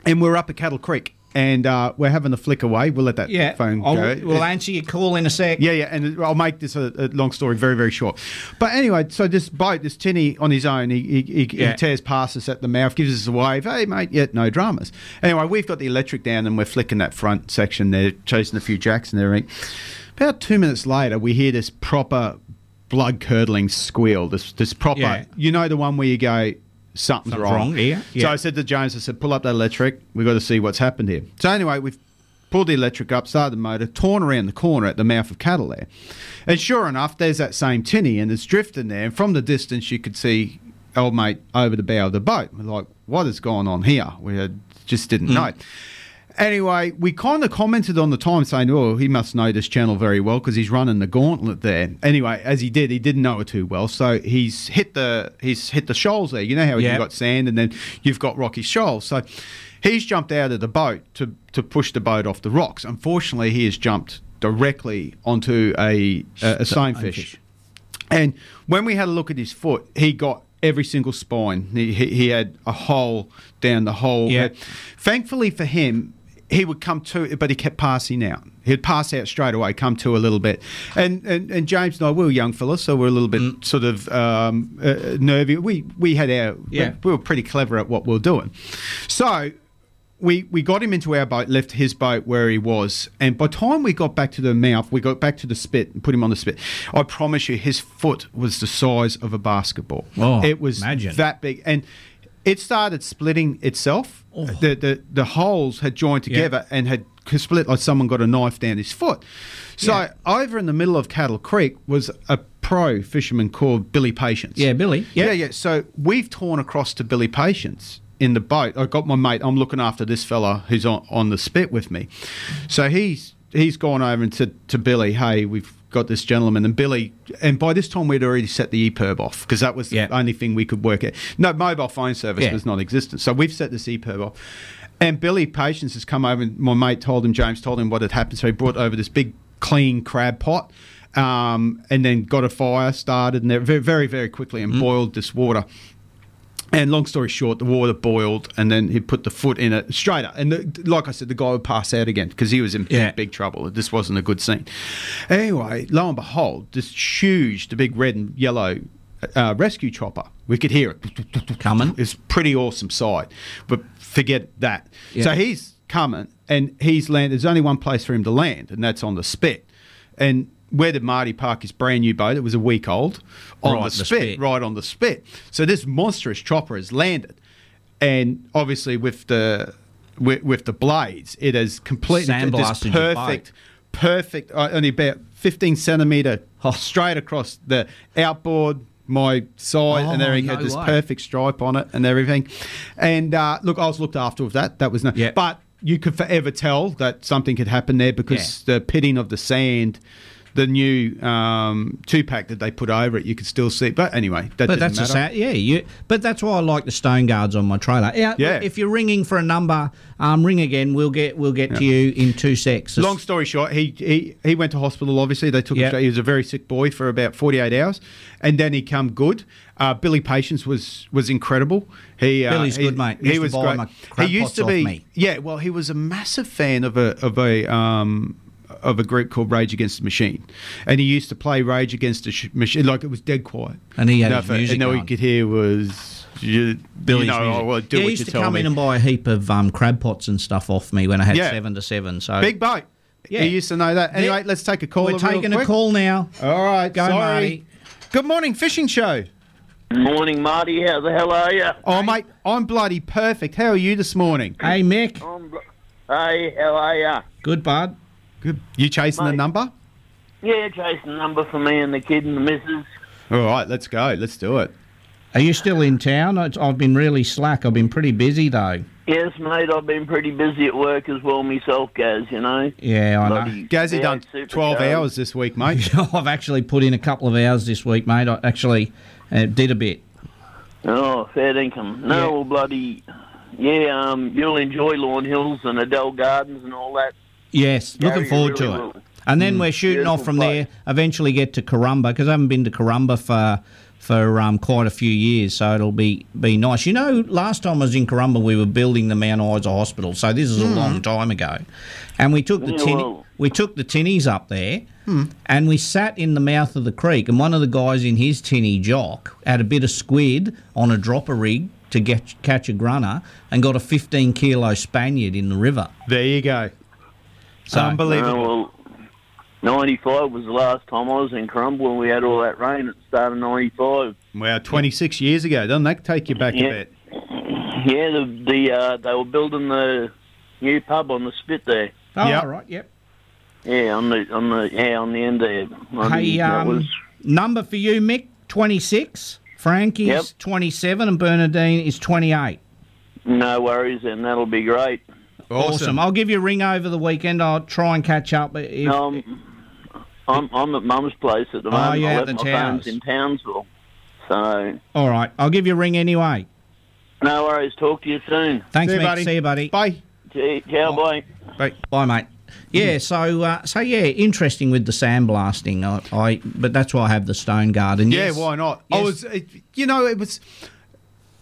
S3: and we're up at Cattle Creek, and uh, we're having a flick away. We'll let that
S4: Yeah,
S3: phone
S4: I'll-
S3: go.
S4: we'll answer your call in a sec.
S3: Yeah, yeah, and I'll make this a, a long story very, very short. But anyway, so this boat, this tinny on his own, he, he, he, he
S4: Yeah.
S3: tears past us at the mouth, gives us a wave. Hey, mate, yeah, no dramas. Anyway, we've got the electric down and we're flicking that front section there, chasing a few jacks and everything. About two minutes later, we hear this proper blood curdling squeal. This this proper,
S4: Yeah.
S3: you know, the one where you go. Something's,
S4: Something's
S3: wrong.
S4: wrong, yeah, yeah.
S3: So I said to James, I said, pull up that electric. We've got to see what's happened here. So anyway, we've pulled the electric up, started the motor, torn around the corner at the mouth of cattle there. And sure enough, there's that same tinny and it's drifting there. And from the distance, you could see old mate over the bow of the boat. We're like, what is going on here? We uh, just
S4: Mm.
S3: didn't know. Anyway, we kind of commented on the time saying, oh, he must know this channel very well because he's running the gauntlet there. Anyway, as he did, he didn't know it too well. So he's hit the he's hit the shoals there. You know how
S4: Yep.
S3: you've got sand and then you've got rocky shoals. So he's jumped out of the boat to, to push the boat off the rocks. Unfortunately, he has jumped directly onto a, a, a stonefish. And when we had a look at his foot, he got every single spine. He, he, he had a hole down the whole.
S4: Yeah.
S3: Thankfully for him, he would come to, but he kept passing out. He'd pass out straight away, come to a little bit. And and, and James and I, we were young fellas, so we are a little bit
S4: Mm.
S3: sort of um, uh, nervy. We we had our,
S4: Yeah.
S3: we were pretty clever at what we were doing. So we we got him into our boat, left his boat where he was, and by the time we got back to the mouth, we got back to the spit and put him on the spit. I promise you, his foot was the size of a basketball.
S4: Oh,
S3: it was
S4: imagine.
S3: that big, and it started splitting itself. The, the the holes had joined together and had split like someone got a knife down his foot. So over in the middle of Cattle Creek was a pro fisherman called Billy Patience. Yeah,
S4: Billy.
S3: Yeah, yeah. So we've torn across to Billy Patience in the boat. I got my mate. I'm looking after this fella who's on, on the spit with me. So he's he's gone over and to, to Billy, hey, we've got this gentleman. And Billy, and by this time we'd already set the E EPIRB off because that was the only thing we could work at. No, mobile phone service
S16: Yeah.
S3: was non existent. So we've set this E EPIRB off. And Billy Patience has come over and my mate told him, James told him what had happened. So he brought over this big, clean crab pot. Um, and then got a fire started and they're very, very, very quickly and boiled this water. And long story short, the water boiled, and then he put the foot in it straight up. And the, like I said, the guy would pass out again because he was in big, big trouble. This wasn't a good scene. Anyway, lo and behold, this huge, the big red and yellow uh, rescue chopper. We could hear it coming. It's pretty awesome sight, but forget that.
S16: Yeah.
S3: So he's coming, and he's landed. There's only one place for him to land, and that's on the spit. And where did Marty park his brand new boat? It was a week old on
S16: Right,
S3: the,
S16: the
S3: spit,
S16: spit.
S3: right on the spit. So this monstrous chopper has landed, and obviously with the with, with the blades, it has completely this
S16: Sandblasted your boat.
S3: perfect, perfect, uh, only about fifteen centimeter straight across the outboard, my side, and
S16: Oh,
S3: everything
S16: no
S3: had this
S16: way.
S3: perfect stripe on it and everything. And uh, look, I was looked after with that. That was no, but you could forever tell that something had happened there because the pitting of the sand. The new um, two pack that they put over it, you could still see. But anyway, that doesn't
S4: but that's
S3: matter.
S4: a sad, yeah. You, but that's why I like the stone guards on my trailer. Yeah, look,
S3: Yeah.
S4: If you're ringing for a number, um, ring again. We'll get we'll get to you in two secs.
S3: Long story short, he, he he went to hospital. Obviously, they took him
S4: Yep.
S3: straight. He was a very sick boy for about forty eight hours, and then he come good. Uh, Billy Patience was was incredible. He uh,
S4: Billy's
S3: he-
S4: good, mate.
S3: He
S4: Used to
S3: was
S4: buy
S3: great.
S4: my crab
S3: he used
S4: pots
S3: to
S4: off
S3: be
S4: me.
S3: yeah. Well, he was a massive fan of a of a um of a group called Rage Against the Machine, and he used to play Rage Against the Sh- Machine like it was dead quiet.
S4: And he had
S3: No,
S4: his
S3: for-
S4: music
S3: And all you
S4: on.
S3: could hear was you, Billy's you know,
S4: music.
S3: oh, well, do
S4: yeah,
S3: what
S4: he used
S3: you
S4: to
S3: tell
S4: come
S3: me.
S4: in and buy a heap of um, crab pots and stuff off me when I had
S3: Yeah.
S4: seven to seven. So
S3: Big boat.
S4: Uh, Yeah.
S3: You used to know that. Anyway,
S4: Yeah.
S3: let's take a call.
S4: We're
S3: real
S4: taking a
S3: quick.
S4: call now.
S3: All right,
S4: Go,
S3: sorry.
S4: Marty.
S3: Good morning, fishing show.
S25: Morning, Marty. How the hell are you?
S3: Oh, mate, I'm bloody perfect. How are you this morning?
S4: Hey, Mick.
S25: I'm, hey, how are ya?
S4: Good, bud.
S3: Good. You chasing the number?
S25: Yeah, chasing a number for me and the kid and the missus.
S3: All right, let's go. Let's do it.
S4: Are you still in town? It's, I've been really slack. I've been pretty busy though.
S25: Yes, mate, I've been pretty busy at work as well myself, Gaz, you know.
S4: Yeah, I
S25: Bloody
S4: know.
S25: Gazzy done yeah, super 12 show. hours
S3: this week, mate.
S4: I've actually put in a couple of hours this week, mate. I actually uh, did a bit.
S25: Oh, fair income. No, well, bloody... Yeah, um, you'll enjoy Lawn Hills and Adele Gardens and all that.
S4: Yes,
S25: Yeah,
S4: looking
S25: you
S4: forward
S25: really
S4: to it.
S25: will.
S4: And then
S25: Mm.
S4: we're shooting
S25: Beautiful
S4: off from
S25: place.
S4: there. Eventually get to Corumba because I haven't been to Corumba for for um, quite a few years, so it'll be be nice. You know, last time I was in Corumba, we were building the Mount Isa Hospital, so this is a
S3: Hmm.
S16: Mm.
S4: long time ago, and we took the
S16: Yeah,
S4: tinny,
S16: well-
S4: we took the tinnies up there.
S3: Hmm.
S4: And we sat in the mouth of the creek, and one of the guys in his tinny jock had a bit of squid on a dropper rig to get, catch a grunner and got a 15 kilo Spaniard in the river.
S3: There you go.
S4: So,
S25: No, well, 95 was the last time I was in Crumble when we had all that rain at the start of 95.
S3: Wow, 26 years ago. Doesn't that take you back
S25: Yeah.
S3: a bit?
S25: Yeah, the, the uh, they were building the new pub on the spit there.
S4: Oh, all right, yep.
S25: Yeah, on the on the yeah on the end there. I
S4: Hey,
S25: mean, that
S4: um,
S25: was-
S4: number for you, Mick, 26. Frankie's
S25: Yep.
S4: 27 and Bernadine is 28.
S25: no worries, and that'll be great.
S4: I'll give you a ring over the weekend. I'll try and catch up. If,
S25: Um, I'm I'm at Mum's place at the
S4: Oh,
S25: moment.
S4: you're
S25: I
S4: at
S25: left
S4: the
S25: my
S4: Towers.
S25: phone's in Townsville, so
S4: all right, I'll give you a ring anyway.
S25: no worries. Talk to you soon.
S4: Thanks, Mick. See you, buddy.
S3: Bye.
S25: Ciao, bye.
S3: Bye. Mm-hmm.
S4: Bye, mate. Yeah, so uh, so yeah, interesting with the sandblasting. I, I but that's why I have the stone guard. And
S3: yeah,
S4: yes,
S3: why not? I
S4: yes.
S3: was, it, you know, it was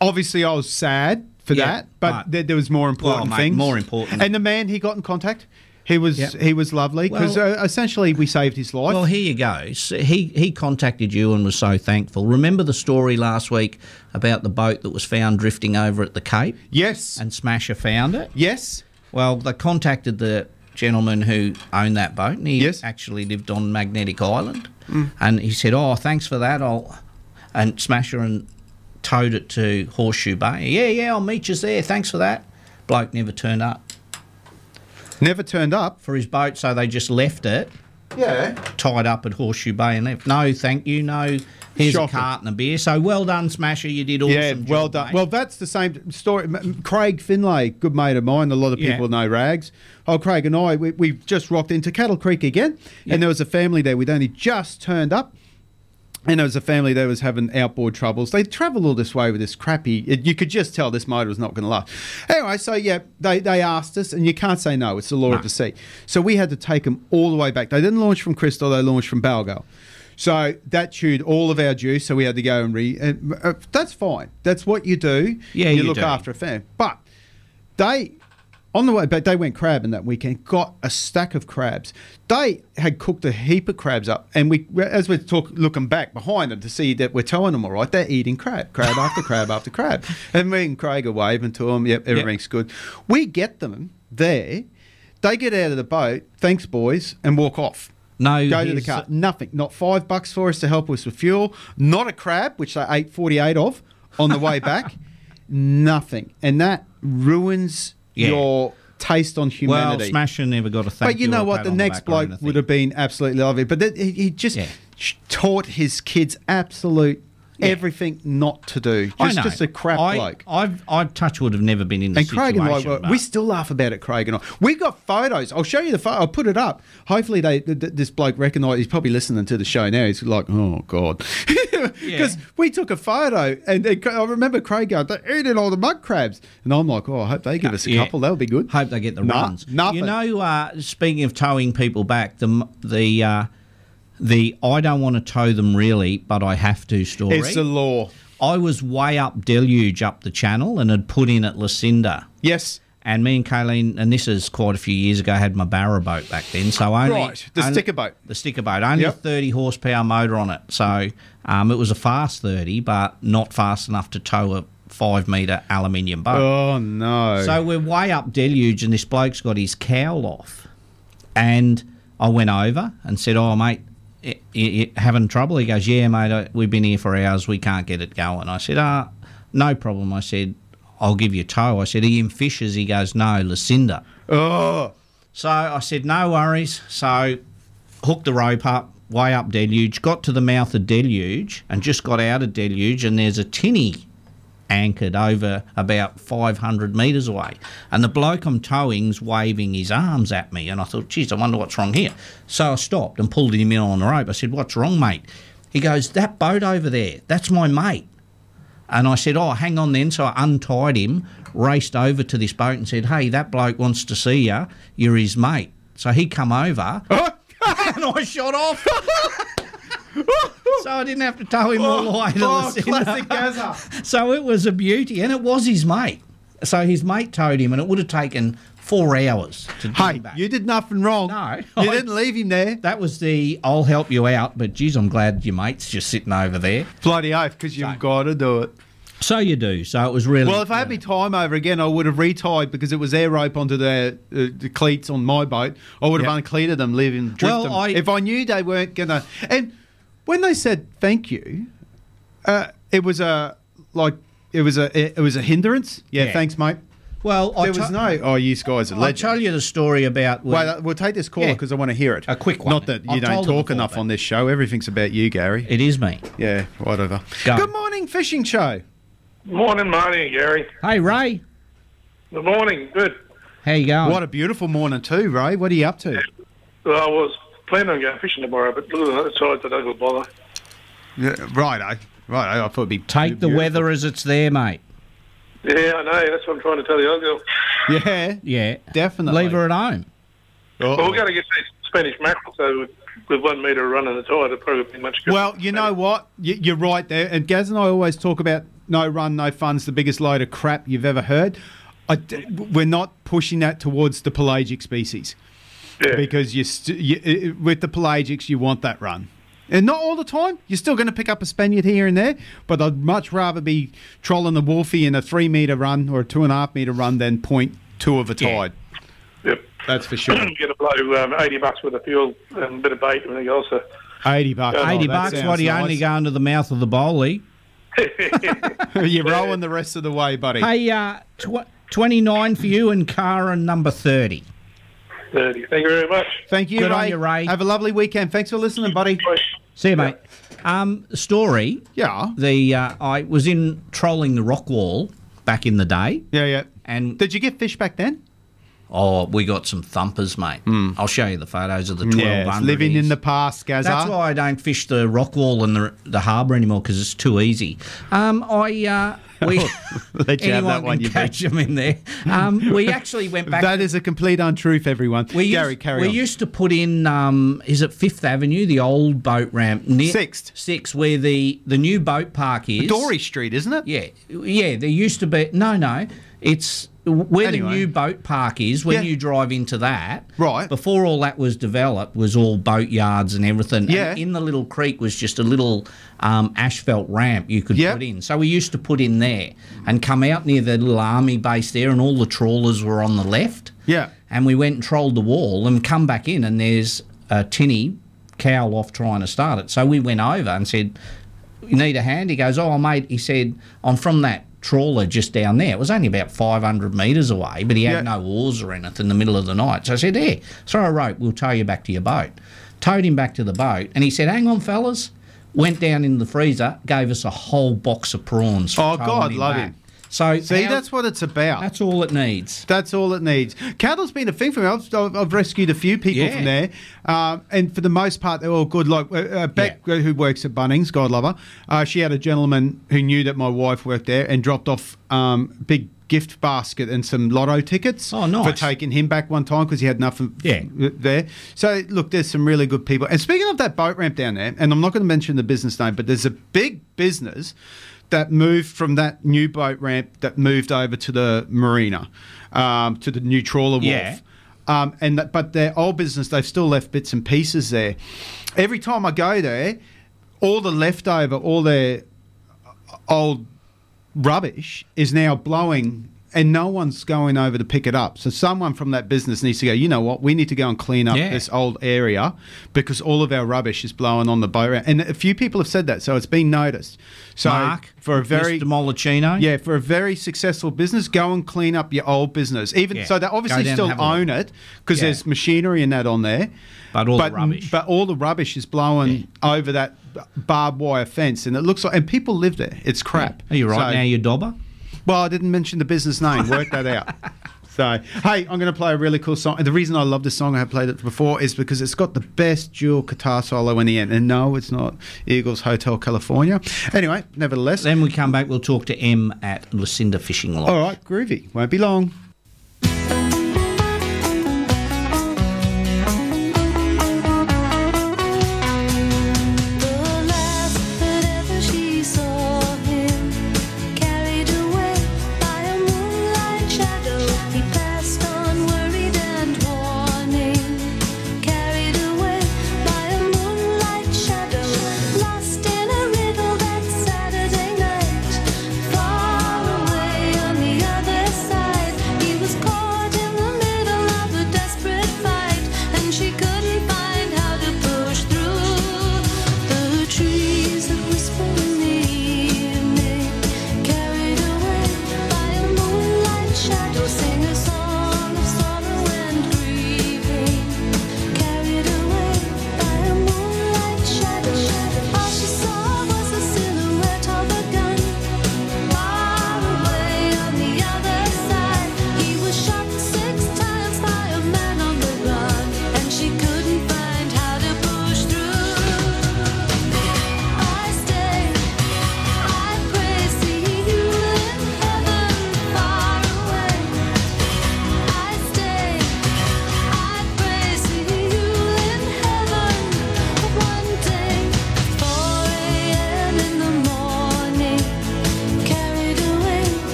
S3: obviously I was sad for
S4: Yeah,
S3: that, but there, there was more important
S4: mate,
S3: things.
S4: more important.
S3: And the man he got in contact, he was
S4: Yeah.
S3: he was lovely because
S4: Well-
S3: uh, essentially we saved his life.
S4: Well, here you go. S- He he contacted you and was so thankful. Remember the story last week about the boat that was found drifting over at the Cape?
S3: Yes.
S4: And Smasher found it?
S3: Yes.
S4: Well, they contacted the gentleman who owned that boat and he actually lived on Magnetic Island.
S3: Mm.
S4: And he said, "Oh, thanks for that. I'll." And Smasher and towed it to Horseshoe Bay. Yeah, yeah, I'll meet you there. Thanks for that. Bloke never turned up.
S3: Never turned up
S4: for his boat, so they just left it
S3: Yeah.
S4: tied up at Horseshoe Bay and left. No, thank you. No, here's
S3: Shocking.
S4: a cart and a beer. So well done, Smasher. You did awesome.
S3: yeah, well done. Well, that's the same story. M- M- Craig Finlay, good mate of mine. A lot of
S4: Yeah.
S3: people know Rags. Oh, Craig and I, we, we just rocked into Cattle Creek again, and there was a family there. We'd only just turned up, and there was a family that was having outboard troubles. They travel all this way with this crappy. It, you could just tell this motor was not going to last. Anyway, so yeah, they, they asked us, and you can't say no. It's the law of the sea. So we had to take them all the way back. They didn't launch from Crystal. They launched from Balgale. So that chewed all of our juice. So we had to go and re. And, uh, that's fine. That's what you do.
S4: Yeah,
S3: you,
S4: you
S3: look
S4: do.
S3: after a fan. But they on the way back they went crabbing that weekend got a stack of crabs they had cooked a heap of crabs up and we as we're talk, looking back behind them to see that we're towing them all right they're eating crab crab after crab after crab and me and craig are waving to them yep everything's good we get them there they get out of the boat thanks boys and walk off
S4: No,
S3: go to the
S4: here's-
S3: car nothing not five bucks for us to help us with fuel not a crab which they ate 48 of on the way back nothing and that ruins
S4: Yeah.
S3: your taste on humanity.
S4: Well, Smasher never got a thank
S3: but you know what? The next bloke would have been absolutely lovely. But that, he, he just sh- taught his kids absolute everything not to do. Just,
S4: I know.
S3: just a crap
S4: I,
S3: bloke.
S4: I've, I've touch wood have never been in the
S3: And Craig
S4: situation.
S3: and I, were-
S4: but-
S3: we still laugh about it. Craig and I, we got photos. I'll show you the photo. I'll put it up. Hopefully, they th- th- this bloke recognised. He's probably listening to the show now. He's like, oh god, because we took a photo, and then Cra- I remember Craig going, "They're eating all the mud crabs," and I'm like, oh, I hope they give us a
S4: Yeah.
S3: couple. That would be good.
S4: Hope they get the
S3: Nah,
S4: runs.
S3: nothing.
S4: You know, uh, speaking of towing people back, the m- the uh, the I don't want to tow them really, but I have to story.
S3: It's the law.
S4: I was way up deluge up the channel and had put in at Lucinda.
S3: Yes.
S4: And me and Kayleen, and this is quite a few years ago, had my barra boat back then. So only
S3: Right, the
S4: only-
S3: sticker boat.
S4: the sticker boat, only a 30 horsepower motor on it. So um, it was a fast 30, but not fast enough to tow a five metre aluminium boat.
S3: Oh no!
S4: So we're way up deluge, and this bloke's got his cowl off. And I went over and said, "Oh, mate, i i i- having trouble?" He goes, "Yeah, mate, I, we've been here for hours. We can't get it going." I said, "Ah, no problem." I said, "I'll give you a tow." I said, "Are you in fishers?" He goes, "No, Lucinda."
S3: Oh.
S4: So I said, "No worries." So hooked the rope up. Way up deluge, got to the mouth of deluge, and just got out of deluge, and there's a tinny anchored over about 500 metres away. And the bloke I'm towing's waving his arms at me. And I thought, geez, I wonder what's wrong here. So I stopped and pulled him in on the rope. I said, what's wrong, mate? He goes, that boat over there, that's my mate. And I said, oh, hang on then. So I untied him, raced over to this boat and said, hey, that bloke wants to see you. You're his mate. So he come over. and I shot off. so I didn't have to tow him all the way to
S9: Oh,
S4: Lucinda.
S9: classic Gazza.
S4: so it was a beauty, and it was his mate. So his mate towed him, and it would have taken four hours to do
S3: Hey, you did nothing wrong.
S4: No,
S3: You didn't leave him there.
S4: That was the I'll help you out, but geez, I'm glad your mate's just sitting over there.
S3: Bloody oath, because you've got to do it.
S4: So you do. So it was really
S3: Well, if I had me time over again, I would have retied because it was their rope onto their uh, the cleats on my boat. I would have
S4: Yep.
S3: uncleated them, leave them, drift
S4: Well,
S3: them.
S4: I-
S3: if I knew they weren't gonna, and when they said thank you, uh, it was a like it was a it was a hindrance. Yeah,
S4: Yeah.
S3: thanks, mate.
S4: Well,
S3: there
S4: I
S3: was
S4: to-
S3: no. Oh, you guys are
S4: I'll
S3: legends.
S4: tell you the story about.
S3: Wait, uh, we'll take this caller
S4: Yeah.
S3: because I want to hear it. A quick
S4: one.
S3: Not that you
S4: I've
S3: don't
S4: told it
S3: talk
S4: before,
S3: enough on this show. Everything's about you, Gary.
S4: It is me.
S3: Yeah, whatever.
S4: Go.
S3: Good morning, fishing show.
S16: Morning, Marty and Gary.
S4: Hey, Ray.
S16: Good morning. Good.
S4: How you going?
S3: What a beautiful morning too, Ray. What are you up to?
S16: Well, I was planning on going fishing tomorrow, but look at the tide that I got bother.
S3: Right, I right. I thought it'd be
S4: take the weather as it's there, mate.
S16: Yeah, I know. That's what I'm trying to tell the old girl.
S3: Yeah,
S4: yeah,
S3: definitely.
S4: Leave her at home.
S16: Well, we're going to get these Spanish mackerel, so with, with one metre of run in the tide, it'll probably be much good.
S3: Well, you know what? You, you're right there. And Gaz and I always talk about no run, no fun's the biggest load of crap you've ever heard. I d we're not pushing that towards the pelagic species because you, st- you i- i- with the pelagics you want that run. And not all the time. You're still going to pick up a Spaniard here and there, but I'd much rather be trolling the wolfie in a three metre run or a two and a half metre run than point two of a tide.
S16: Yep.
S3: That's for sure.
S16: get a blow um, 80 bucks worth of fuel and a bit of bait and everything else. uh. So.
S3: 80 bucks. Oh,
S4: Eighty
S3: that
S4: bucks.
S3: sounds
S4: What are you
S3: nice.
S4: only going to the mouth of the bowley?
S3: You're rolling the rest of the way, buddy.
S4: Hey, uh, tw- 29 for you and Cara number 30.
S16: thirty. Thank you very much.
S3: Thank you,
S4: Good
S3: Ray.
S4: on you, Ray.
S3: Have a lovely weekend. Thanks for listening, buddy.
S4: See you, mate. Um, story.
S3: Yeah.
S4: The uh, I was in trolling the rock wall back in the day.
S3: Yeah, yeah.
S4: And
S3: did you get fish back then? Hmm.
S4: Oh, we got some thumpers, mate. I'll show you the photos of the twelve.
S3: Yeah, it's living in the past, Gazza.
S4: That's why I don't fish the rock wall and the, the harbour anymore because it's too easy. Um, I uh, we
S3: Let you have
S4: anyone
S3: that one,
S4: can
S3: you
S4: catch them in there. Um, we actually went back.
S3: That is a complete untruth, everyone.
S4: we
S3: Gary,
S4: used,
S3: carry
S4: we
S3: on.
S4: used to put in um, is it Fifth Avenue, the old boat ramp near
S3: Sixth.
S4: Sixth, where the the new boat park is
S3: Dory Street, isn't it?
S4: Yeah, yeah. There used to be no, no. It's where
S3: Anyway.
S4: the new boat park is. When
S3: Yeah.
S4: you drive into that,
S3: right?
S4: Before all that was developed, was all boat yards and everything.
S3: Yeah.
S4: And in the little creek was just a little um, asphalt ramp you could put in. So we used to put in there and come out near the little army base there, and all the trawlers were on the left.
S3: Yeah.
S4: And we went and trolled the wall and come back in, and there's a tinny cowl off trying to start it. So we went over and said, You need a hand? He goes, Oh, mate. He said, I'm from that trawler just down there. It was only about 500 metres away, but he had no oars or anything in the middle of the night. So I said, Here, throw a rope. We'll tow you back to your boat. Towed him back to the boat, and he said, Hang on, fellas. Went down in the freezer, gave us a whole box of prawns. for
S3: Oh
S4: towing
S3: God, love
S4: back.
S3: him.
S4: So
S3: see,
S4: how-
S3: that's what it's about.
S4: That's all it needs.
S3: That's all it needs. Cattle's been a thing for me. I've, I've I've rescued a few people
S4: Yeah.
S3: from there, um, and for the most part, they're all good. Like uh, uh, Beck, who works at Bunnings, God love her. Uh, she had a gentleman who knew that my wife worked there and dropped off um, big gift basket and some lotto tickets oh,
S4: nice.
S3: for taking him back one time because he had nothing
S4: Yeah.
S3: there. So look, there's some really good people. And speaking of that boat ramp down there, and I'm not going to mention the business name, but there's a big business that moved from that new boat ramp that moved over to the marina, um, to the new trawler wharf.
S4: Yeah.
S3: Um, and that, but their old business, they've still left bits and pieces there. Every time I go there, all the leftover, all their old rubbish is now blowing and no one's going over to pick it up. So someone from that business needs to go, you know what, we need to go and clean up
S4: Yeah.
S3: this old area because all of our rubbish is blowing on the boat. ramp." And a few people have said that, so it's been noticed. So
S4: Mark,
S3: for a very
S4: Mr. Mollicino.
S3: Yeah, for a very successful business, go and clean up your old business. Even
S4: Yeah.
S3: so they
S4: Go
S3: obviously
S4: down and
S3: still
S4: have a look.
S3: own it because
S4: Yeah.
S3: there's machinery and that on there.
S4: But all the rubbish.
S3: But all the rubbish is blowing over that barbed wire fence, and it looks like, and people live there. It's crap.
S4: Are you
S3: So-
S4: right now, you dobber?
S3: Well, I didn't mention the business name. Work that out. So, hey, I'm going to play a really cool song. And the reason I love this song, I have played it before, is because it's got the best dual guitar solo in the end. And no, it's not Eagles Hotel California. Anyway, nevertheless.
S4: Then we come back, we'll talk to M at Lucinda Fishing Lodge.
S3: All right, groovy. Won't be long.
S9: The last that ever she saw him, carried away by a moonlight shadow, he passed on worried and warning. Carried away by a moonlight shadow, lost in a riddle that Saturday night. Far away on the other side,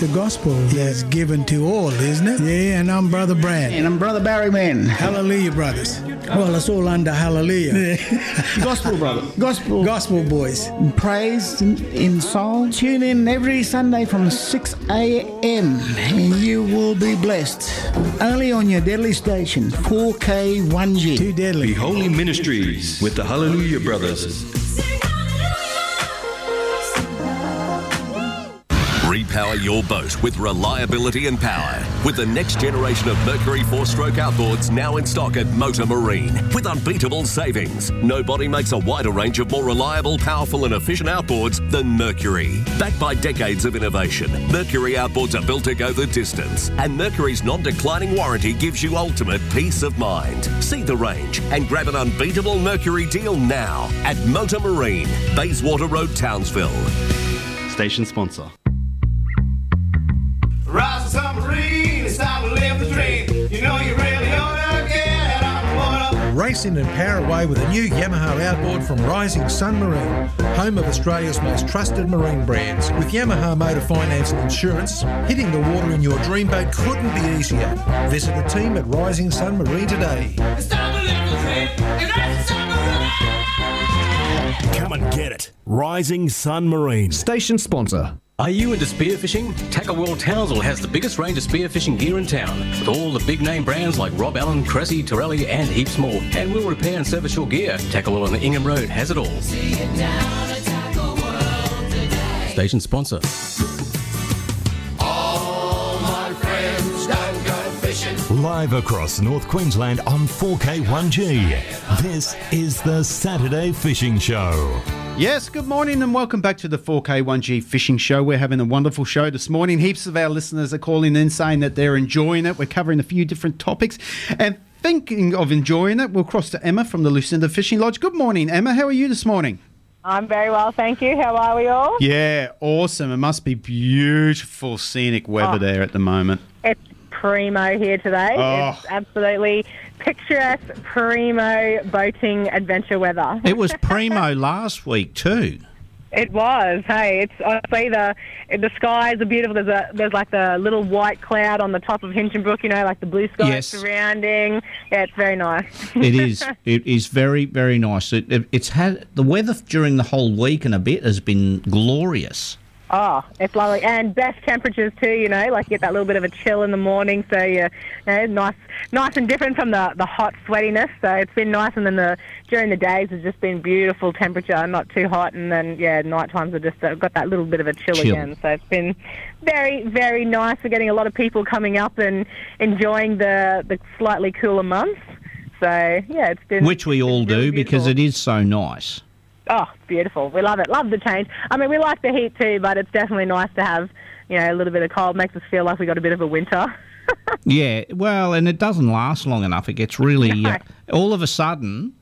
S17: the gospel is given to all, isn't it? Yeah, and I'm Brother Brad. And I'm Brother Barryman. Hallelujah, brothers. Well, it's all under hallelujah. gospel, brother. Gospel. Gospel boys.
S18: Praise in, in song. Tune in every Sunday from 6 a.m. and you will be blessed. Only on your deadly station, 4K1G. Too deadly.
S10: The Holy Ministries with the Hallelujah Brothers.
S21: Repower your boat with reliability and power with the next generation of Mercury four stroke outboards now in stock at Motor Marine with unbeatable savings. Nobody makes a wider range of more reliable, powerful, and efficient outboards than Mercury. Backed by decades of innovation, Mercury outboards are built to go the distance, and Mercury's non declining warranty gives you ultimate peace of mind. See the range and grab an unbeatable Mercury deal now at Motor Marine, Bayswater Road, Townsville.
S26: Station sponsor.
S1: Rise to submarine, it's time to live the dream. You know you really ought to get out of
S11: Race in and power away with a new Yamaha outboard from Rising Sun Marine, home of Australia's most trusted marine brands. With Yamaha Motor Finance and Insurance, hitting the water in your dream boat couldn't be easier. Visit the team at Rising Sun Marine today.
S27: Come and get it. Rising Sun Marine. Station sponsor.
S8: Are you into spearfishing? Tackle World Townsville has the biggest range of spearfishing gear in town, with all the big name brands like Rob Allen, Cressy, Torelli, and heaps more. And we'll repair and service your gear. Tackle World on the Ingham Road has it all. Station sponsor.
S9: All my friends don't go fishing.
S15: Live across North Queensland on 4K1G. This is the Saturday Fishing Show.
S3: Yes, good morning and welcome back to the 4K1G Fishing Show. We're having a wonderful show this morning. Heaps of our listeners are calling in saying that they're enjoying it. We're covering a few different topics. And thinking of enjoying it, we'll cross to Emma from the Lucinda Fishing Lodge. Good morning, Emma. How are you this morning?
S28: I'm very well, thank you. How are we all?
S3: Yeah, awesome. It must be beautiful scenic weather
S28: Oh.
S3: there at the moment.
S28: It's primo here today.
S3: Oh.
S28: It's absolutely picturesque, primo boating adventure weather.
S4: It was primo last week too.
S28: It was. Hey, it's honestly the the skies are beautiful. There's a there's like the little white cloud on the top of Hinchin Brook. You know, like the blue sky
S4: Yes.
S28: surrounding. Yeah, it's very nice.
S4: It is. It is very, very nice. It, it, it's had the weather during the whole week and a bit has been glorious.
S28: Oh, it's lovely. And best temperatures too, you know, like you get that little bit of a chill in the morning, so you, you know, nice nice and different from the, the hot sweatiness. So it's been nice and then the during the days it's just been beautiful temperature, not too hot and then yeah, night times are just uh, got that little bit of a chill,
S4: Chill.
S28: again. So it's been very, very nice. We're getting a lot of people coming up and enjoying the, the slightly cooler months. So yeah, it's been
S4: which we all do because it is so nice.
S28: Oh, beautiful. We love it. Love the change. I mean, we like the heat too, but it's definitely nice to have, you know, a little bit of cold. Makes us feel like we got a bit of a winter.
S4: Yeah, well, and it doesn't last long enough. It gets really uh, all of a sudden.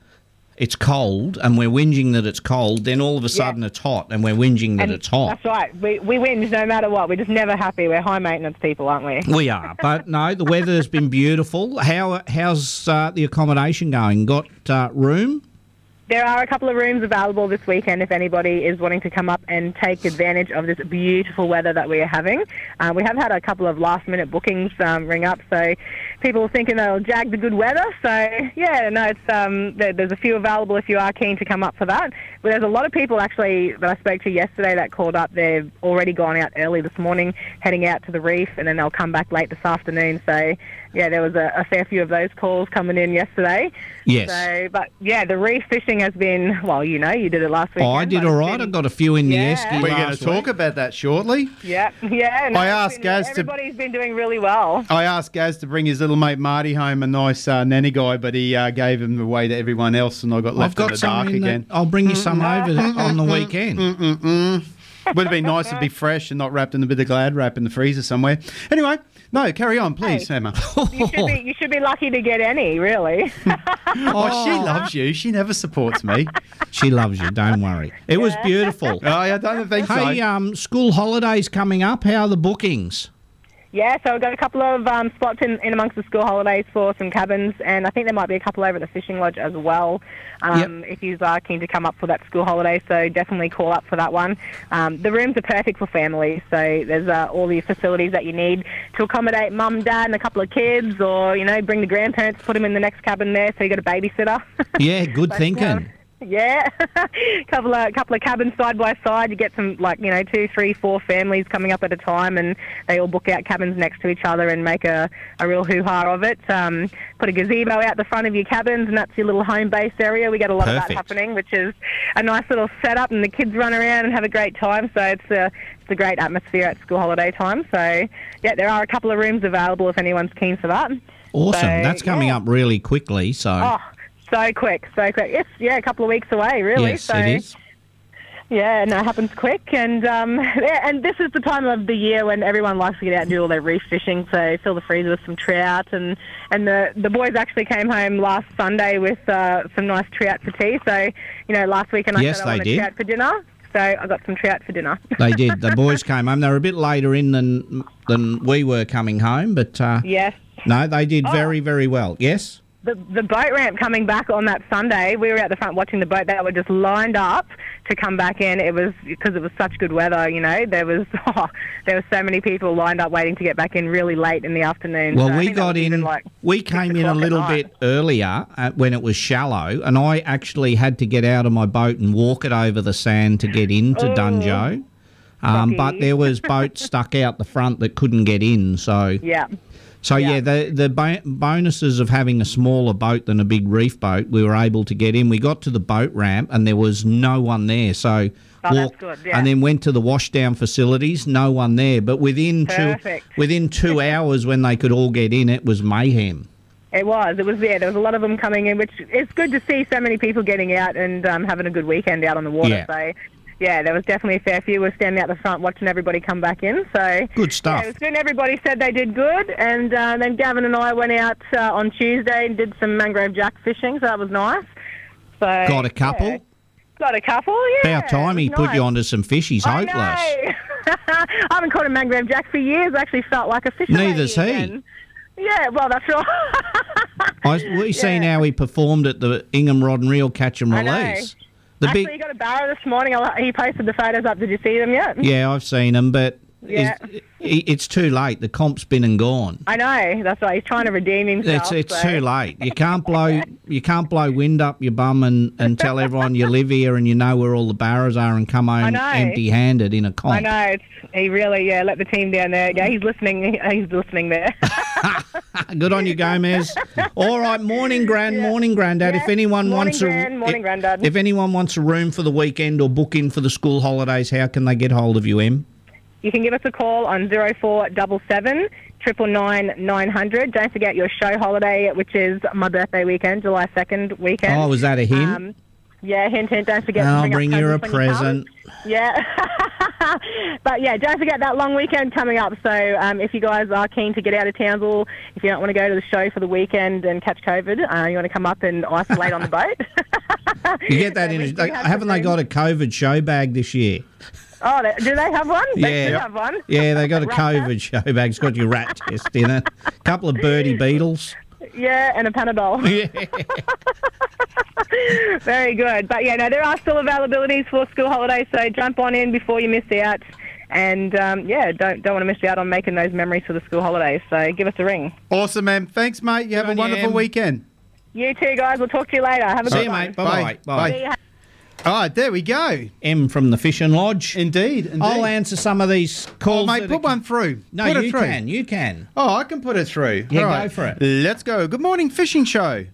S4: It's cold, and we're whinging that it's cold. Then all of a sudden, it's hot, and we're whinging that
S28: And
S4: it's hot.
S28: That's right. We, we whinge no matter what. We're just never happy. We're high maintenance people, aren't we?
S4: We are, but no, the weather has been beautiful. How how's uh, the accommodation going? Got uh, room?
S28: There are a couple of rooms available this weekend if anybody is wanting to come up and take advantage of this beautiful weather that we are having. Uh, we have had a couple of last minute bookings um, ring up, so people are thinking they'll jag the good weather. So, yeah, no, it's, um, there, there's a few available if you are keen to come up for that. But there's a lot of people actually that I spoke to yesterday that called up. They've already gone out early this morning, heading out to the reef, and then they'll come back late this afternoon. So, yeah, there was a, a fair few of those calls coming in yesterday.
S4: Yes.
S28: So, but yeah, the reef fishing has been well. You know, you did it last week.
S4: Oh, I did all right. I got a few in
S28: Yeah.
S4: the esky.
S28: We're gonna
S4: last
S3: talk about that shortly.
S28: Yeah, yeah. no,
S3: I
S28: it's
S3: asked
S28: been-
S3: Gaz to-
S28: Everybody's been doing really well.
S3: I asked Gaz to bring his little mate Marty home, a nice uh, nanny guy, but he uh, gave him away to everyone else, and I got left
S4: got
S3: in the
S4: some
S3: dark
S4: in the-
S3: again.
S4: I'll bring you some
S28: Mm-hmm.
S4: over the- on the weekend.
S3: Would have been nice to be fresh and not wrapped in a bit of Glad wrap in the freezer somewhere. Anyway, no, carry on, please, Emma.
S28: You should be you should be lucky to get any, really.
S3: Oh, she loves you. She never supports me.
S4: she loves you. Don't worry. It was beautiful.
S3: I don't think
S4: hey,
S3: so.
S4: um, school holidays coming up. How are the bookings?
S28: Yeah, so we've got a couple of um, spots in, in amongst the school holidays for some cabins, and I think there might be a couple over at the fishing lodge as well. Um, If you are keen to come up for that school holiday, so definitely call up for that one. Um, the rooms are perfect for families, so there's uh, all the facilities that you need to accommodate mum, dad, and a couple of kids, or you know, bring the grandparents, put them in the next cabin there, so you got a babysitter.
S4: Yeah, good
S28: But,
S4: thinking.
S28: um, yeah, couple of couple of cabins side by side. You get some like you know two, three, four families coming up at a time, and they all book out cabins next to each other and make a, a real hoo ha of it. Um, put a gazebo out the front of your cabins, and that's your little home base area. We get a lot of that
S2: Perfect.
S28: happening, which is a nice little setup, and the kids run around and have a great time. So it's a it's a great atmosphere at school holiday time. So yeah, there are a couple of rooms available if anyone's keen for that.
S4: Awesome.
S28: So,
S4: That's coming up really quickly. So,
S28: Oh, so quick, so quick. Yes, yeah, a couple of weeks away, really.
S4: yes,
S28: so
S4: it is.
S28: yeah, and that happens quick. And um, yeah, and this is the time of the year when everyone likes to get out and do all their reef fishing. So fill the freezer with some trout, and and the the boys actually came home last Sunday with uh, some nice trout for tea. So you know, last weekend I
S4: Yes,
S28: said I
S4: they
S28: wanted
S4: did.
S28: trout for dinner. So I got some trout for dinner.
S4: They did. The boys came home. They were a bit later in than than we were coming home, but uh,
S28: Yes.
S4: no, they
S28: Oh.
S4: did very, very well. Yes.
S28: The, the boat ramp coming back on that Sunday, we were out the front watching the boat. They were just lined up to come back in. It was because it was such good weather, you know. There was oh, there were so many people lined up waiting to get back in really late in the afternoon.
S4: Well,
S28: So I
S4: we
S28: think that
S4: got
S28: was even
S4: in.
S28: like
S4: we came in a
S28: o'clock at
S4: little
S28: night.
S4: bit earlier uh, when it was shallow, and I actually had to get out of my boat and walk it over the sand to get into
S28: Oh.
S4: Dunjo. Um, but there was boats stuck out the front that couldn't get in. So
S28: yeah.
S4: So yeah, the the bo- bonuses of having a smaller boat than a big reef boat, we were able to get in. We got to the boat ramp and there was no one there. So
S28: Oh, that's good, yeah.
S4: and then went to the washdown facilities, no one there. But within
S28: Perfect.
S4: two within two hours, when they could all get in, it was mayhem.
S28: It was. It was there. There was a lot of them coming in, which it's good to see so many people getting out and um, having a good weekend out on the water.
S4: Yeah.
S28: So, yeah, there was definitely a fair few. We were standing out the front watching everybody come back in. So
S4: Good stuff.
S28: Yeah, it was good. and Everybody said they did good, and uh, then Gavin and I went out uh, on Tuesday and did some mangrove jack fishing. So that was nice. So
S4: Got a couple.
S28: yeah. Got a couple. Yeah.
S4: About time he
S28: it was
S4: put you
S28: nice.
S4: onto some fishies.
S28: I
S4: Hopeless.
S28: know. I haven't caught a mangrove jack for years. I actually felt like a fisherman.
S4: Neither's he.
S28: Yeah, well, that's right.
S4: I, we seen how he performed at the Ingham Rod and Reel Catch and
S28: I know.
S4: Release. The
S28: Actually,
S4: big
S28: he got a barrow this morning. I'll- He posted the photos up. Did you see them yet?
S4: yeah, I've seen him, but
S28: Yeah.
S4: it's, it- it's too late. The comp's been and gone.
S28: I know. That's right. He's trying to redeem himself.
S4: It's it's
S28: so-
S4: too late. You can't blow you can't blow wind up your bum and, and tell everyone you live here and you know where all the barrows are and come home
S28: know.
S4: empty handed in a
S28: I
S4: comp.
S28: know. It's, he really, yeah, let the team down there. Yeah, he's listening. He's listening there.
S4: Good on you, Gomez. all right, morning grand, morning granddad. If anyone
S28: Morning,
S4: wants
S28: Gran,
S4: a
S28: morning,
S4: if,
S28: Grandad.
S4: if anyone wants a room for the weekend or book in for the school holidays, how can they get hold of you, Em?
S28: You can give us a call on 0477 999 900. Don't forget your show holiday, which is my birthday weekend, July 2nd weekend.
S4: Oh, was that a hint?
S28: Um, yeah, hint, hint. Don't forget
S4: I'll
S28: to bring,
S4: bring
S28: up
S4: you a
S28: presents when come.
S4: present.
S28: Yeah. but yeah, don't forget that long weekend coming up. So um, if you guys are keen to get out of Townsville, if you don't want to go to the show for the weekend and catch COVID, uh, you want to come up and isolate on the boat.
S4: You get that in. A, haven't they got a COVID show bag this year?
S28: Oh, they, do they have one? They
S4: yeah,
S28: do have one.
S4: yeah, they got a
S28: Rat test.
S4: COVID show bag. It's got your rat test in it. A couple of birdie beetles.
S28: Yeah, and a Panadol. Very good. But yeah, no, there are still availabilities for school holidays, so jump on in before you miss out. And um, yeah, don't don't want to miss out on making those memories for the school holidays. So give us a ring.
S3: Awesome, man. Thanks, mate. You have a wonderful
S28: Em.
S3: weekend.
S28: You too, guys. We'll talk to you later.
S3: uh,
S28: Have a
S4: See
S28: good
S4: you,
S28: one.
S4: mate. Bye-bye. Bye.
S28: See ya.
S3: All right, there we go.
S4: M from the Fish and Lodge.
S3: Indeed,
S4: I'll answer some of these calls.
S3: Oh, mate,
S4: that
S3: put
S4: are-
S3: one through.
S4: No,
S3: Put it
S4: you
S3: through.
S4: can. You can.
S3: Oh, I can put it through.
S4: Yeah,
S3: All
S4: go for it.
S3: Let's go. Good morning, fishing show.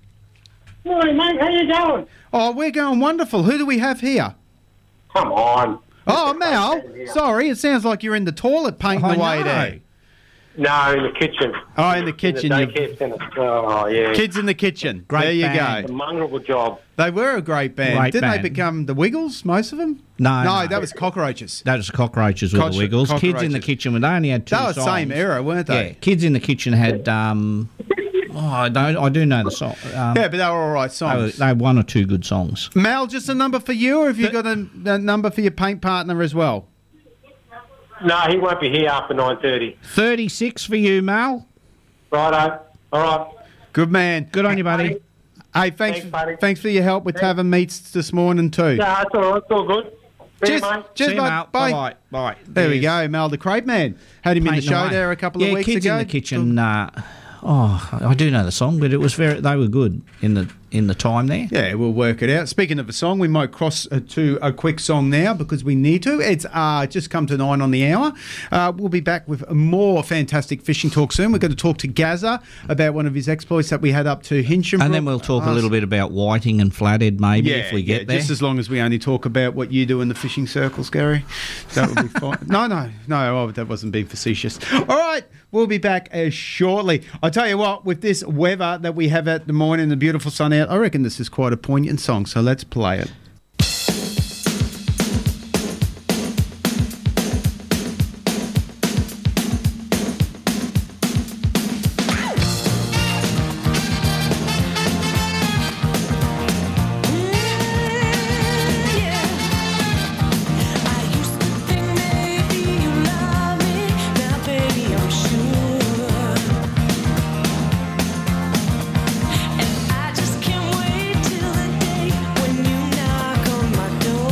S19: Morning, mate. How you going?
S3: Oh, we're going wonderful. Who do we have here?
S19: Come on.
S3: Oh, Mal. Sorry, it sounds like you're in the toilet painting
S4: Oh,
S19: I
S3: away
S19: know.
S3: there.
S19: No, in the kitchen.
S3: Oh, in the kitchen,
S19: In
S3: you-
S19: the daycare centre. Oh, yeah.
S3: Kids in the kitchen.
S19: Great
S3: there you
S19: band.
S3: go.
S19: It's a mongrel job.
S3: They were a great band.
S19: Great
S3: Didn't
S19: band.
S3: they become the Wiggles, most of them?
S4: No,
S3: No,
S4: no.
S3: that was Cockroaches.
S4: That was cockroaches with
S3: Cockro-
S4: the Wiggles. Kids in the
S3: cockroaches.
S4: kitchen. When they only had two.
S3: They were
S4: songs.
S3: same era, weren't they?
S4: Yeah. Kids in the kitchen had. Um, oh, I don't. I do know the song. Um,
S3: yeah, but they were all right
S4: they, were,
S3: songs.
S4: they had one or two good songs.
S3: Mal, just a number for you, or have you got a, a number for your paint partner as well?
S19: No, he won't be here after 9.30.
S4: 36 for you, Mal.
S19: Righto. All right.
S3: Good man.
S4: Good on you, buddy.
S3: Hey, thanks, thanks, for your help with Tavern Meats this morning too.
S19: No, it's all right. It's all good. See you,
S3: Cheers,
S19: mate.
S3: cheers, mate. Bye.
S4: Bye. Bye.
S3: There we go, Mal the Crate Man. Had him in the
S4: Painting
S3: show
S4: away.
S3: there a couple
S4: yeah,
S3: of weeks
S4: kids
S3: ago.
S4: in the kitchen. Uh, oh, I do know the song, but it was very. They were good in the in the time there.
S3: Yeah, we'll work it out. Speaking of a song, we might cross uh, to a quick song now because we need to. It's uh, just come to nine on the hour. Uh, we'll be back with more fantastic fishing talk soon. We're going to talk to Gaza about one of his exploits that we had up to Hinchinbrook.
S4: And then we'll talk a little bit about whiting and flathead, maybe if we get there.
S3: Just as long as we only talk about what you do in the fishing circles, Gary. That would be fine. No, no, no, oh, that wasn't being facetious. All right, we'll be back uh, shortly. I tell you what, with this weather that we have at the morning, the beautiful sun out, I reckon this is quite a poignant song, so let's play it.
S9: I just can't wait till the day when you know.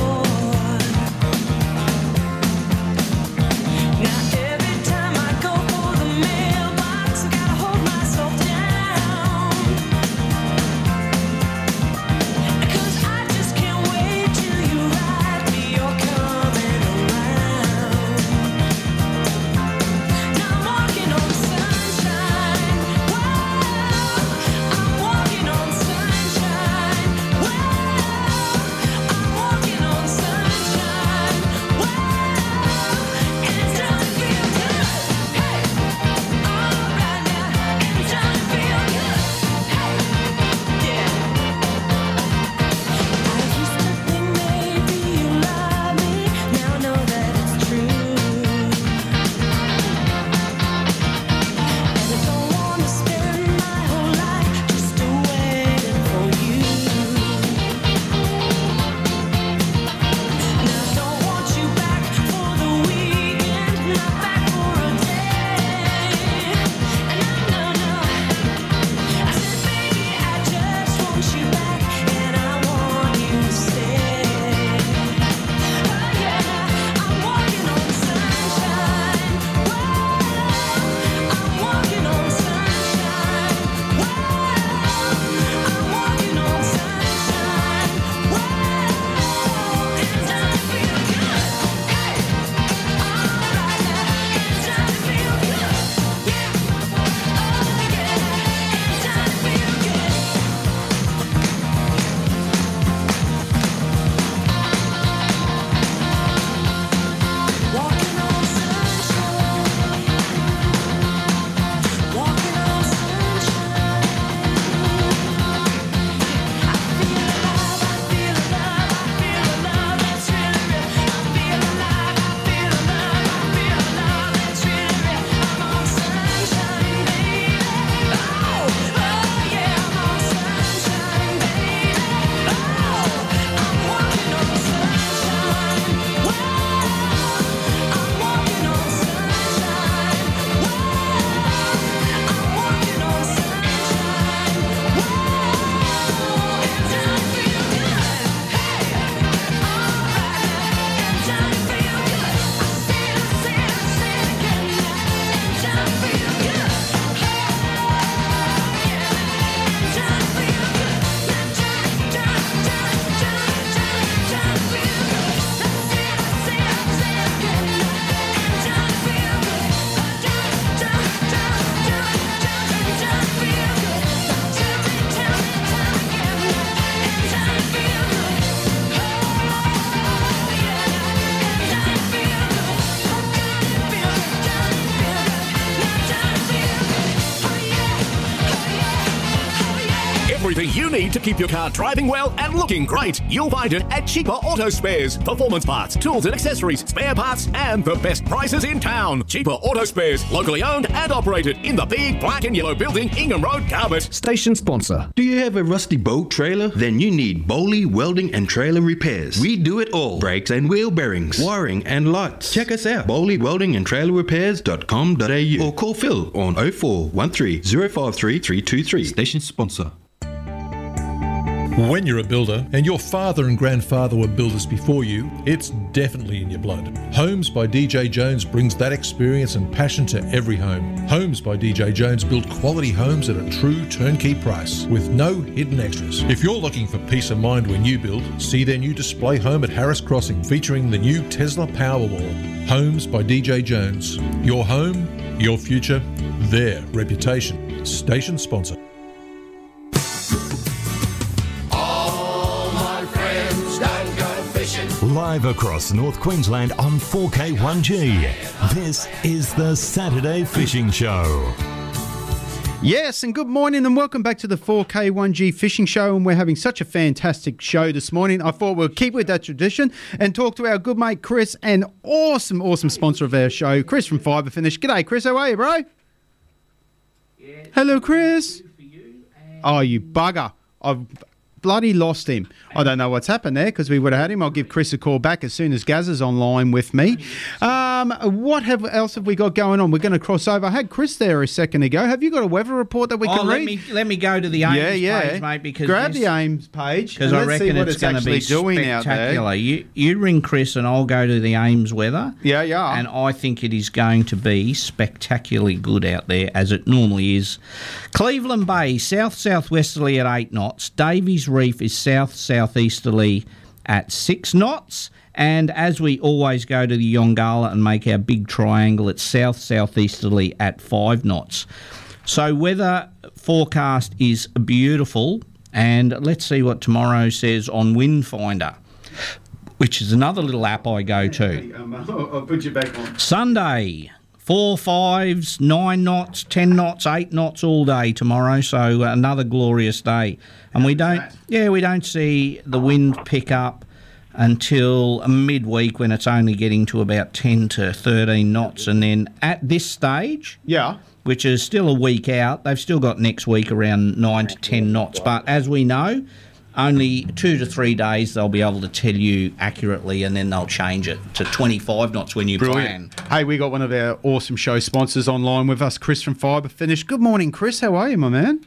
S2: you need to keep your car driving well and looking great, you'll find it at Cheaper Auto Spares. Performance parts, tools and accessories, spare parts, and the best prices in town. Cheaper Auto Spares, locally owned and operated in the big black and yellow building, Ingham Road, Carpet.
S10: Station sponsor. Do you have a rusty boat trailer? Then you need Bowley Welding and Trailer Repairs. We do it all. Brakes and wheel bearings, wiring and lights. Check us out. Bowley Welding and Trailer Repairs.com.au or call Phil on 0413 053 323. Station sponsor.
S11: When you're a builder, and your father and grandfather were builders before you, it's definitely in your blood. Homes by DJ Jones brings that experience and passion to every home. Homes by DJ Jones build quality homes at a true turnkey price with no hidden extras. If you're looking for peace of mind when you build, see their new display home at Harris Crossing featuring the new Tesla Powerwall. Homes by DJ Jones. Your home, your future, their reputation. Station sponsor.
S9: All my friends don't go fishing.
S15: Live across North Queensland on 4K1G. This is the Saturday Fishing Show.
S3: Yes, and good morning, and welcome back to the 4K1G Fishing Show. And we're having such a fantastic show this morning. I thought we'll keep with that tradition and talk to our good mate Chris, an awesome, awesome sponsor of our show, Chris from Fiber Finish. G'day, Chris. How are you, bro? Hello, Chris. Oh, you bugger. I've bloody lost him. I don't know what's happened there because we would have had him. I'll give Chris a call back as soon as Gaz is online with me. Um, what have else have we got going on? We're going to cross over. I had Chris there a second ago. Have you got a weather report that we
S4: oh,
S3: can
S4: let
S3: read?
S4: me let me go to the aims
S3: yeah, yeah.
S4: page, mate, because
S3: grab
S4: this-
S3: the aims page
S4: because
S3: and
S4: I
S3: let's see
S4: reckon
S3: what
S4: it's,
S3: it's
S4: going to
S3: actually
S4: be
S3: doing out there.
S4: spectacular. You you ring Chris and I'll go to the Ames weather.
S3: Yeah, yeah.
S4: And I think it is going to be spectacularly good out there as it normally is. Cleveland Bay south southwesterly at eight knots. Davies Reef is south southeasterly at six knots. And as we always go to the Yongala and make our big triangle, it's south southeasterly at five knots. So weather forecast is beautiful, and let's see what tomorrow says on Windfinder, which is another little app I go to.
S3: Um, I'll I'll put you back on.
S4: Sunday, four fives, nine knots, ten knots, eight knots all day tomorrow. So uh, another glorious day, and we don't, yeah, we don't see the wind pick up until midweek when it's only getting to about ten to thirteen knots, and then at this stage,
S3: yeah.
S4: Which is still a week out. They've still got next week around nine to ten knots. But as we know, only two to three days they'll be able to tell you accurately, and then they'll change it to 25 knots when you plan.
S3: Brilliant. Hey, we got one of our awesome show sponsors online with us, Chris from Fiber Finish. Good morning, Chris. How are you, my man?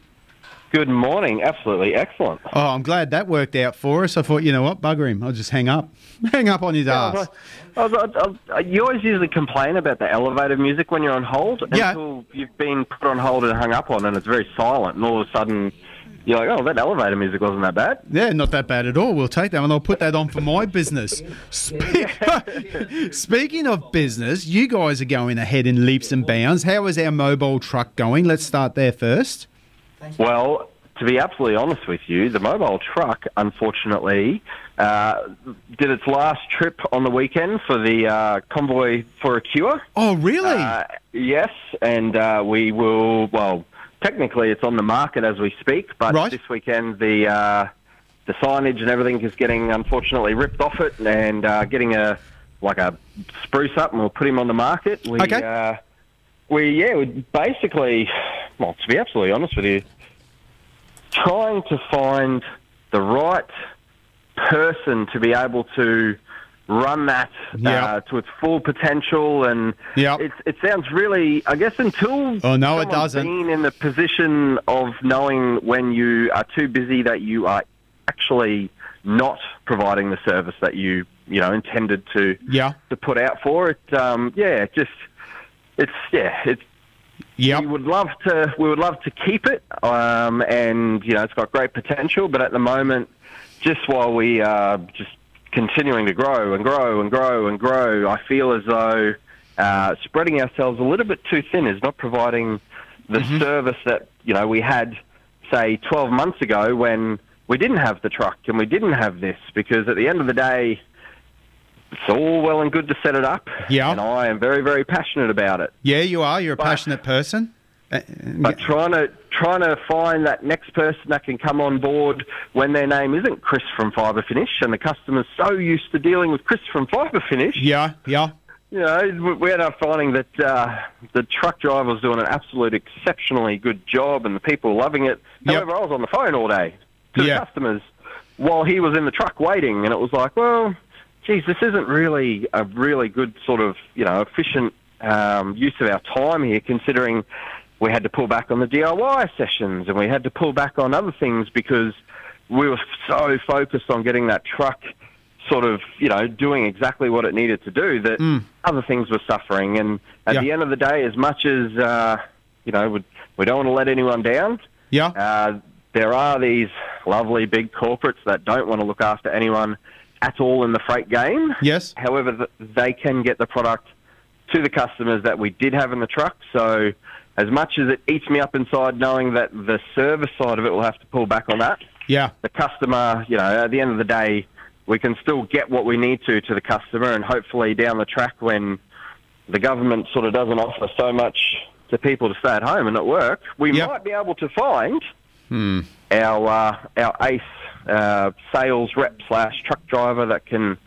S5: Good morning. Absolutely excellent.
S3: Oh, I'm glad that worked out for us. I thought, you know what, bugger him. I'll just hang up. Hang up on his
S5: Yeah, I
S3: ass.
S5: was like- I was- I- I- you always usually complain about the elevator music when you're on hold
S3: Yeah.
S5: until you've been put on hold and hung up on, and it's very silent, and all of a sudden you're like, oh, that elevator music wasn't that bad.
S3: Yeah, not that bad at all. We'll take that one. I'll put that on for my business. Speak- Speaking of business, you guys are going ahead in leaps and bounds. How is our mobile truck going? Let's start there first.
S5: Well, to be absolutely honest with you, the mobile truck, unfortunately, uh, did its last trip on the weekend for the uh, convoy for a cure.
S3: Oh, really?
S5: Uh, yes, and uh, we will. Well, technically, it's on the market as we speak, but this weekend the uh, the signage and everything is getting unfortunately ripped off it and uh, getting a like a spruce up, and we'll put him on the market. We,
S3: Okay.
S5: Uh, we yeah, we basically. Well, to be absolutely honest with you, trying to find the right person to be able to run that uh, to its full potential, and it's, it sounds really, I guess, until
S3: Oh, no, it
S5: someone's
S3: doesn't.
S5: Been in the position of knowing when you are too busy that you are actually not providing the service that you you know intended to
S3: Yeah.
S5: to put out for it. Um, yeah, it just it's yeah, it's
S3: yeah.
S5: We would love to we would love to keep it, um, and you know it's got great potential. But at the moment, just while we are just continuing to grow and grow and grow and grow, I feel as though uh, spreading ourselves a little bit too thin is not providing the service that you know we had say 12 months ago when we didn't have the truck and we didn't have this because at the end of the day it's all well and good to set it up yeah and i am very very passionate about it
S3: Yeah, you are. You're a passionate person. Uh, uh,
S5: but trying to trying to find that next person that can come on board when their name isn't Chris from Fibre Finish, and the customer's so used to dealing with Chris from Fibre Finish.
S3: Yeah, yeah.
S5: You know, we end up finding that uh, the truck driver was doing an absolute exceptionally good job, and the people were loving it. However, I was on the phone all day to the customers while he was in the truck waiting, and it was like, well, geez, this isn't really a really good sort of you know efficient um, use of our time here, considering we had to pull back on the DIY sessions and we had to pull back on other things because we were so focused on getting that truck sort of you know doing exactly what it needed to do that
S3: Hmm.
S5: other things were suffering. And at the end of the day, as much as uh, you know, we, we don't want to let anyone down.
S3: Yeah.
S5: Uh, there are these lovely big corporates that don't want to look after anyone at all in the freight game.
S3: Yes.
S5: However, th- they can get the product to the customers that we did have in the truck. So, as much as it eats me up inside knowing that the service side of it will have to pull back on that,
S3: Yeah.
S5: the customer, you know, at the end of the day, we can still get what we need to to the customer, and hopefully down the track when the government sort of doesn't offer so much to people to stay at home and not work, we might be able to find
S3: Hmm.
S5: our uh, our ace uh, sales rep slash truck driver that can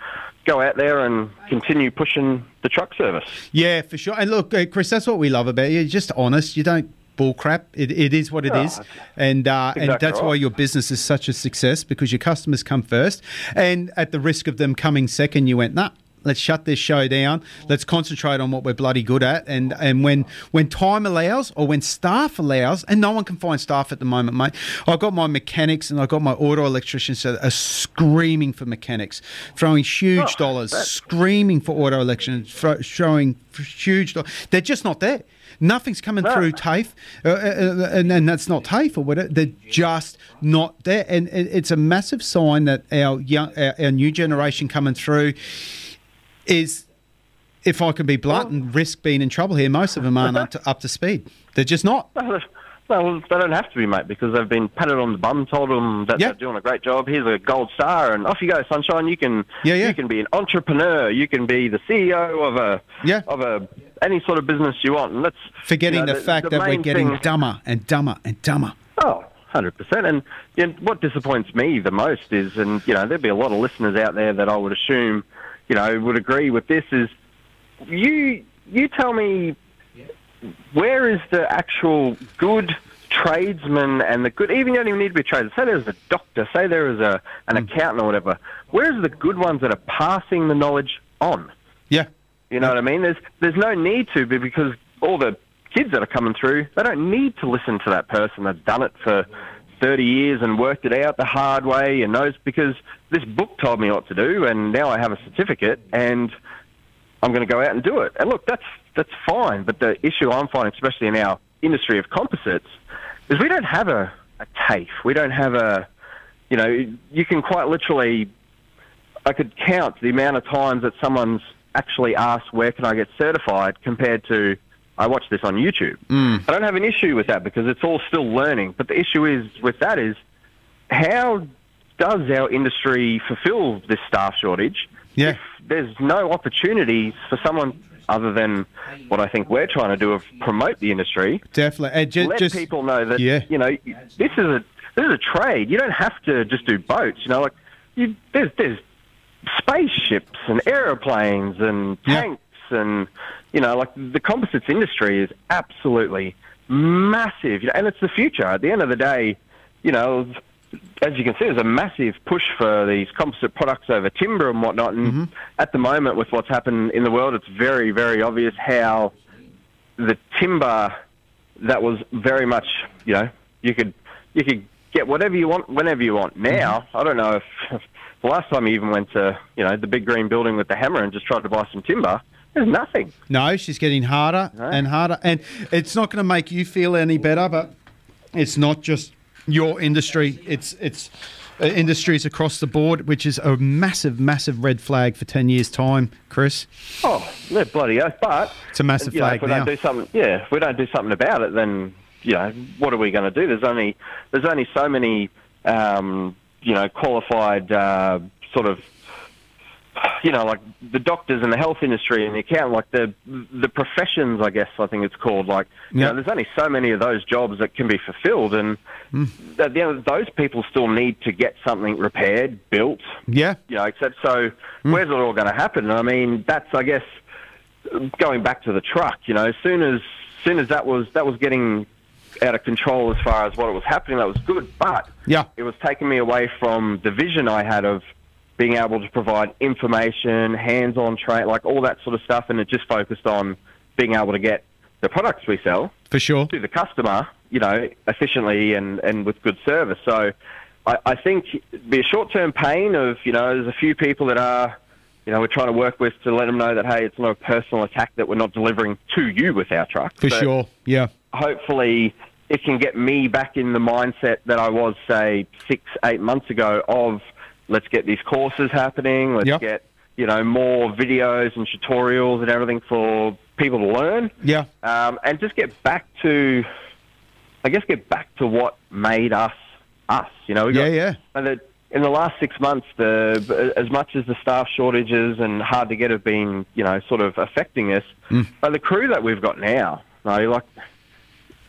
S5: go out there and continue pushing the truck service.
S3: Yeah, for sure. And look, uh, Chris, that's what we love about you. You're just honest. You don't bull crap. It, it is what it
S5: No,
S3: is, and uh, and
S5: Ah, exactly
S3: that's
S5: right.
S3: why your business is such a success because your customers come first, and at the risk of them coming second, you went nah. Let's shut this show down. Let's concentrate on what we're bloody good at, and and when when time allows or when staff allows, and no one can find staff at the moment, mate. I've got my mechanics and I've got my auto electricians that are screaming for mechanics, throwing huge
S7: Oh,
S3: dollars,
S7: that's-
S3: screaming for auto election, fro- showing f- huge. do- They're just not there. Nothing's coming through TAFE, uh, uh, uh, and, and that's not TAFE or whatever. They're just not there, and it- it's a massive sign that our young, our, our new generation coming through is, if I can be blunt and risk being in trouble here, most of them aren't up to, up to speed. They're just not.
S5: No, that's- no, they don't have to be, mate, because they've been patted on the bum, told them that they're doing a great job. Here's a gold star, and off you go, sunshine. You can, yeah, yeah. you can be an entrepreneur. You can be the CEO of a, yeah. of a any sort of business you want. And that's
S3: Forgetting
S5: you know,
S3: the, fact that we're
S5: main
S3: getting
S5: thing-
S3: dumber and dumber and dumber.
S5: Oh, 100%. And you know, what disappoints me the most is, and, you know, there'd be a lot of listeners out there that I would assume, you know, would agree with this, is you, you tell me where is the actual good tradesman and the good, even you don't even need to be a tradesman, say there's a doctor, say there is a, an
S3: Hmm.
S5: accountant or whatever, where's the good ones that are passing the knowledge on?
S3: Yeah.
S5: You know what I mean? There's there's no need to be because all the kids that are coming through, they don't need to listen to that person that's done it for 30 years and worked it out the hard way and knows because this book told me what to do and now I have a certificate and I'm going to go out and do it. And look, that's that's fine, but the issue I'm finding, especially in our industry of composites, is we don't have a, a TAFE. We don't have a, you know, you can quite literally I could count the amount of times that someone's actually asked, where can I get certified, compared to, I watch this on YouTube.
S3: Hmm.
S9: Mm.
S5: I don't have an issue with that because it's all still learning. But the issue is with that is, how does our industry fulfill this staff shortage
S3: Yeah.
S5: there's no opportunities for someone other than what I think we're trying to do of promote the industry.
S3: Definitely. And ju-
S5: let
S3: just,
S5: people know that
S3: Yeah.
S5: you know this is a this is a trade. You don't have to just do boats. You know, like you, there's there's spaceships and aeroplanes and tanks and you know like the composites industry is absolutely massive. You know, and it's the future. At the end of the day, you know, as you can see, there's a massive push for these composite products over timber and whatnot. And at the moment, with what's happened in the world, it's very, very obvious how the timber that was very much, you know, you could you could get whatever you want whenever you want. Now, I don't know if the last time you even went to, you know, the big green building with the hammer and just tried to buy some timber, there's nothing.
S3: No, she's getting harder and harder. And it's not going to make you feel any better, but it's not just your industry. It's it's uh, industries across the board, which is a massive, massive red flag for 10 years' time, Chris.
S5: Oh, they're bloody oath. But
S3: It's a massive
S5: you know,
S3: flag
S5: if we
S3: now.
S5: Don't do something, yeah, if we don't do something about it, then you know what are we going to do? There's only there's only so many um, you know qualified uh, sort of you know, like the doctors and the health industry and the account, like the the professions, I guess I think it's called. Like, you
S3: Yeah.
S5: know, there's only so many of those jobs that can be fulfilled, and
S3: Hmm.
S5: at the end of- those people still need to get something repaired, built,
S3: Yeah.
S5: you know, except so where's it all going to happen? I mean, that's I guess going back to the truck. You know, as soon as soon as that was that was getting out of control as far as what was happening, that was good, but
S3: Yeah.
S5: it was taking me away from the vision I had of being able to provide information, hands-on train, like all that sort of stuff, and it just focused on being able to get the products we sell
S3: for sure
S5: to the customer, you know, efficiently and, and with good service. So I, I think the short-term pain of, you know, there's a few people that are, you know, we're trying to work with to let them know that, hey, it's not a personal attack that we're not delivering to you with our truck.
S3: for
S5: But
S3: sure. Yeah.
S5: Hopefully it can get me back in the mindset that I was, say, six, eight months ago of let's get these courses happening, let's
S3: Yeah.
S5: get, you know, more videos and tutorials and everything for people to learn
S3: Yeah.
S5: um, and just get back to, I guess, get back to what made us us. You know, we got,
S3: Yeah, yeah.
S5: And the, in the last six months, the as much as the staff shortages and hard to get have been, you know, sort of affecting us, but the crew that we've got now, no, like.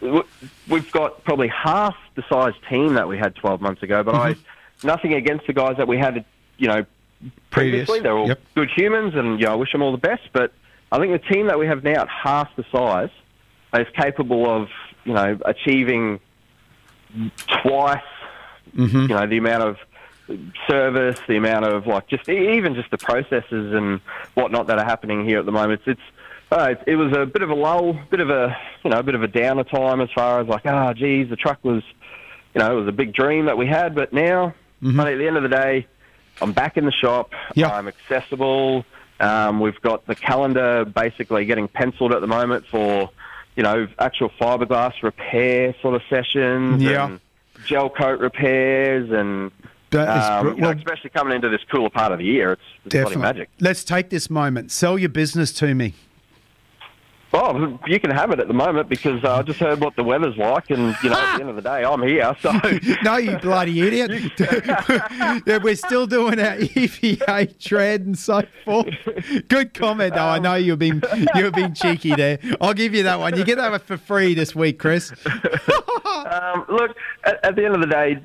S5: w- We've got probably half the size team that we had 12 months ago, but I, nothing against the guys that we had, you know,
S3: Mm-hmm. Previous.
S5: previously. They're all
S3: Yep.
S5: good humans, and you know, I wish them all the best. But I think the team that we have now, at half the size, is capable of you know achieving twice
S3: Mhm.
S5: you know the amount of service, the amount of like just e- even just the processes and whatnot that are happening here at the moment. It's, it's uh, it, it was a bit of a lull, bit of a you know, a bit of a downer time as far as like ah, geez, the truck was you know it was a big dream that we had, but now
S3: Mm-hmm.
S5: but at the end of the day, I'm back in the shop. I'm accessible. Um, we've got the calendar basically getting penciled at the moment for you know actual fiberglass repair sort of sessions.
S3: Yeah.
S5: And, gel coat repairs and
S3: That is
S5: um,
S3: br-
S5: you know,
S3: well-
S5: especially coming into this cooler part of the year, it's, it's bloody
S3: Definitely.
S5: magic.
S3: Let's take this moment. Sell your business to me.
S5: Well, you can have it at the moment because uh, I just heard what the weather's like, and you know, at the end of the day, I'm here. So
S3: no, you bloody idiot. yeah, we're still doing our E EVA trad and so forth. Good comment, though. I know you've been you've been cheeky there. I'll give you that one. You get that one for free this week, Chris.
S5: um, look, at, at the end of the day,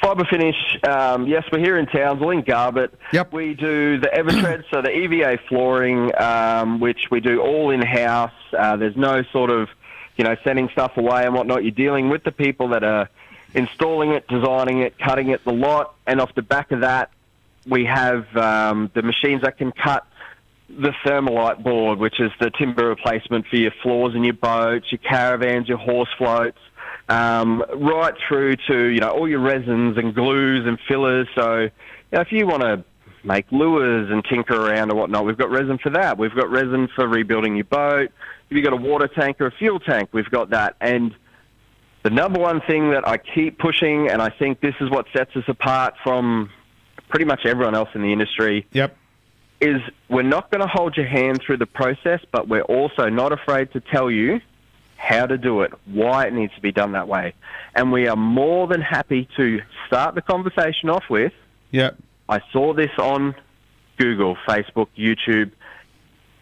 S5: fibre finish. Um, yes, we're here in Townsville in Garbutt. Yep. We do the Evertread, so the EVA flooring, um, which we do all in house. Uh, there's no sort of, you know, sending stuff away and whatnot. You're dealing with the people that are installing it, designing it, cutting it, the lot, and off the back of that, we have um, the machines that can cut the thermalite board, which is the timber replacement for your floors and your boats, your caravans, your horse floats, um, right through to you know all your resins and glues and fillers. So you know, if you want to make lures and tinker around and whatnot, we've got resin for that. We've got resin for rebuilding your boat. If you've got a water tank or a fuel tank, we've got that. And the number one thing that I keep pushing, and I think this is what sets us apart from pretty much everyone else in the industry,
S3: Yep.
S5: is we're not going to hold your hand through the process, but we're also not afraid to tell you how to do it, why it needs to be done that way. And we are more than happy to start the conversation off with
S3: Yep.
S5: I saw this on Google, Facebook, YouTube,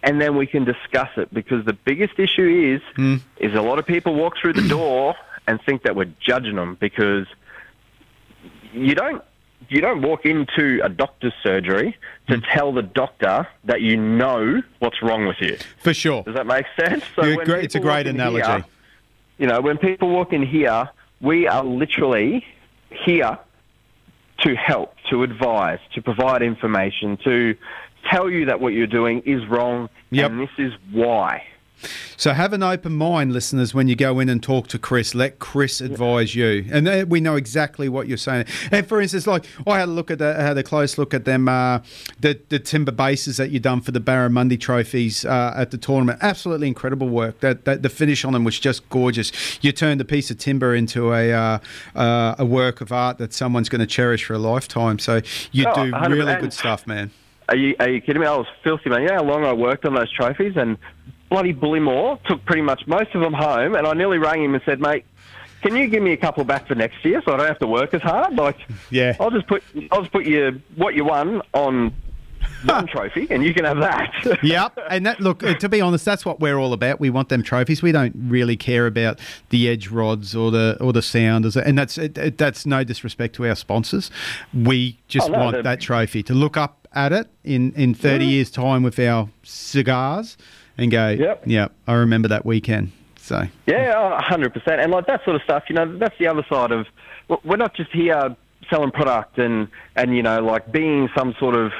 S5: and then we can discuss it because the biggest issue is
S3: Mm.
S5: is a lot of people walk through the door and think that we're judging them because you don't you don't walk into a doctor's surgery to
S3: Hmm.
S5: tell the doctor that you know what's wrong with you.
S3: For sure.
S5: Does that make sense?
S3: You're
S5: when
S3: gre- it's a
S5: people walk
S3: great
S5: in
S3: analogy.
S5: here- you know, when people walk in here, we are literally here to help, to advise, to provide information, to tell you that what you're doing is wrong and this is why.
S3: So have an open mind, listeners, when you go in and talk to Chris. Let Chris advise you, and then we know exactly what you're saying. And for instance, like I had a look at the, I had a close look at them, uh, the the timber bases that you done for the Barramundi trophies uh, at the tournament. Absolutely incredible work. That, that the finish on them was just gorgeous. You turned a piece of timber into a uh, uh, a work of art that someone's going to cherish for a lifetime. So you
S5: Oh,
S3: do really
S5: 100%.
S3: good stuff, man.
S5: Are you, are you kidding me? I was filthy, man. You know how long I worked on those trophies? And bloody Bully Moore took pretty much most of them home, and I nearly rang him and said, mate, can you give me a couple back for next year so I don't have to work as hard? Like,
S3: Yeah.
S5: I'll just put I'll just put your what you won on one trophy, and you can have that.
S3: yep. And that look, uh, to be honest, that's what we're all about. We want them trophies. We don't really care about the edge rods or the or the sounders. And that's it, it- that's no disrespect to our sponsors. We just
S7: Oh, no,
S3: want
S7: they're- Mm.
S3: that trophy to look up at it in in 30 years time with our cigars and go, yep. yep, I remember that weekend. So,
S5: Yeah, hundred percent. And like that sort of stuff, you know, that's the other side of. w- We're not just here selling product and and you know like being some sort of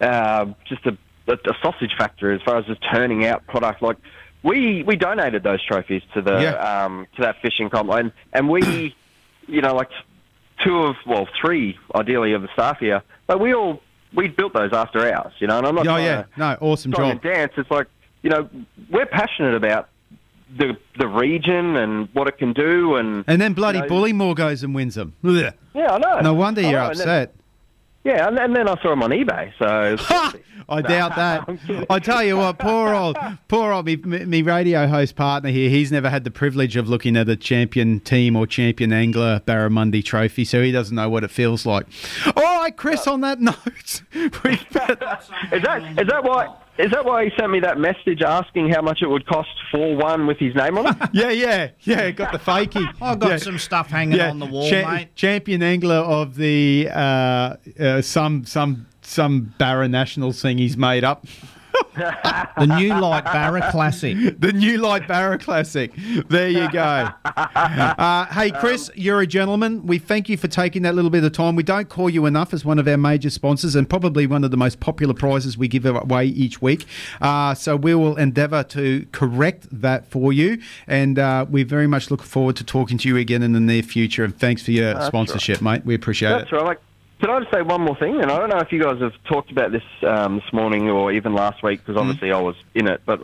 S5: uh, just a, a a sausage factory as far as just turning out product. Like we we donated those trophies to the um, to that fishing comp, and and we, you know, like two of well three ideally of the staff here, but we all we built those after hours, you know. And I'm not
S3: oh
S5: trying
S3: yeah.
S5: to-
S3: No, awesome
S5: song
S3: job.
S5: and dance. It's like you know we're passionate about the the region and what it can do, and
S3: And then bloody
S5: you know-
S3: Bullymore goes and wins them. Yeah,
S5: Yeah, I know.
S3: No wonder
S5: I
S3: you're
S5: know, and then-
S3: upset.
S5: yeah, and, and then I saw him on eBay. So
S3: I doubt that. I tell you what, poor old, poor old me, me me radio host partner here. He's never had the privilege of looking at a champion team or champion angler Barramundi Trophy, so he doesn't know what it feels like. All right, oh, Chris. On that note,
S5: is that is that why is that why he sent me that message asking how much it would cost for one with his name on it?
S3: yeah, yeah, yeah. Got the fakie.
S4: I got
S3: Yeah.
S4: some stuff hanging
S3: Yeah,
S4: on the wall,
S3: cha-
S4: mate.
S3: Champion angler of the uh, uh, some some some Barra Nationals thing he's made up.
S4: The new light Barra Classic.
S3: The new light Barra Classic. There you go. Uh, hey, Chris, you're a gentleman. We thank you for taking that little bit of time. We don't call you enough as one of our major sponsors and probably one of the most popular prizes we give away each week. Uh, so we will endeavour to correct that for you. And uh, we very much look forward to talking to you again in the near future. And thanks for your
S5: That's right.
S3: sponsorship, mate. We appreciate it.
S5: That's right. Like, can I just say one more thing? And I don't know if you guys have talked about this um, this morning or even last week
S3: Mm.
S5: because obviously I was in it. But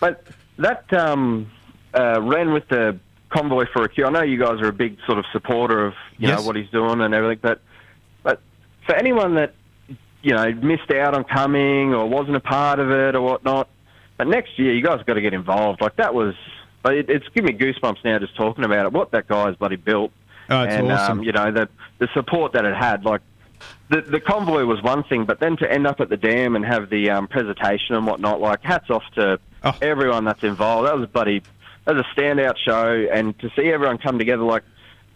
S5: but that um, uh, ran with the convoy for a cure. I know you guys are a big sort of supporter of you know
S20: Yes.
S5: what he's doing and everything. But but for anyone that you know missed out on coming or wasn't a part of it or whatnot, but next year you guys got to get involved. Like that was. It, it's giving me goosebumps now just talking about it. What that guy's bloody built
S3: Oh, it's
S5: and
S3: awesome.
S5: um, you know the the support that it had, like the the convoy was one thing, but then to end up at the dam and have the um, presentation and whatnot, like hats off to
S3: Oh.
S5: everyone that's involved. That was a bloody that was a standout show, and to see everyone come together, like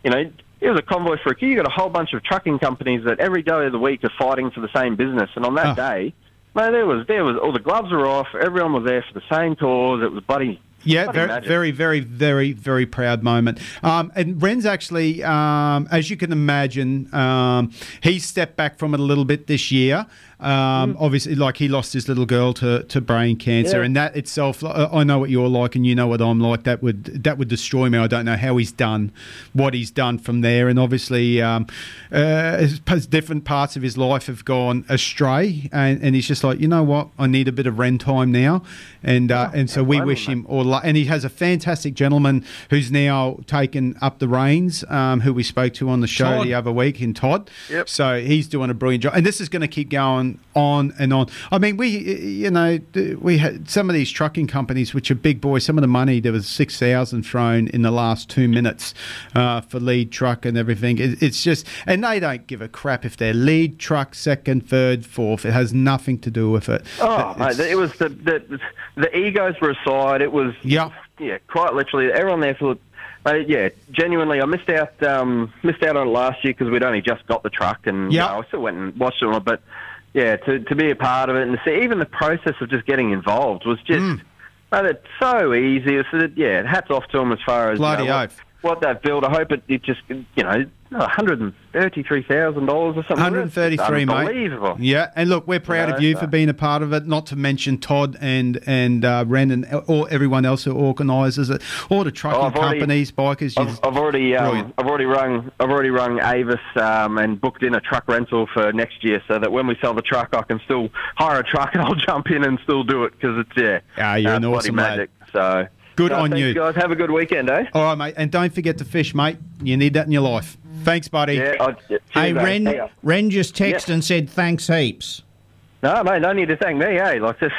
S5: you know. It was a convoy for a queue. You got a whole bunch of trucking companies that every day of the week are fighting for the same business, and on
S3: Oh.
S5: that day, man, there was there was all the gloves were off. Everyone was there for the same cause. It was bloody
S3: Yeah,
S5: bloody
S3: very,
S5: magic.
S3: very, very, very, very proud moment. Um, and Ren's actually, um, as you can imagine, um, he stepped back from it a little bit this year. Um, Obviously, like he lost his little girl to, to brain cancer,
S7: Yeah.
S3: and that itself, I I know what you're like, and you know what I'm like. That would that would destroy me. I don't know how he's done what he's done from there, and obviously, um, uh, his- his different parts of his life have gone astray, and, and he's just like, you know what, I need a bit of Ren time now, and uh, and so we wish him all luck. And he has a fantastic gentleman who's now taken up the reins, um, who we spoke to on the show
S7: Todd.
S3: the other week in Todd.
S7: Yep.
S3: So he's doing a brilliant job, and this is going to keep going on and on. I mean, we you know we had some of these trucking companies, which are big boys. Some of the money there was six thousand thrown in the last two minutes uh, for lead truck and everything. It, it's just, and they don't give a crap if they're lead truck, second, third, fourth. It has nothing to do with it.
S5: Oh,
S3: It's-
S5: mate, it was the, the the egos were aside. It was
S3: yeah,
S5: yeah, quite literally everyone there thought, mate, yeah, genuinely, I missed out um, missed out on it last year because we'd only just got the truck, and
S3: Yeah.
S5: you know, I still went and watched it, all, but yeah, to to be a part of it and to see even the process of just getting involved was just.
S3: Mm.
S5: Mate, it's so easy. It's, it, yeah, hats off to them as far as you
S3: Bloody
S5: know, what-
S3: oath.
S5: What they've built, I hope it, it just, you know, $133,000 or something. That's
S3: 133, mate.
S5: Unbelievable.
S3: Yeah, and look, we're proud
S5: You
S3: of
S5: know,
S3: you
S5: so-
S3: for being a part of it. Not to mention Todd and and uh, Ren and or everyone else who organises it, all the trucking
S5: Oh, I've already-
S3: companies, bikers. you-
S5: I've, I've already um,
S3: Brilliant.
S5: I've already rung I've already rung Avis um, and booked in a truck rental for next year, so that when we sell the truck, I can still hire a truck and I'll jump in and still do it because it's yeah.
S3: Ah, you're
S5: uh,
S3: an
S5: bloody
S3: awesome lad.
S5: magic. So
S3: Good
S5: So
S3: on
S5: thanks,
S3: you.
S5: guys. Have a good weekend, eh?
S3: all right, mate, and don't forget to fish, mate. You need that in your life. Thanks, buddy.
S5: Yeah, I'll- yeah,
S4: Hey,
S5: cheers, mate.
S4: Ren,
S5: See ya.
S4: Ren just texted
S5: Yeah.
S4: and said thanks heaps.
S5: No, mate, no need to thank me. Hey, like this,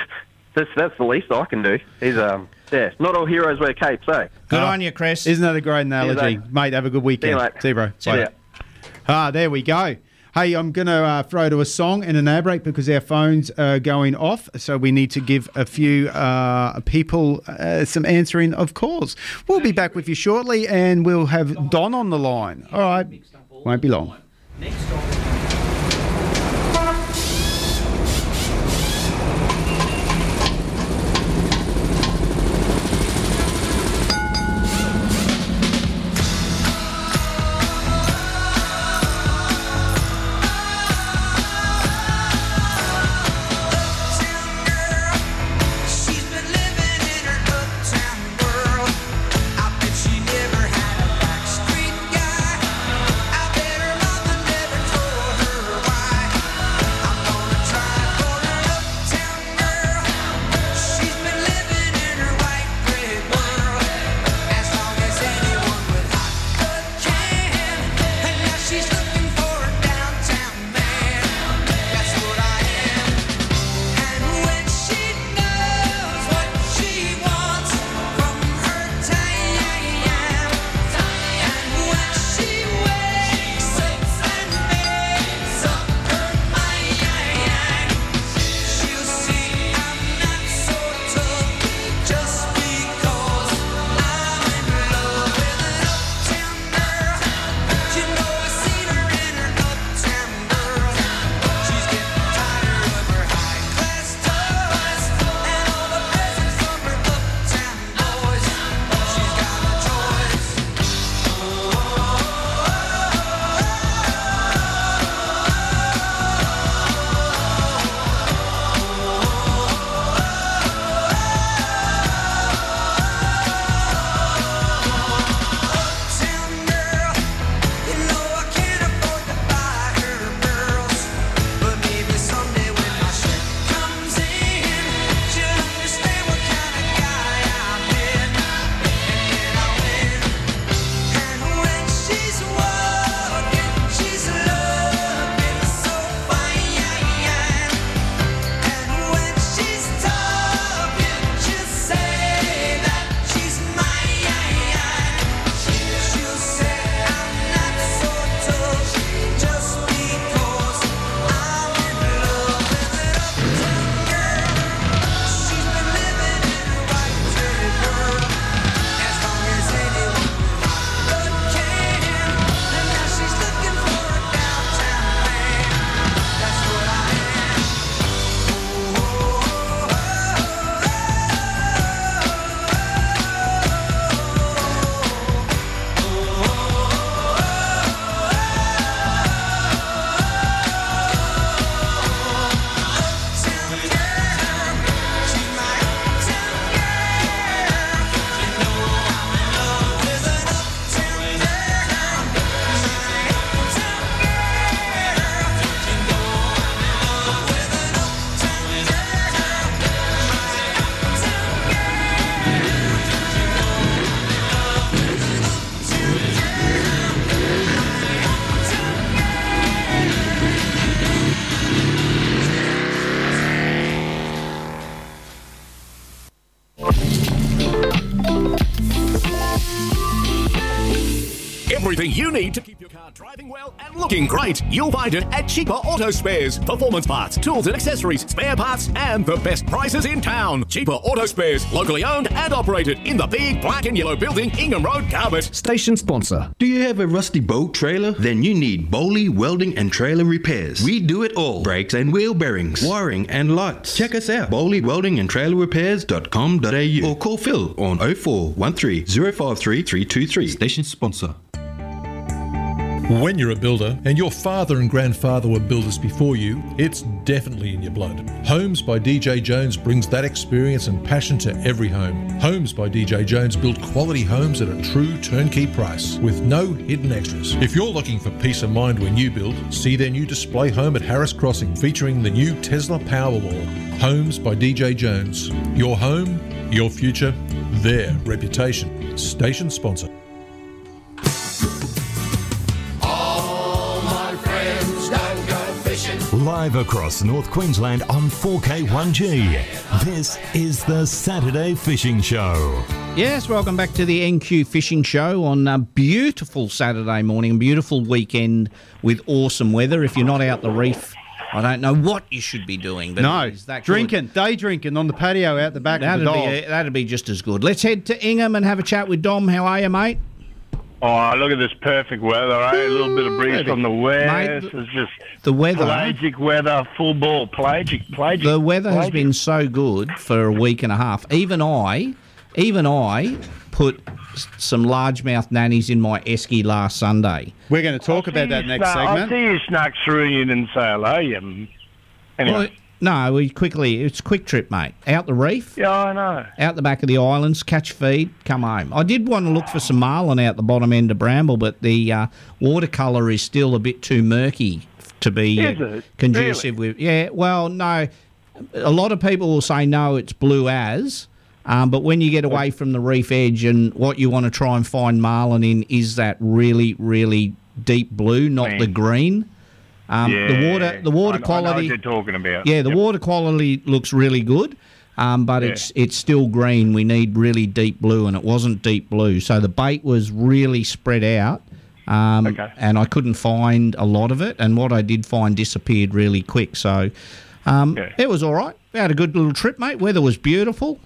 S5: this that's the least I can do. He's um, yeah, not all heroes wear capes, eh?
S3: Ah, Isn't that a great
S5: mate.
S3: analogy? mate, have a good weekend.
S5: mate.
S3: See you, bro.
S5: See ya.
S3: Bye. Ah, there we go. Hey, I'm going to uh, throw to a song and an air break because our phones are going off. So we need to give a few uh, people uh, some answering, of course. We'll be back with you shortly and we'll have Don on the line. All right. Won't be long.
S1: She's been living in her uptown world. I bet she never had a back street guy. I bet her mother never told her why. I'm gonna try for an uptown girl. She's been living in her white bread world. As long as anyone with hot cut can. And now she's looking for a downtown man. That's what I am. And when she knows what she wants from her time, and when she wakes up and makes up her mind, she'll see I'm not so tough just because I'm in love with an uptown girl. You know I've seen her in her uptown world. She's getting tired of her high class toys and all the presents from her uptown boys. She's got a choice. Uptown girl, you know I can't afford to buy her pearls, but maybe someday when my check comes in, she'll understand what kind of guy I'm in, and then I'll win. And when she's walking, she's looking so fine. And when she's talking, she'll say that she's mine. She'll say I'm not so tough just because I'm in love with an uptown girl. She's been living in a white dream world as long as anyone but can. And now she's looking for a downtown man. That's what I am. Oh, Oh,
S2: Everything you need to keep your car driving well and looking great, you'll find it at Cheaper Auto Spares. Performance parts, tools and accessories, spare parts, and the best prices in town. Cheaper Auto Spares, locally owned and operated in the big black and yellow building, Ingham Road, Carbet.
S10: Station sponsor. Do you have a rusty boat trailer? Then you need Bowley Welding and Trailer Repairs. We do it all. Brakes and wheel bearings, wiring and lights. Check us out. Bowley Welding and Trailer Repairs.com.au or call Phil on 0413 053 323. Station sponsor.
S12: When you're a builder, and your father and grandfather were builders before you, it's definitely in your blood. Homes by DJ Jones brings that experience and passion to every home. Homes by DJ Jones build quality homes at a true turnkey price with no hidden extras. If you're looking for peace of mind when you build, see their new display home at Harris Crossing featuring the new Tesla Powerwall. Homes by DJ Jones. Your home, your future, their reputation. Station sponsor.
S1: All my friends don't go fishing.
S15: live across North Queensland on 4K1G. This is the Saturday Fishing Show.
S4: Yes, welcome back to the NQ Fishing Show on a beautiful Saturday morning, beautiful weekend with awesome weather. If you're not out the reef, I don't know what you should be doing, but
S3: no,
S4: it is that good.
S3: drinking, day drinking on the patio out the back of
S4: That'd
S3: the dog.
S4: be, that'd be just as good. Let's head to Ingham and have a chat with Dom. How are you, mate?
S7: Oh, look at this perfect weather, eh? A little bit of breeze from the west.
S4: Mate,
S7: it's just
S4: The weather.
S7: pelagic weather, full ball, pelagic, pelagic.
S4: The weather has been so good for a week and a half. Even I, even I, put s- some largemouth nannies in my esky last Sunday.
S3: We're going to talk about that
S7: Snu-
S3: next
S7: I
S3: segment.
S7: see you snuck through and you didn't say hello. You. m- Anyway.
S4: Well, no, we quickly. It's a quick trip, mate. Out the reef.
S7: Yeah, I know.
S4: Out the back of the islands, catch feed, come home. I did want to look for some marlin out the bottom end of Bramble, but the uh, watercolour is still a bit too murky f- to be uh,
S7: Is it?
S4: conducive with. Yeah, well, no. A lot of people will say no, it's blue as, um, but when you get away from the reef edge and what you want to try and find marlin in is that really, really deep blue, not the green. Um, the water, the water
S7: I- I know
S4: quality.
S7: what you're talking about.
S4: Yeah, the water quality looks really good, um, but
S7: Yeah.
S4: it's it's still green. We need really deep blue, and it wasn't deep blue. So the bait was really spread out, um, and I couldn't find a lot of it. And what I did find disappeared really quick. So um, it was all right. We had a good little trip, mate. Weather was beautiful.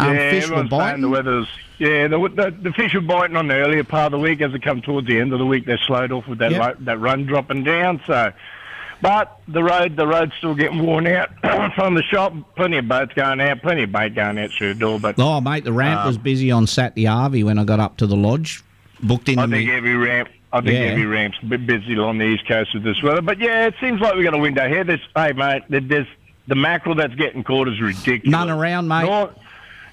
S4: Um,
S7: yeah,
S4: fish were
S7: everyone's saying
S4: biting.
S7: The weather's yeah. The, the, the fish were biting on the earlier part of the week. As they come towards the end of the week, they slowed off with that
S4: Yeah.
S7: lo- that run dropping down. So, but the road the road's still getting worn out from the shop. Plenty of boats going out. Plenty of bait going out through the door. But
S4: Oh, mate, the ramp
S7: um,
S4: was busy on Saturday Arvey when I got up to the lodge. Booked in.
S7: I
S4: in the-
S7: think every ramp. I think
S4: Yeah.
S7: every ramp's a bit busy along the east coast with this weather. But yeah, it seems like we got a window here. This hey mate, there- there's the mackerel that's getting caught is ridiculous. None
S4: around, mate.
S7: North,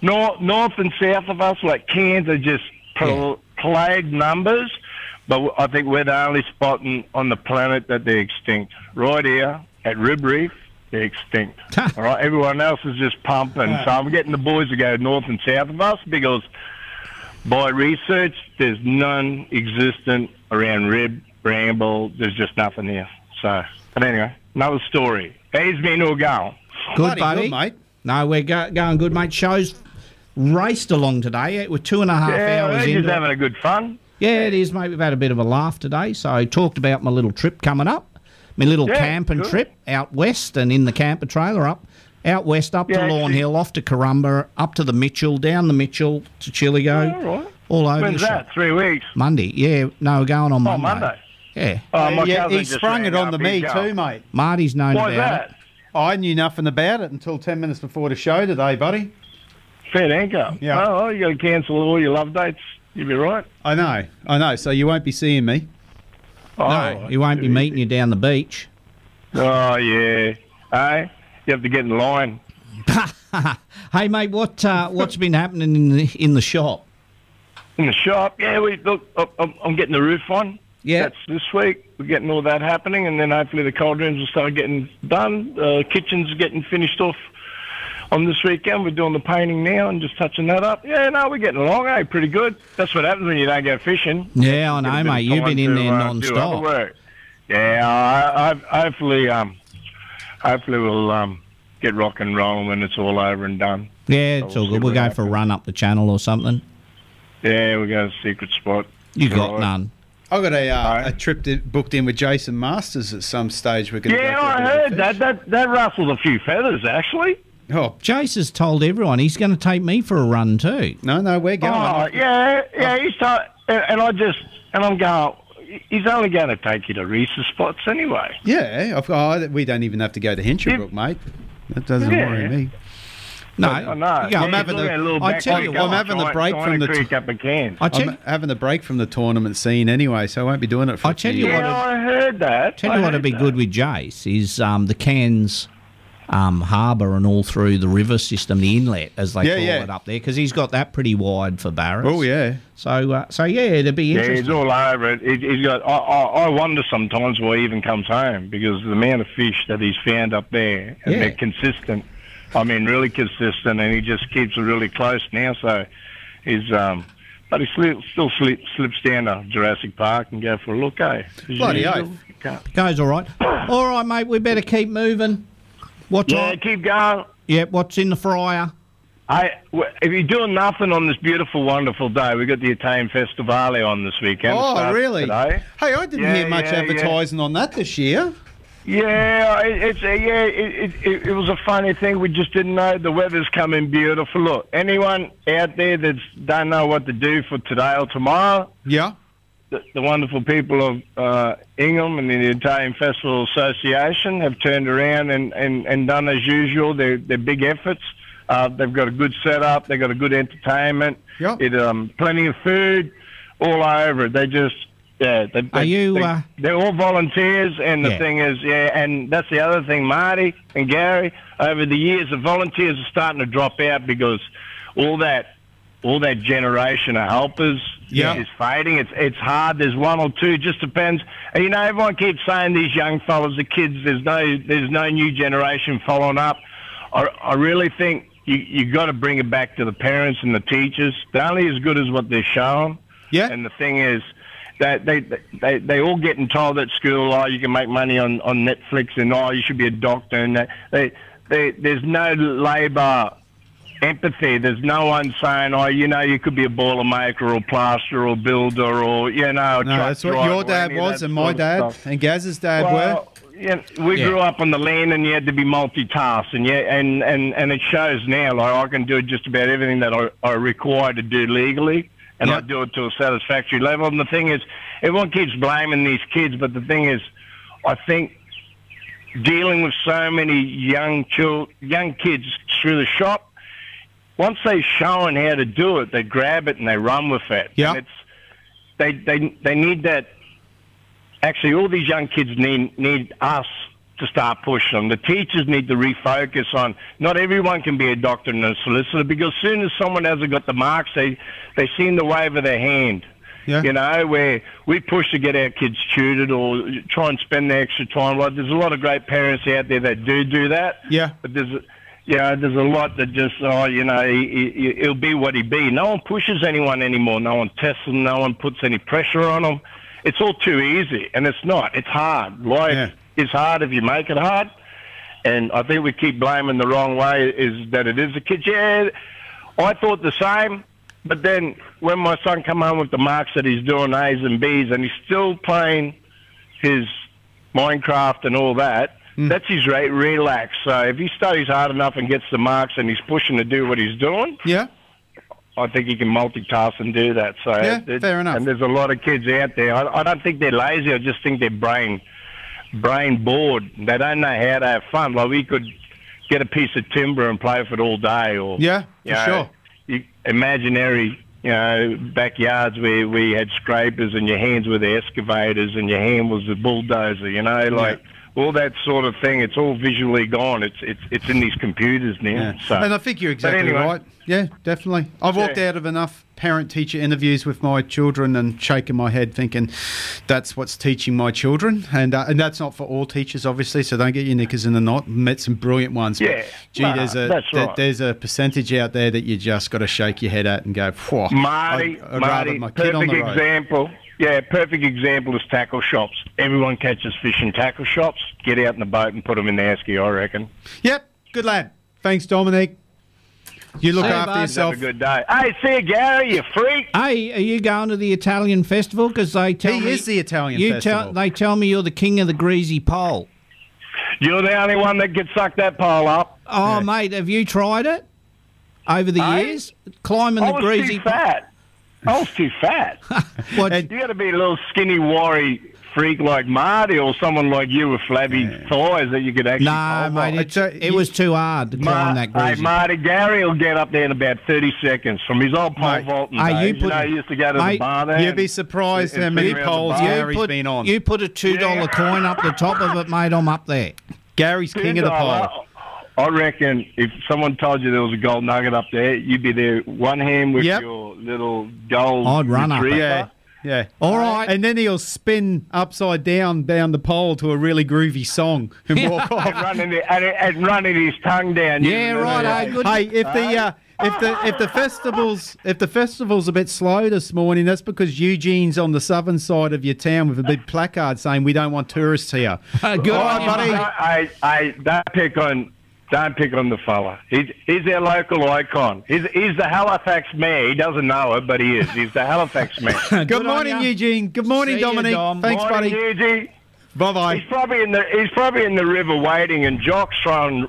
S7: north, north and south of us, like Cairns, are just pl- plague numbers. But w- I think we're the only spot in, on the planet that they're extinct. Right here at Rib Reef, they're extinct. All right, everyone else is just pumping. So I'm getting the boys to go north and south of us because by research, there's none existent around Rib, Bramble. There's just nothing there. So, but anyway, another story. Here's me and go.
S4: Good, buddy. No, we're go- going good, mate. Shows raced along today. It Ah, was two and a half
S7: Yeah,
S4: hours
S7: we're
S4: in.
S7: just having a good fun.
S4: Yeah, it is, mate. We've had a bit of a laugh today. So I talked about my little trip coming up, my little
S7: Yeah,
S4: camping
S7: good.
S4: trip out west and in the camper trailer up, out west, up
S7: Yeah,
S4: to Lawn
S7: actually-
S4: Hill, off to Corumba, up to the Mitchell, down the Mitchell to Chiligo,
S7: Yeah, all right.
S4: all over
S7: When's
S4: the
S7: that?
S4: shop.
S7: Three weeks.
S4: Monday, yeah. No, we're going on
S7: Oh,
S4: Monday.
S7: Monday.
S4: Yeah.
S7: Oh, my
S3: yeah,
S7: cousin
S3: he
S7: just
S3: sprung
S7: rang
S3: it on
S7: up.
S3: the
S7: He's
S3: me
S7: going.
S3: too, mate.
S4: Marty's known
S7: Why's
S4: about
S7: that?
S4: it.
S3: I knew nothing about it until ten minutes before the show today, buddy.
S7: Fair anchor.
S3: Yeah,
S7: Oh, you got to cancel all your love dates. You'll be right.
S3: I know, I know. So you won't be seeing me.
S4: no, he won't be meeting you down the beach.
S7: Oh, yeah. Hey, you have to get in line.
S4: hey, mate, what uh, what's been happening in the, in the shop?
S7: In the shop, yeah. We look. I- I'm, I'm getting the roof on.
S4: Yeah.
S7: That's this week. We're getting all that happening, and then hopefully the cold rooms will start getting done. Uh, kitchen's getting finished off on this weekend. We're doing the painting now and just touching that up. Yeah, no, we're getting along. Hey, pretty good. That's what happens when you don't go fishing.
S4: Yeah, I
S7: Get a
S4: know,
S7: bit
S4: mate.
S7: of
S4: You've
S7: time
S4: been
S7: to,
S4: in there
S7: uh, do other
S4: non-stop.
S7: work. Yeah. I, I, hopefully, um, hopefully we'll um, get rock and roll when it's all over and done.
S4: Yeah,
S7: Oh,
S4: it's all good. We'll go for a run up the channel or something.
S7: Yeah, we got a secret spot.
S4: You got
S7: Right.
S4: none.
S3: I got a, uh, a trip to, booked in with Jason Masters at some stage. We're going to
S7: Yeah, I heard that. That that ruffled a few feathers, actually.
S3: Oh,
S4: Jace has told everyone he's going to take me for a run too.
S3: No, no, we're
S7: Oh, yeah, yeah. He's ta- and and I just and I'm going. He's only going to take you to Reese's spots anyway.
S3: Yeah, I've, oh, we don't even have to go to Hinchinbrook, mate. That doesn't
S7: Yeah.
S3: worry me.
S4: No,
S7: I know.
S3: Yeah, I'm
S7: He's
S3: having
S7: looking at a little
S3: the, I
S7: back
S3: tell you,
S7: creek up
S3: I'm having the
S7: China-
S3: break
S7: China
S3: from the
S7: creek up again.
S3: I am having the break from the tournament scene anyway, so I won't be doing it. For I tell
S4: you what-
S7: Yeah, I heard that.
S4: Tell you what would be good with Jace is um, the Cairns um, harbour and all through the river system, the inlet as they
S7: Yeah,
S4: call
S7: yeah.
S4: it up there, because he's got that pretty wide for barras.
S7: Oh, yeah.
S4: So uh, so yeah, it'd be
S7: Yeah, he's
S4: interesting.
S7: all over it. He- He's got. I, I, I wonder sometimes why he even comes home because the amount of fish that he's found up there and
S4: Yeah.
S7: they're consistent. I mean, really consistent, and he just keeps it really close now. So he's. Um, but But he sli- still slip, slips down to Jurassic Park and go for a look, eh?
S4: Bloody oath. Goes all right. All right, mate. We better keep moving. What's
S7: Yeah, keep going.
S4: Yep. What's in the fryer?
S7: Hey, w- if you're doing nothing on this beautiful, wonderful day, we've got the Italian Festivale on this weekend. It
S3: Oh,
S7: starts
S3: really?
S7: Today.
S3: Hey, I didn't
S7: Yeah,
S3: hear much
S7: yeah, yeah.
S3: advertising on that this year.
S7: Yeah, it, it's uh, yeah, it, it- it, it was a funny thing. We just didn't know the weather's coming beautiful. Look, anyone out there that don't know what to do for today or tomorrow,
S3: yeah,
S7: the, the wonderful people of uh, Ingham and the Italian Festival Association have turned around and, and, and done as usual. Their their big efforts. Uh, they've got a good setup. They've got a good entertainment.
S3: Yeah,
S7: it um plenty of food all over. it. They just yeah. They,
S4: Are
S7: they-
S4: you,
S7: They,
S4: uh,
S7: they're all volunteers, and the
S4: Yeah.
S7: thing is, yeah, and that's the other thing, Marty and Gary. Over the years, the volunteers are starting to drop out because all that, all that generation of helpers
S3: Yeah.
S7: is fading. It's it's hard. There's one or two. Just depends. And, you know, everyone keeps saying these young fellas, the kids. There's no there's no new generation following up. I, I really think you you got to bring it back to the parents and the teachers. They're only as good as what they're shown.
S3: Yeah.
S7: And the thing is, that they they they all getting told at school, oh, you can make money on on Netflix, and oh, you should be a doctor, and that they, they there's no labour empathy. There's no one saying, oh, you know, you could be a boiler maker or plasterer or builder or you know. a
S3: No,
S7: truck
S3: that's what
S7: driver
S3: your
S7: or
S3: dad
S7: any of
S3: was
S7: that
S3: and my
S7: sort of
S3: dad
S7: stuff.
S3: and Gaz's dad
S7: Well,
S3: were.
S7: yeah, we
S3: Yeah.
S7: grew up on the land, and you had to be multitasked, and yeah, and, and, and it shows now. Like I can do just about everything that I, I require to do legally, and I do it to a satisfactory level. And the thing is, everyone keeps blaming these kids, but the thing is, I think dealing with so many young chil- young kids through the shop, once they're shown how to do it, they grab it and they run with it.
S3: Yeah.
S7: And it's they they they need that. Actually, all these young kids need need us to start pushing them. The teachers need to refocus on. Not everyone can be a doctor and a solicitor because soon as someone hasn't got the marks, they they seem to wave of their hand.
S3: Yeah.
S7: You know, where we push to get our kids tutored or try and spend the extra time. Like, there's a lot of great parents out there that do do that.
S3: Yeah.
S7: But there's, a- you know, there's a lot that just, oh, you know, he, he, he'll be what he be. No one pushes anyone anymore. No one tests them. No one puts any pressure on them. It's all too easy, and it's not. It's hard. Life is hard if you make it hard. And I think we keep blaming the wrong way is that it is the kids. Yeah, I thought the same, but then when my son come home with the marks that he's doing A's and B's, and he's still playing his Minecraft and all that.
S3: Hmm.
S7: That's his rate relax. So if he studies hard enough and gets the marks and he's pushing to do what he's doing,
S3: yeah,
S7: I think he can multitask and do that. So
S3: Yeah,
S7: it-
S3: fair enough.
S7: And there's a lot of kids out there. I, I don't think they're lazy. I just think they're brain brain bored. They don't know how to have fun. Like we could get a piece of timber and play with it all day, or
S3: Yeah, for
S7: you know,
S3: sure.
S7: You, imaginary, you know, backyards where we had scrapers and your hands were the excavators and your hand was the bulldozer. You know, like. All that sort of thing, it's all visually gone. It's it's it's in these computers now. So.
S3: and I think you're
S7: But
S3: exactly
S7: anyway,
S3: right. Yeah, definitely. I've walked
S7: Yeah.
S3: out of enough parent teacher interviews with my children and shaking my head, thinking that's what's teaching my children, and uh, and that's not for all teachers, obviously. So don't get your knickers in the knot. Met some brilliant ones,
S7: Yeah.
S3: but gee,
S7: Nah,
S3: there's a
S7: that's
S3: there-
S7: right.
S3: there's a percentage out there that you just got to shake your head at and go, Whoa,
S7: Marty,
S3: I'd, I'd rather
S7: Marty,
S3: my kid
S7: perfect
S3: on the road.
S7: example. Yeah, perfect example is tackle shops. Everyone catches fish in tackle shops. Get out in the boat and put them in the asky, I reckon.
S3: Yep, good lad. Thanks, Dominic. You look
S4: See you,
S3: after
S4: bud.
S3: yourself.
S4: Have
S7: Good day. Hey, see you, Gary, you freak.
S4: Hey, are you going to the Italian festival? Because they tell
S3: He
S4: me
S3: is the Italian
S4: you
S3: festival.
S4: Tell, they tell me you're the king of the greasy pole.
S7: You're the only one that can suck that pole up.
S4: Oh, mate, have you tried it over the
S7: Eh?
S4: years? Climbing
S7: I
S4: the
S7: was
S4: greasy
S7: too fat. I was too fat. you got to be a little skinny, wiry freak like Marty or someone like you with flabby thighs that you could actually.
S4: No, mate, it, it was too hard to
S7: Ma-
S4: climb that
S7: hey,
S4: greasy.
S7: Marty, Gary will get up there in about 30 seconds from his old pole vaulting
S4: hey, you
S7: days. You,
S4: put-
S7: know, he used to go to the
S4: mate,
S7: bar there.
S4: you'd
S7: and-
S4: be surprised
S7: and
S4: how
S7: sit
S4: many
S7: around the
S4: poles
S7: bar.
S4: Gary's You put- been on. you put a two dollar coin up the top of it, mate. I'm up there.
S7: Oh.
S3: Gary's
S4: king of the
S7: $10.
S4: pole.
S7: I reckon if someone told you there was a gold nugget up there, you'd be there one hand with
S3: Yep.
S7: your little gold
S4: I'd run up it.
S7: retriever.
S3: Yeah. Yeah. All right. And then he'll spin upside down down the pole to a really groovy song and walk off.
S7: and running, and, and running his tongue down. You
S3: Yeah,
S7: remember
S3: right,
S7: that?
S3: eh? Good- Hey, if the, uh, If the if the festivals if the festival's a bit slow this morning, that's because Eugene's on the southern side of your town with a big placard saying we don't want tourists here.
S7: Uh,
S3: All right, buddy.
S7: I, I, I, don't pick on, don't pick on the fella. He's, he's our local icon. He's, he's the Halifax mayor. He doesn't know it, but he is. He's the Halifax mayor.
S3: Good, morning, Eugene. Good morning,
S7: See ya,
S3: Dominic.
S7: Dom.
S3: Thanks,
S7: Morning,
S3: buddy.
S7: Eugene.
S3: Bye bye.
S7: He's probably in the, he's probably in the river waiting, and Jock's throwing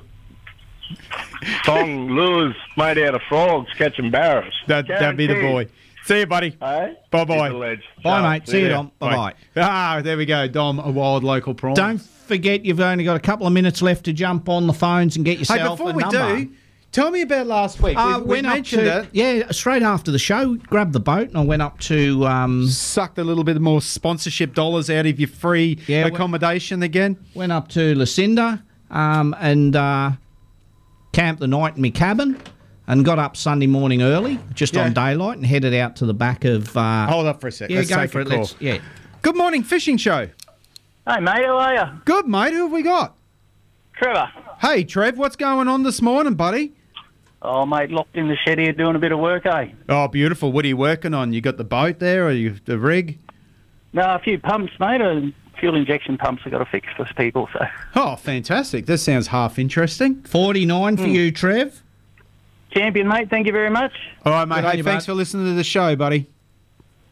S7: thong lures made out of frogs catching barrows.
S3: That, that'd be the boy.
S7: Guaranteed. Eh?
S3: See you, buddy. Bye
S7: He's a
S3: bye.
S7: ledge.
S4: Bye, mate. See you, Dom. Bye-bye.
S3: Ah, there we go. Dom, a wild local prawn.
S4: Don't forget you've only got a couple of minutes left to jump on the phones and get yourself
S3: Hey, before
S4: a
S3: we
S4: number.
S3: do, tell me about last week.
S4: Uh,
S3: we we
S4: went up
S3: mentioned
S4: to-
S3: it.
S4: Yeah, straight after the show, grabbed the boat and I went up to. Um,
S3: Sucked a little bit more sponsorship dollars out of your free accommodation again.
S4: Went up to Lucinda um, and uh, camped the night in my cabin and got up Sunday morning early, just on daylight, and headed out to the back of. Uh,
S3: Hold up for a sec.
S4: Yeah,
S3: Let's
S4: go
S3: take
S4: for
S3: a
S4: it.
S3: call.
S4: Let's, yeah.
S3: Good morning, fishing show.
S6: Hey, mate, how are you?
S3: Good, mate. Who have we got?
S6: Trevor.
S3: Hey, Trev, what's going on this morning, buddy?
S6: Oh, mate, locked in the shed here doing a bit of work, eh?
S3: Oh, beautiful. What are you working on? You got the boat there or you the rig?
S6: No, a few pumps, mate, and fuel injection pumps I've got to fix for people, so.
S3: Oh, fantastic. This sounds half interesting.
S4: 49
S6: for you,
S4: Trev.
S6: Hmm. Champion, mate, thank you very much.
S3: All right, mate.
S6: Good on
S3: Hey,
S6: you,
S3: thanks
S6: bud.
S3: for listening to the show, buddy.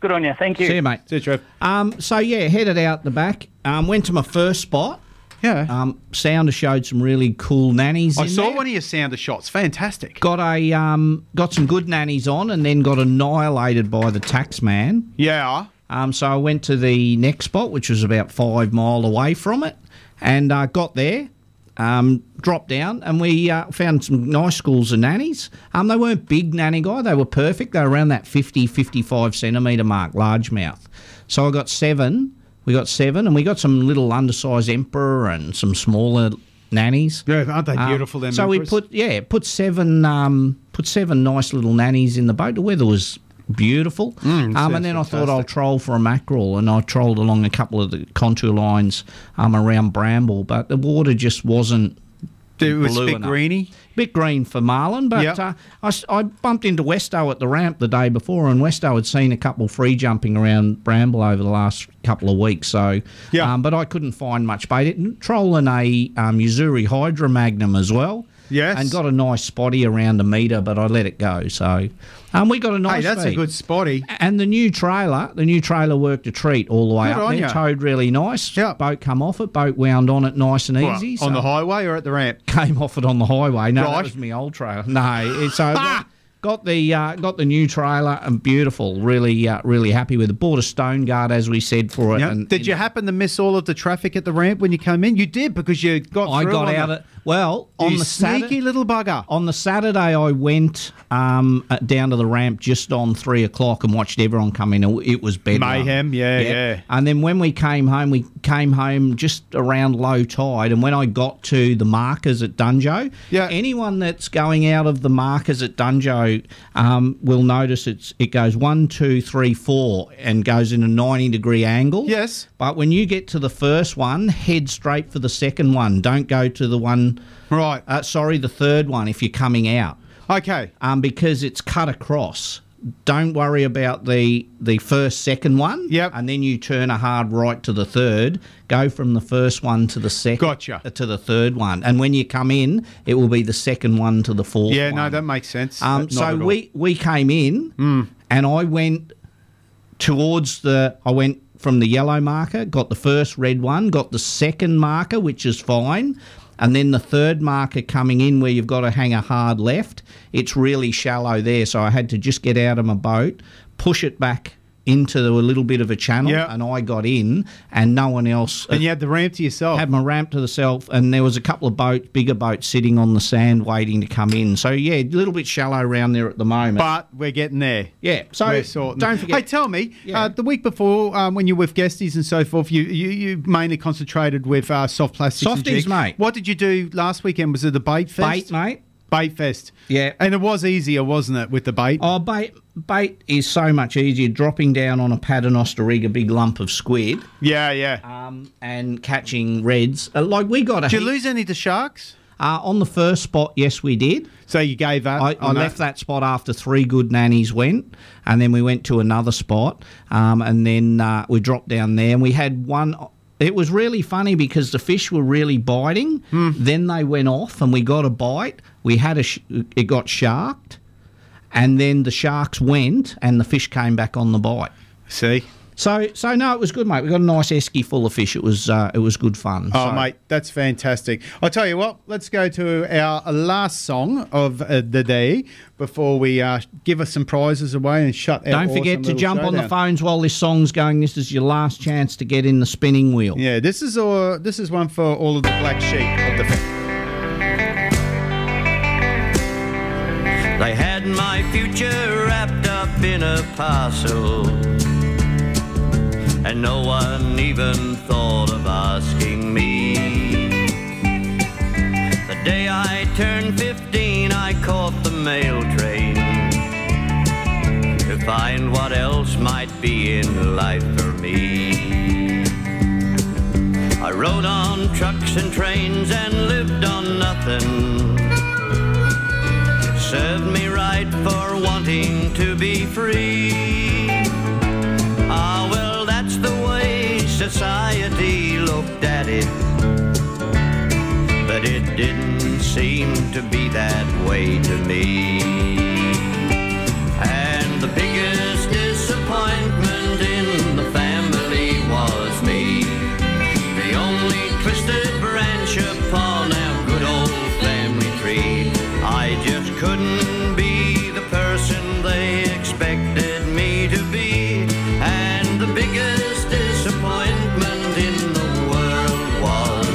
S6: Good on you, thank you.
S4: See you, mate.
S3: See you, Trev.
S4: Um, so yeah, headed out the back. Um, went to my first spot.
S3: Yeah.
S4: Um, Sounder showed some really cool nannies.
S3: I
S4: in
S3: saw
S4: there.
S3: one of your sounder shots. Fantastic.
S4: Got a um, got some good nannies on, and then got annihilated by the tax man.
S3: Yeah.
S4: Um, so I went to the next spot, which was about five mile away from it, and uh, got there. Um, dropped down, and we uh, found some nice schools of nannies. Um, they weren't big nanny guy; they were perfect. They were around that 50, 55 centimetre mark, largemouth. So I got seven. We got seven, and we got some little undersized emperor and some smaller nannies.
S3: Yeah, aren't they
S4: Um,
S3: beautiful? them
S4: so we
S3: emperors?
S4: put yeah put seven um, put seven nice little nannies in the boat. The weather was beautiful. um,
S3: sounds
S4: and then I
S3: Mm, fantastic.
S4: thought I'll troll for a mackerel, and I trolled along a couple of the contour lines um, around Bramble, but the water just wasn't.
S3: It was a
S4: blue
S3: bit
S4: enough.
S3: greeny?
S4: bit green for marlin, but
S3: Yep.
S4: uh, I, s- I bumped into Westo at the ramp the day before, and Westo had seen a couple free jumping around Bramble over the last couple of weeks. So, yeah. um, but I couldn't find much bait. It, trolling a um, Usuri Hydra Magnum as well.
S3: Yes.
S4: And got a nice spotty around a metre, but I let it go. So, um, we got a nice.
S3: Hey, that's a
S4: feed.
S3: good spotty.
S4: And the new trailer, the new trailer worked a treat all the way
S3: Good
S4: up
S3: on
S4: there.
S3: ya.
S4: Towed really nice. Boat come off it. Boat wound on it nice and
S3: What,
S4: easy.
S3: on the
S4: highway or at the ramp? Came off it on the highway. No, that
S3: Right.
S4: was my old trailer. No, it- so
S3: Ah!
S4: got, got the uh, got the new trailer and beautiful. Really, uh, really happy with it. Bought a stone guard as we said for it.
S3: Yeah.
S4: And
S3: Did you happen to miss all of the traffic at the ramp when you came in? You did because you got.
S4: I
S3: through
S4: got
S3: on
S4: out
S3: the-
S4: at well
S3: You
S4: on the
S3: sneaky
S4: Saturday,
S3: little bugger.
S4: On the Saturday, I went um, uh, down to the ramp just on three o'clock and watched everyone come in. It was bedlam.
S3: Mayhem, yeah, yeah.
S4: And then when we came home, we came home just around low tide. And when I got to the markers at Dunjo, yeah. anyone that's going out of the markers at Dunjo um, will notice it's it goes one, two, three, four, and goes in a ninety degree angle. Yes. But when you get to the first one, head straight for the second one. Don't go to the one. Right. Uh, sorry, the third one if you're coming out. Okay. Um, because it's cut across don't worry about the the first second one yep. and then you turn a hard right to the third go from the first one to the second gotcha to the third one and when you come in it will be the second one to the fourth
S3: Yeah, no,
S4: one.
S3: that makes sense.
S4: um,
S3: Not at
S4: so
S3: all. Hmm.
S4: we we came in and i went towards the i went from the yellow marker got the first red one got the second marker which is fine and then the third marker coming in where you've got to hang a hard left it's really shallow there so i had to just get out of my boat push it back into a little bit of a channel and i got in and no one else and you had the ramp to yourself had my ramp to myself and there was a couple of boats bigger boats sitting on the sand waiting to come in so yeah a little bit shallow around there at the moment
S3: But we're getting there.
S4: Yeah, so
S3: We're sorting.
S4: don't forget-
S3: Hey, tell me, uh, the week before um, when you were with guesties and so forth, you you, you mainly concentrated with uh, soft plastics. and
S4: Softies,
S3: jigs.
S4: mate.
S3: What did you do last weekend? Was it the bait fest?
S4: Bait, mate.
S3: Bait fest.
S4: Yeah.
S3: And it was easier, wasn't it, with the bait?
S4: Oh, bait bait is so much easier. Dropping down on a paternoster rig, a big lump of squid.
S3: Yeah, yeah.
S4: Um, and catching reds. Uh, like we got a.
S3: Did you
S4: heap-
S3: lose any to sharks?
S4: Uh, on the first spot, yes, we did.
S3: So you gave up?
S4: I, I
S3: on that?
S4: left that spot after three good nannies went, and then we went to another spot, um, and then uh, we dropped down there, and we had one. It was really funny because the fish were really biting.
S3: Hmm.
S4: Then they went off, and we got a bite. We had a sh- it got sharked, and then the sharks went, and the fish came back on the bite.
S3: See.
S4: So, so no, it was good, mate. We got a nice esky full of fish. It was, uh, it was good fun.
S3: Oh,
S4: So-
S3: mate, that's fantastic. I'll tell you what, let's go to our last song of uh, the day before we uh, give us some prizes away and shut our
S4: Don't forget
S3: awesome
S4: to
S3: little
S4: jump on the
S3: showdown.
S4: phones while this song's going. This is your last chance to get in the spinning wheel.
S3: Yeah, this is uh, this is one for all of the black sheep of the family.
S25: They had my future wrapped up in a parcel. And no one even thought of asking me. The day I turned 15, I caught the mail train to find what else might be in life for me. I rode on trucks and trains and lived on nothing served me right for wanting to be free. Ah, well, that's the way society looked at it. But it didn't seem to be that way to me. And the biggest disappointment in the family was me. The only twisted branch upon our good old family tree. I just couldn't be the person they expected me to be. And the biggest disappointment in the world was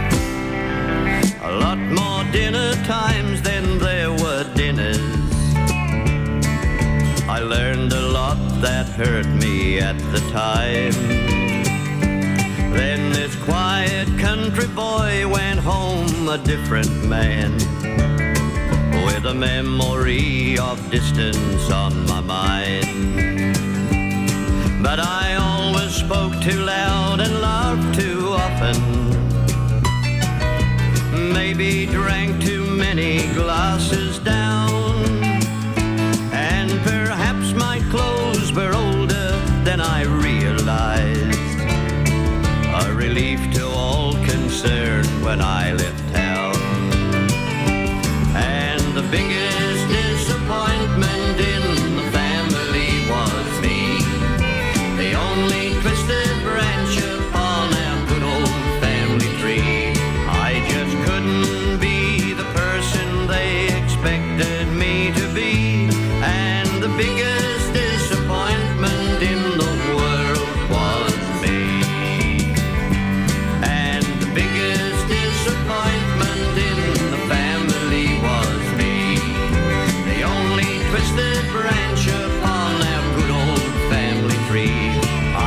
S25: me. A lot more dinner times than there were dinners. I learned a lot that hurt me at the time. Then this quiet country boy went home a different man with a memory of distance on my mind. But I always spoke too loud and laughed too often. Maybe drank too many glasses down. And perhaps my clothes were older than I realized. A relief to all concern when I left town. And the biggest disappointment in the family was me. The only twisted branch upon our good old family tree. I just couldn't be the person they expected me to be. And the biggest disappointment in the world was me. And the biggest disappointment in the family was me. The only twisted branch upon our good old family tree.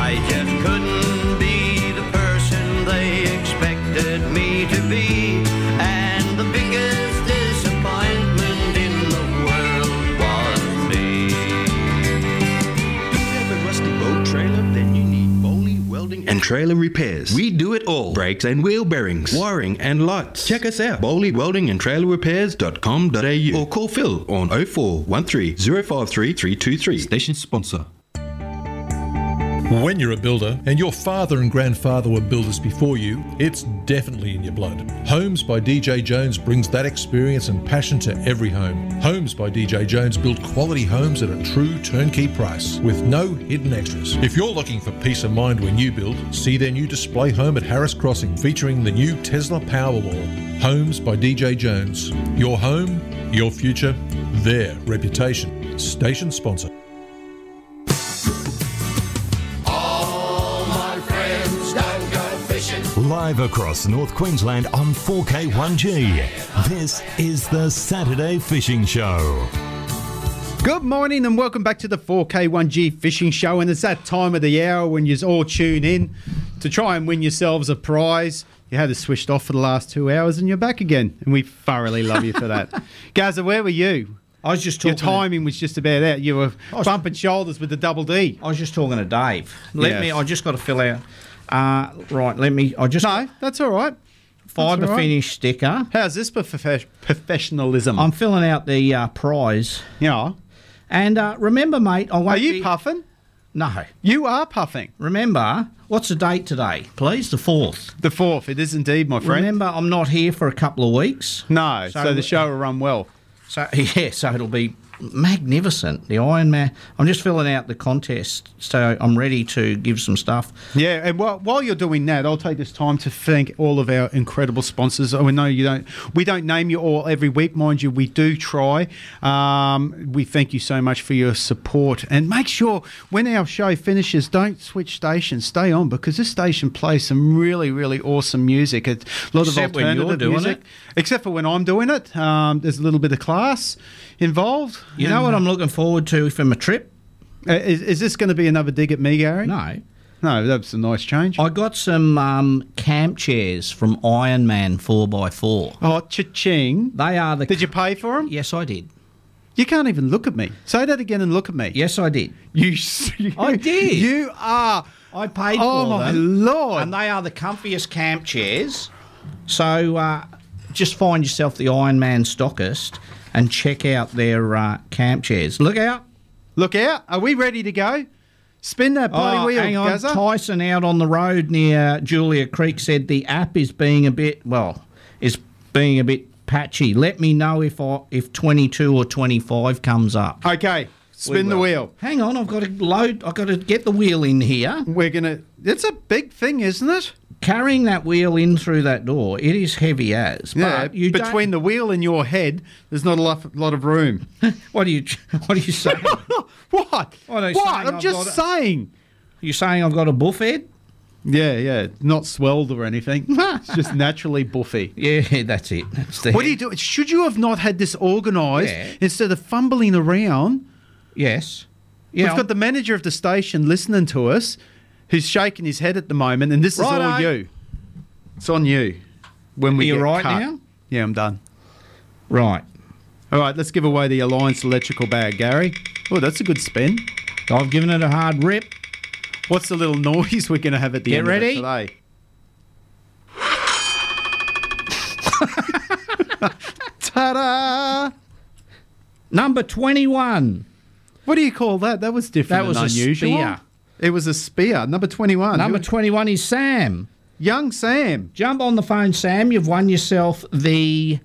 S25: I just couldn't be the person they expected me to be. And the biggest disappointment in the world was me.
S10: Boat trailer, then you need Bowley Welding and Trailer Repairs. We do it all. Brakes and wheel bearings, wiring and lights. Check us out. Bowley Welding and Trailer Repairs.com.au or call Phil on 0413 053 323. Station sponsor.
S11: When you're a builder, and your father and grandfather were builders before you, it's definitely in your blood. Homes by DJ Jones brings that experience and passion to every home. Homes by DJ Jones build quality homes at a true turnkey price with no hidden extras. If you're looking for peace of mind when you build, see their new display home at Harris Crossing featuring the new Tesla Powerwall. Homes by DJ Jones. Your home, your future, their reputation. Station sponsor.
S9: All my friends don't go fishing.
S15: Live across North Queensland on 4K1G. This is the Saturday Fishing Show.
S3: Good morning and welcome back to the 4K1G Fishing Show. And it's that time of the hour when you all tune in to try and win yourselves a prize. You had us switched off for the last two hours and you're back again. And we thoroughly love you for that. Gaza, where were you?
S4: I was just
S3: Your
S4: talking to-
S3: timing was just about out. You were bumping shoulders with the double D.
S4: I was just talking to Dave. Let
S3: Yes.
S4: me. I just got to fill out. Uh, right, let me. I just
S3: no, that's all right.
S4: fibre
S3: That's all right.
S4: finish sticker.
S3: How's this for profe- professionalism?
S4: I'm filling out the uh, prize.
S3: Yeah.
S4: And uh, remember, mate, I won't.
S3: Are you
S4: be-
S3: puffing?
S4: No.
S3: You are puffing.
S4: Remember, what's the date today, please? The 4th.
S3: The 4th, it is indeed, my friend.
S4: Remember, I'm not here for a couple of weeks.
S3: No, so,
S4: So-
S3: the show will run well.
S4: So, yeah, so it'll be magnificent. The Iron Man. I'm just filling out the contest, so I'm ready to give some stuff.
S3: Yeah, and while, while you're doing that, I'll take this time to thank all of our incredible sponsors. I know you don't, we don't name you all every week, mind you. We do try. Um, we thank you so much for your support, and make sure when our show finishes, don't switch stations. Stay on because this station plays some really, really awesome music. It's a lot
S4: Except
S3: of
S4: when you're
S3: alternative
S4: doing
S3: music, except for when I'm doing it. Um, there's a little bit of class involved. Uh,
S4: You know what I'm looking forward to from a trip?
S3: Is, is this going to be another dig at me, Gary?
S4: No.
S3: No, that's a nice change.
S4: I got some um, camp chairs from Iron Man 4x4.
S3: Oh, cha-ching.
S4: They are the.
S3: Did you pay for them?
S4: Yes, I did.
S3: You can't even look at me. Say that again and look at me.
S4: Yes, I did.
S3: You, s- you
S4: I did.
S3: You are.
S4: I paid
S3: Oh,
S4: for
S3: my
S4: them.
S3: Lord.
S4: And they are the comfiest camp chairs. So uh, just find yourself the Iron Man stockist and check out their uh, camp chairs. Look out.
S3: Look out. Are we ready to go? Spin that bloody
S4: Oh,
S3: wheel,
S4: hang on.
S3: Gazza.
S4: Tyson out on the road near Julia Creek said the app is being a bit well, is being a bit patchy. Let me know if I, if 22 or 25 comes up.
S3: Okay, spin the
S4: will.
S3: wheel.
S4: Hang on, I've got to load. I've got to get the wheel in here.
S3: We're gonna. It's a big thing, isn't it?
S4: Carrying that wheel in through that door, it is heavy as.
S3: Yeah.
S4: but you don't-
S3: between the wheel and your head, there's not a lot, lot of room.
S4: what are you? What are you saying?
S3: what?
S4: What are you
S3: What?
S4: saying?
S3: I'm
S4: I've
S3: just
S4: got
S3: saying.
S4: You saying I've got a buff head?
S3: Yeah, yeah. Not swelled or anything. it's just naturally buffy.
S4: Yeah, that's it. That's the
S3: What do
S4: head.
S3: you do? Should you have not had this organised
S4: Yeah.
S3: instead of fumbling around?
S4: Yes. Yeah.
S3: We've got the manager of the station listening to us, who's shaking his head at the moment, and this is all
S4: Righto.
S3: you. It's on you. When we
S4: Are you
S3: get
S4: right
S3: cut.
S4: now?
S3: Yeah, I'm done.
S4: Right.
S3: All right, let's give away the Alliance electrical bag, Gary. Oh, that's a good spin.
S4: I've given it a hard rip.
S3: What's the little noise we're going to have at the
S4: Get
S3: end
S4: ready.
S3: of it today? Ta-da!
S4: Number 21.
S3: What do you call that? That was different.
S4: That was
S3: and
S4: a
S3: unusual.
S4: spear.
S3: It was a spear. Number twenty-one.
S4: Number
S3: Who-
S4: 21 is Sam.
S3: young Sam.
S4: Jump on the phone, Sam. You've won yourself the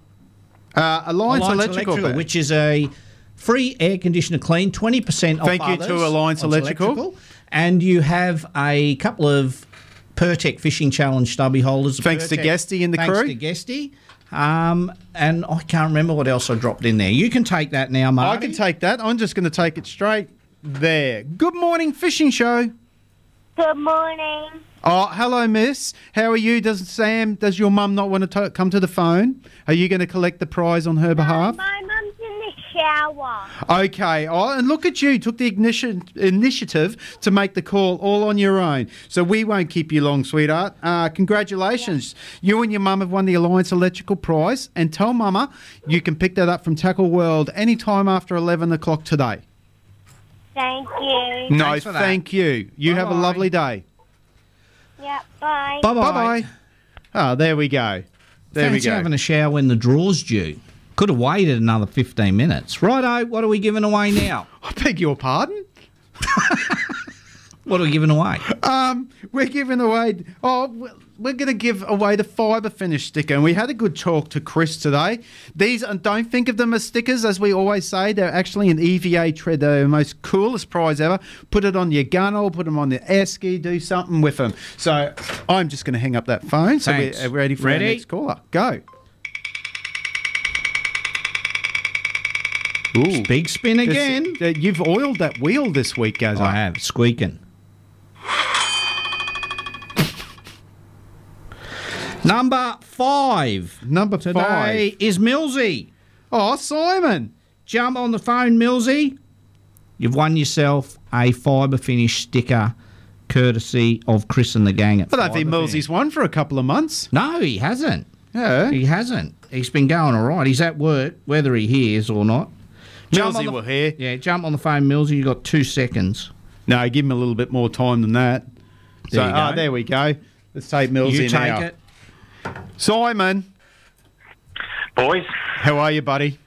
S3: Uh, Alliance,
S4: Alliance
S3: Electrical,
S4: Electrical,
S3: Bag.
S4: which is a free air conditioner clean, 20% off.
S3: Thank you to
S4: others
S3: Alliance
S4: on
S3: Electrical.
S4: And you have a couple of Pertec Fishing Challenge stubby holders.
S3: Thanks to
S4: Pertec-
S3: Guesty and the
S4: thanks
S3: crew.
S4: to Guesty. Um, and I can't remember what else I dropped in there. You can take that now,
S3: I
S4: Mark.
S3: can take that. I'm just going to take it straight there. Good morning, fishing show.
S16: Good morning.
S3: Oh, hello, miss. How are you? Does Sam, does your mum not want to to come to the phone? Are you going to collect the prize on her behalf?
S16: My mum's in the shower.
S3: Okay. Oh, and look at you. Took the ignition initiative to make the call all on your own. So we won't keep you long, sweetheart. Uh, congratulations. You and your mum have won the Alliance Electrical Prize. And tell mama you can pick that up from Tackle World anytime after 11 o'clock today.
S16: Thank you.
S3: No,
S4: Thanks for that.
S3: thank you. You have a
S4: Bye-bye.
S3: lovely day.
S16: Yep, bye.
S4: Bye bye.
S3: Bye bye. Ah, there we go. There
S4: Fancy
S3: we go.
S4: having a shower when the draw's due. Could have waited another 15 minutes. Righto, what are we giving away now?
S3: I beg your pardon.
S4: What are we giving away?
S3: Um, we're giving away. Oh, we're going to give away the fibre finish sticker, and we had a good talk to Chris today. These and don't think of them as stickers, as we always say. They're actually an EVA tread. They're the most coolest prize ever. Put it on your gunwale. Put them on the air ski. Do something with them. So I'm just going to hang up that phone. So
S4: Thanks.
S3: we're uh, ready for
S4: Ready?
S3: our next caller. Go. Ooh.
S4: Big spin
S3: This-
S4: again.
S3: uh, you've oiled that wheel this week, Gazza.
S4: I have squeaking. Number five
S3: Number
S4: today
S3: five.
S4: is Millsy.
S3: Oh, Simon.
S4: Jump on the phone, Millsy. You've won yourself a fibre finish sticker, courtesy of Chris and the gang at.
S3: I don't think
S4: Fibre Finish.
S3: Millsy's won for a couple of months.
S4: No, he hasn't.
S3: Yeah.
S4: He hasn't. He's been going all right. He's at work, whether he hears or not. Jump on
S3: Millsy
S4: the-
S3: will hear.
S4: Yeah, jump on the phone, Millsy. You've got two seconds.
S3: No, give him a little bit more time than that. So,
S4: There you
S3: ah,
S4: go.
S3: there we go. Let's take Mills
S4: You
S3: in
S4: take
S3: now.
S4: it.
S3: Simon.
S19: Boys.
S3: How are you, buddy?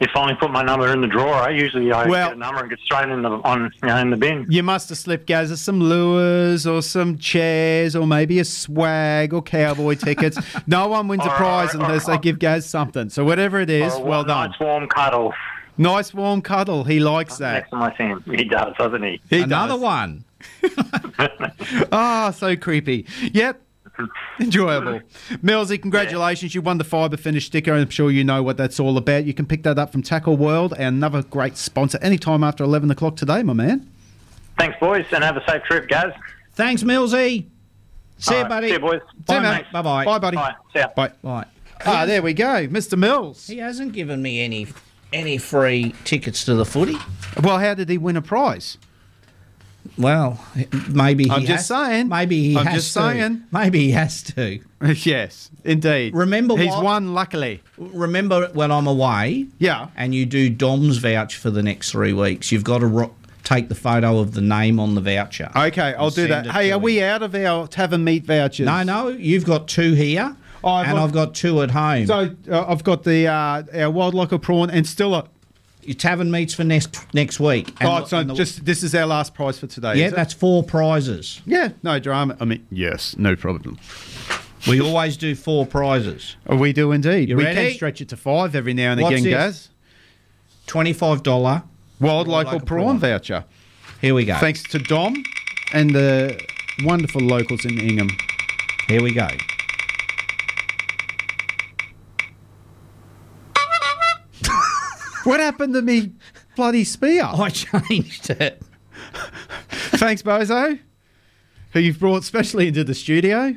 S19: You finally put my number in the drawer. I usually I
S3: Well-
S19: get a number and get straight in the on you know, in the bin.
S3: You must have slipped, Gazza, some lures or some chairs or maybe a swag or cowboy tickets. No one wins a prize unless they give Gaz something. So whatever it is,
S19: Or one
S3: well done.
S19: Nice warm cuddle
S3: Nice warm cuddle. He likes that.
S19: next to my Sam. He does, doesn't he?
S3: Another one. Ah, so creepy. Yep. Enjoyable. Millsy, congratulations. You won the fibre finish sticker, and I'm sure you know what that's all about. You can pick that up from Tackle World, another great sponsor, anytime after 11 o'clock today, my man.
S19: Thanks, boys, and have a safe trip, Gaz.
S4: Thanks, Millsy. See
S19: All
S4: you,
S19: right,
S4: buddy.
S19: see you, boys.
S4: Bye,
S19: See you,
S4: mate.
S19: mate.
S4: Bye, bye.
S19: Bye, buddy. Bye. See ya.
S3: Bye.
S4: Bye.
S3: Ah, there we go, Mr. Mills.
S4: He hasn't given me any any free tickets to the footy.
S3: Well, how did he win a prize?
S4: Well, maybe he
S3: I'm
S4: has,
S3: just saying.
S4: Maybe he
S3: I'm
S4: has
S3: just
S4: to.
S3: saying.
S4: Maybe he has to.
S3: yes, indeed.
S4: Remember,
S3: He's
S4: what-
S3: won, luckily.
S4: Remember when I'm away?
S3: Yeah.
S4: And you do Dom's voucher for the next three weeks. You've got to ro- take the photo of the name on the voucher.
S3: Okay, I'll do
S4: send
S3: that.
S4: it
S3: Hey, are we out of our tavern meat vouchers?
S4: No, no, you've got two here,
S3: I've
S4: and
S3: got-
S4: I've got two at home.
S3: So uh, I've got the uh, our wild locker prawn and still a.
S4: Your tavern meets for next next week. And
S3: Oh,
S4: the-
S3: so
S4: and the-
S3: just this is our last prize for today.
S4: yeah,
S3: is it?
S4: that's four prizes.
S3: yeah. No drama. I mean, yes, no problem.
S4: We always do four prizes.
S3: We do indeed.
S4: You
S3: we
S4: ready?
S3: can stretch it to five every now and
S4: What's
S3: again,
S4: this?
S3: Gaz.
S4: Twenty-five dollar
S3: Wild local, prawn, voucher.
S4: Here we go.
S3: Thanks to Dom and the wonderful locals in Ingham.
S4: Here we go.
S3: What happened to me bloody spear?
S4: I changed it.
S3: Thanks, Bozo, who you've brought specially into the studio.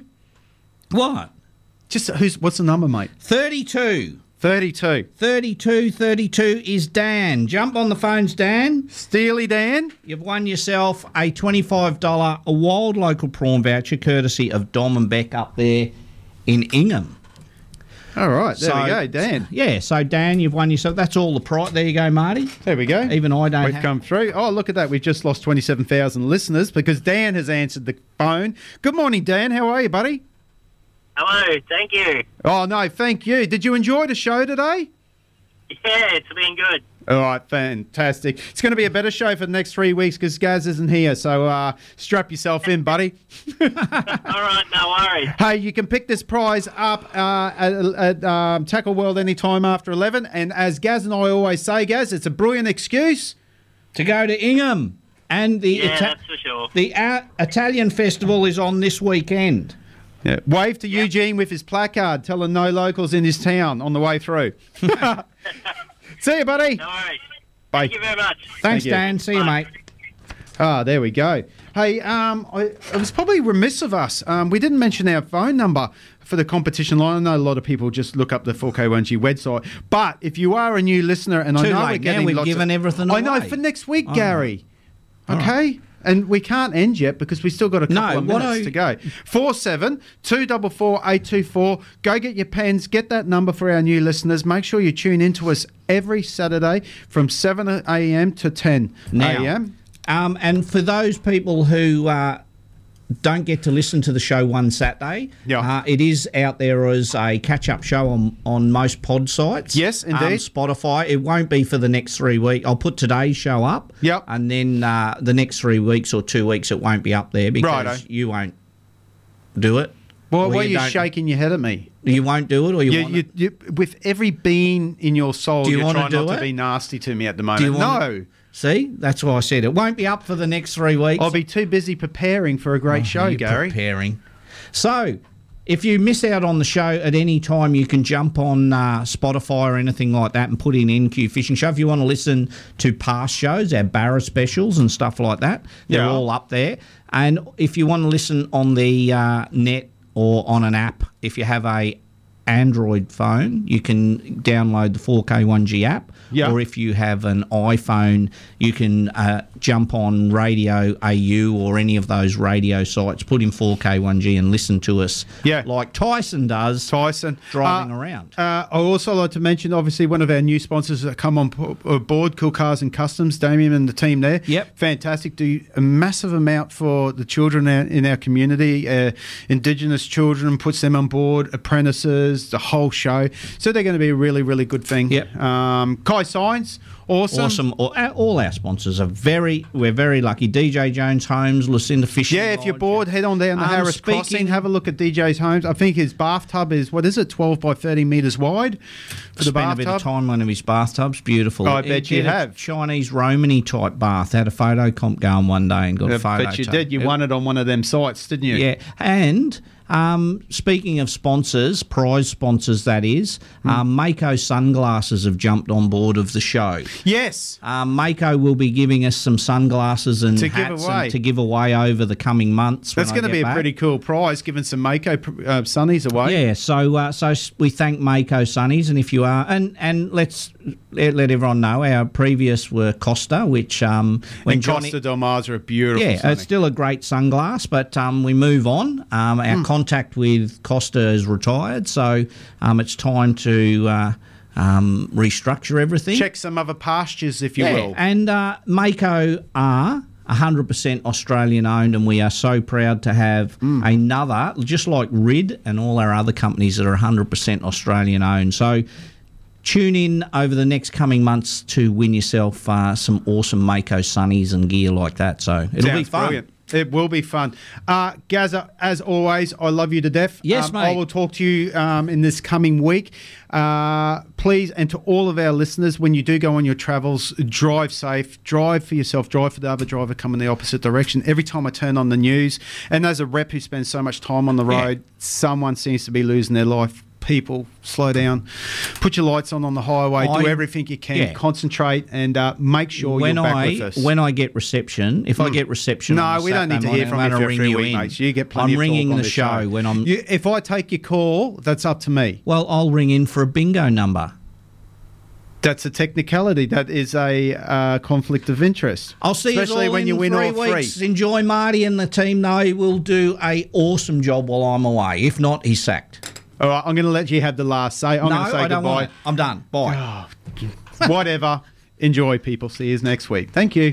S4: What?
S3: Just who's? What's the number, mate?
S4: Thirty-two.
S3: Thirty-two.
S4: 32 32 is Dan. Jump on the phones, Dan.
S3: Steely Dan.
S4: You've won yourself a $25 a wild local prawn voucher courtesy of Dom and Beck up there in Ingham.
S3: All right, there we
S4: So-
S3: go, Dan.
S4: Yeah, so Dan, you've won yourself. That's all the prize. There you go, Marty.
S3: There we go.
S4: Even I don't
S3: We've
S4: have-
S3: come through. Oh, look at that. We've just lost 27,000 listeners because Dan has answered the phone. Good morning, Dan. How are you, buddy?
S17: Hello, thank you.
S3: Oh, no, thank you. Did you enjoy the show today?
S17: Yeah, it's been good.
S3: All right, fantastic. It's going to be a better show for the next three weeks because Gaz isn't here. So uh, strap yourself in, buddy.
S17: All right, no worries.
S3: Hey, you can pick this prize up uh, at, at um, Tackle World anytime after 11. And as Gaz and I always say, Gaz, it's a brilliant excuse.
S4: To go to Ingham. And the,
S17: Yeah,
S4: Ita-
S17: that's for sure.
S4: the uh, Italian Festival is on this weekend.
S3: Yeah. Wave to Eugene with his placard telling no locals in his town on the way through. See you, buddy.
S17: No worries.
S3: Bye.
S17: Thank you very much.
S4: Thanks,
S3: Thank you.
S4: Dan. See you, mate.
S3: Ah, there we go. Hey, um, I, it was probably remiss of us. Um, we didn't mention our phone number for the competition line. I know a lot of people just look up the 4K1G website, but if you are a new listener, and
S4: Too
S3: I know
S4: late
S3: we're
S4: now,
S3: getting
S4: we've
S3: lots of-
S4: given everything
S3: I know
S4: away.
S3: for next week,
S4: Oh.
S3: Gary. Okay. And we can't end yet because we still got a couple
S4: No,
S3: of
S4: what
S3: minutes
S4: I-
S3: to go. Four seven two double four eight two four. Go get your pens. Get that number for our new listeners. Make sure you tune in to us every Saturday from seven a.m. to ten
S4: Now,
S3: a.m.
S4: Um, and for those people who uh, don't get to listen to the show one Saturday,
S3: Yeah.
S4: uh, it is out there as a catch-up show on, on most pod sites. Um,
S3: Yes, indeed.
S4: Spotify. It won't be for the next three weeks. I'll put today's show up.
S3: Yep.
S4: And then uh, the next three weeks or two weeks, it won't be up there because
S3: Righto.
S4: you won't do it.
S3: Well,
S4: Or
S3: why are you
S4: don't-
S3: shaking your head at me?
S4: You won't do it, or you,
S3: You,
S4: want
S3: you,
S4: it?
S3: you, with every bean in your soul,
S4: Do you
S3: you are
S4: wanna
S3: trying
S4: do
S3: not
S4: it?
S3: to be nasty to me at the
S4: Do you
S3: moment.
S4: want
S3: No,
S4: it? See, that's why I said it won't be up for the next three weeks. Oh,
S3: I'll be too busy preparing for a great show,
S4: you
S3: Gary.
S4: Preparing. So, if you miss out on the show at any time, you can jump on uh, Spotify or anything like that and put in NQ Fishing Show. If you want to listen to past shows, our Barra specials and stuff like that, they're
S3: Yeah.
S4: all up there. And if you want to listen on the uh, net or on an app, if you have a Android phone, you can download the 4K1G app.
S3: Yeah.
S4: Or if you have an iPhone, you can uh, jump on Radio AU or any of those radio sites, put in 4K1G and listen to us.
S3: Yeah.
S4: Like Tyson does.
S3: Tyson.
S4: Driving
S3: Uh,
S4: around.
S3: Uh, I also like to mention, obviously, one of our new sponsors that come on po- uh, board, Cool Cars and Customs, Damien and the team there. Yep, fantastic. Do a massive amount for the children out in our community. Uh, indigenous children puts them on board, apprentices, the whole show. So they're going to be a really, really good thing. Yep. Um, Kai Science, awesome.
S4: Awesome. All, all our sponsors are very, we're very lucky. DJ Jones Homes, Lucinda Fisher.
S3: Yeah, if you're bored, head on down to
S4: Um,
S3: Harris
S4: speaking-
S3: Crossing, have a look at DJ's homes. I think his bathtub is what is it, twelve by thirty meters wide for the
S4: Spent a
S3: bathtub. Oh,
S4: bit of time in one of his bathtubs. Beautiful.
S3: I
S4: He
S3: bet you
S4: did a
S3: have.
S4: Chinese Romany type bath. Had a photo comp going one day and got a
S3: I
S4: photo.
S3: bet you
S4: taken.
S3: did. You won it on one of them sites, didn't you?
S4: Yeah, and um, speaking of sponsors, prize sponsors that is,
S3: Hmm.
S4: um, Mako sunglasses have jumped on board of the show.
S3: Yes.
S4: Um, Mako will be giving us some sunglasses and
S3: To give
S4: hats and-
S3: away.
S4: to give away over the coming months.
S3: That's
S4: going to
S3: be a pretty cool prize, given some Mako pr- uh, sunnies away.
S4: Yeah, so uh, so s- we thank Mako Sunnies, and if you are, and and let's let, let everyone know our previous were Costa, which um when
S3: and
S4: Johnny,
S3: Costa Del Mars are a beautiful.
S4: yeah,
S3: sunny.
S4: it's still a great sunglass, but um, we move on. Um,
S3: Hmm.
S4: our contact with Costa is retired, so um, it's time to uh, um, restructure everything.
S3: Check some other pastures, if you
S4: Yeah,
S3: will.
S4: And uh, Mako are 100% Australian owned, and we are so proud to have
S3: Mm.
S4: another, just like RID and all our other companies that are 100% Australian owned. So tune in over the next coming months to win yourself uh, some awesome Mako sunnies and gear like that. So it'll be
S3: Sounds
S4: fun.
S3: brilliant. It will be fun. Uh, Gaza, as always, I love you to death.
S4: Yes,
S3: um,
S4: mate.
S3: I will talk to you um, in this coming week. Uh, please, and to all of our listeners, when you do go on your travels, drive safe, drive for yourself, drive for the other driver coming the opposite direction. Every time I turn on the news, and as a rep who spends so much time on the road, someone seems to be losing their life. People, slow down, put your lights on on the highway, do
S4: I-
S3: everything you can,
S4: yeah.
S3: concentrate, and uh, make sure
S4: when
S3: you're back
S4: I
S3: with us.
S4: when I get reception, if I
S3: Mm.
S4: get reception,
S3: No,
S4: on a
S3: we don't need
S4: Saturday
S3: to hear
S4: morning,
S3: from
S4: I'm
S3: you
S4: gonna
S3: for a
S4: ring
S3: free
S4: you
S3: week,
S4: in.
S3: mates. You get plenty
S4: I'm
S3: of
S4: ringing
S3: talk on
S4: the
S3: this
S4: show,
S3: show.
S4: when I'm.
S3: You- if I take your call, that's up to me.
S4: Well, I'll ring in for a bingo number.
S3: That's a technicality. That is a uh, conflict of interest.
S4: I'll see
S3: Especially
S4: you all
S3: when
S4: in
S3: you win
S4: three
S3: all three.
S4: weeks. Enjoy Marty and the team. They will do a awesome job while I'm away. If not, he's sacked.
S3: All right, I'm going to let you have the last say. I'm
S4: no,
S3: going to say
S4: I
S3: goodbye. Oh,
S4: don't want it. I'm done. Bye.
S3: Whatever. Enjoy, people. See you next week. Thank you.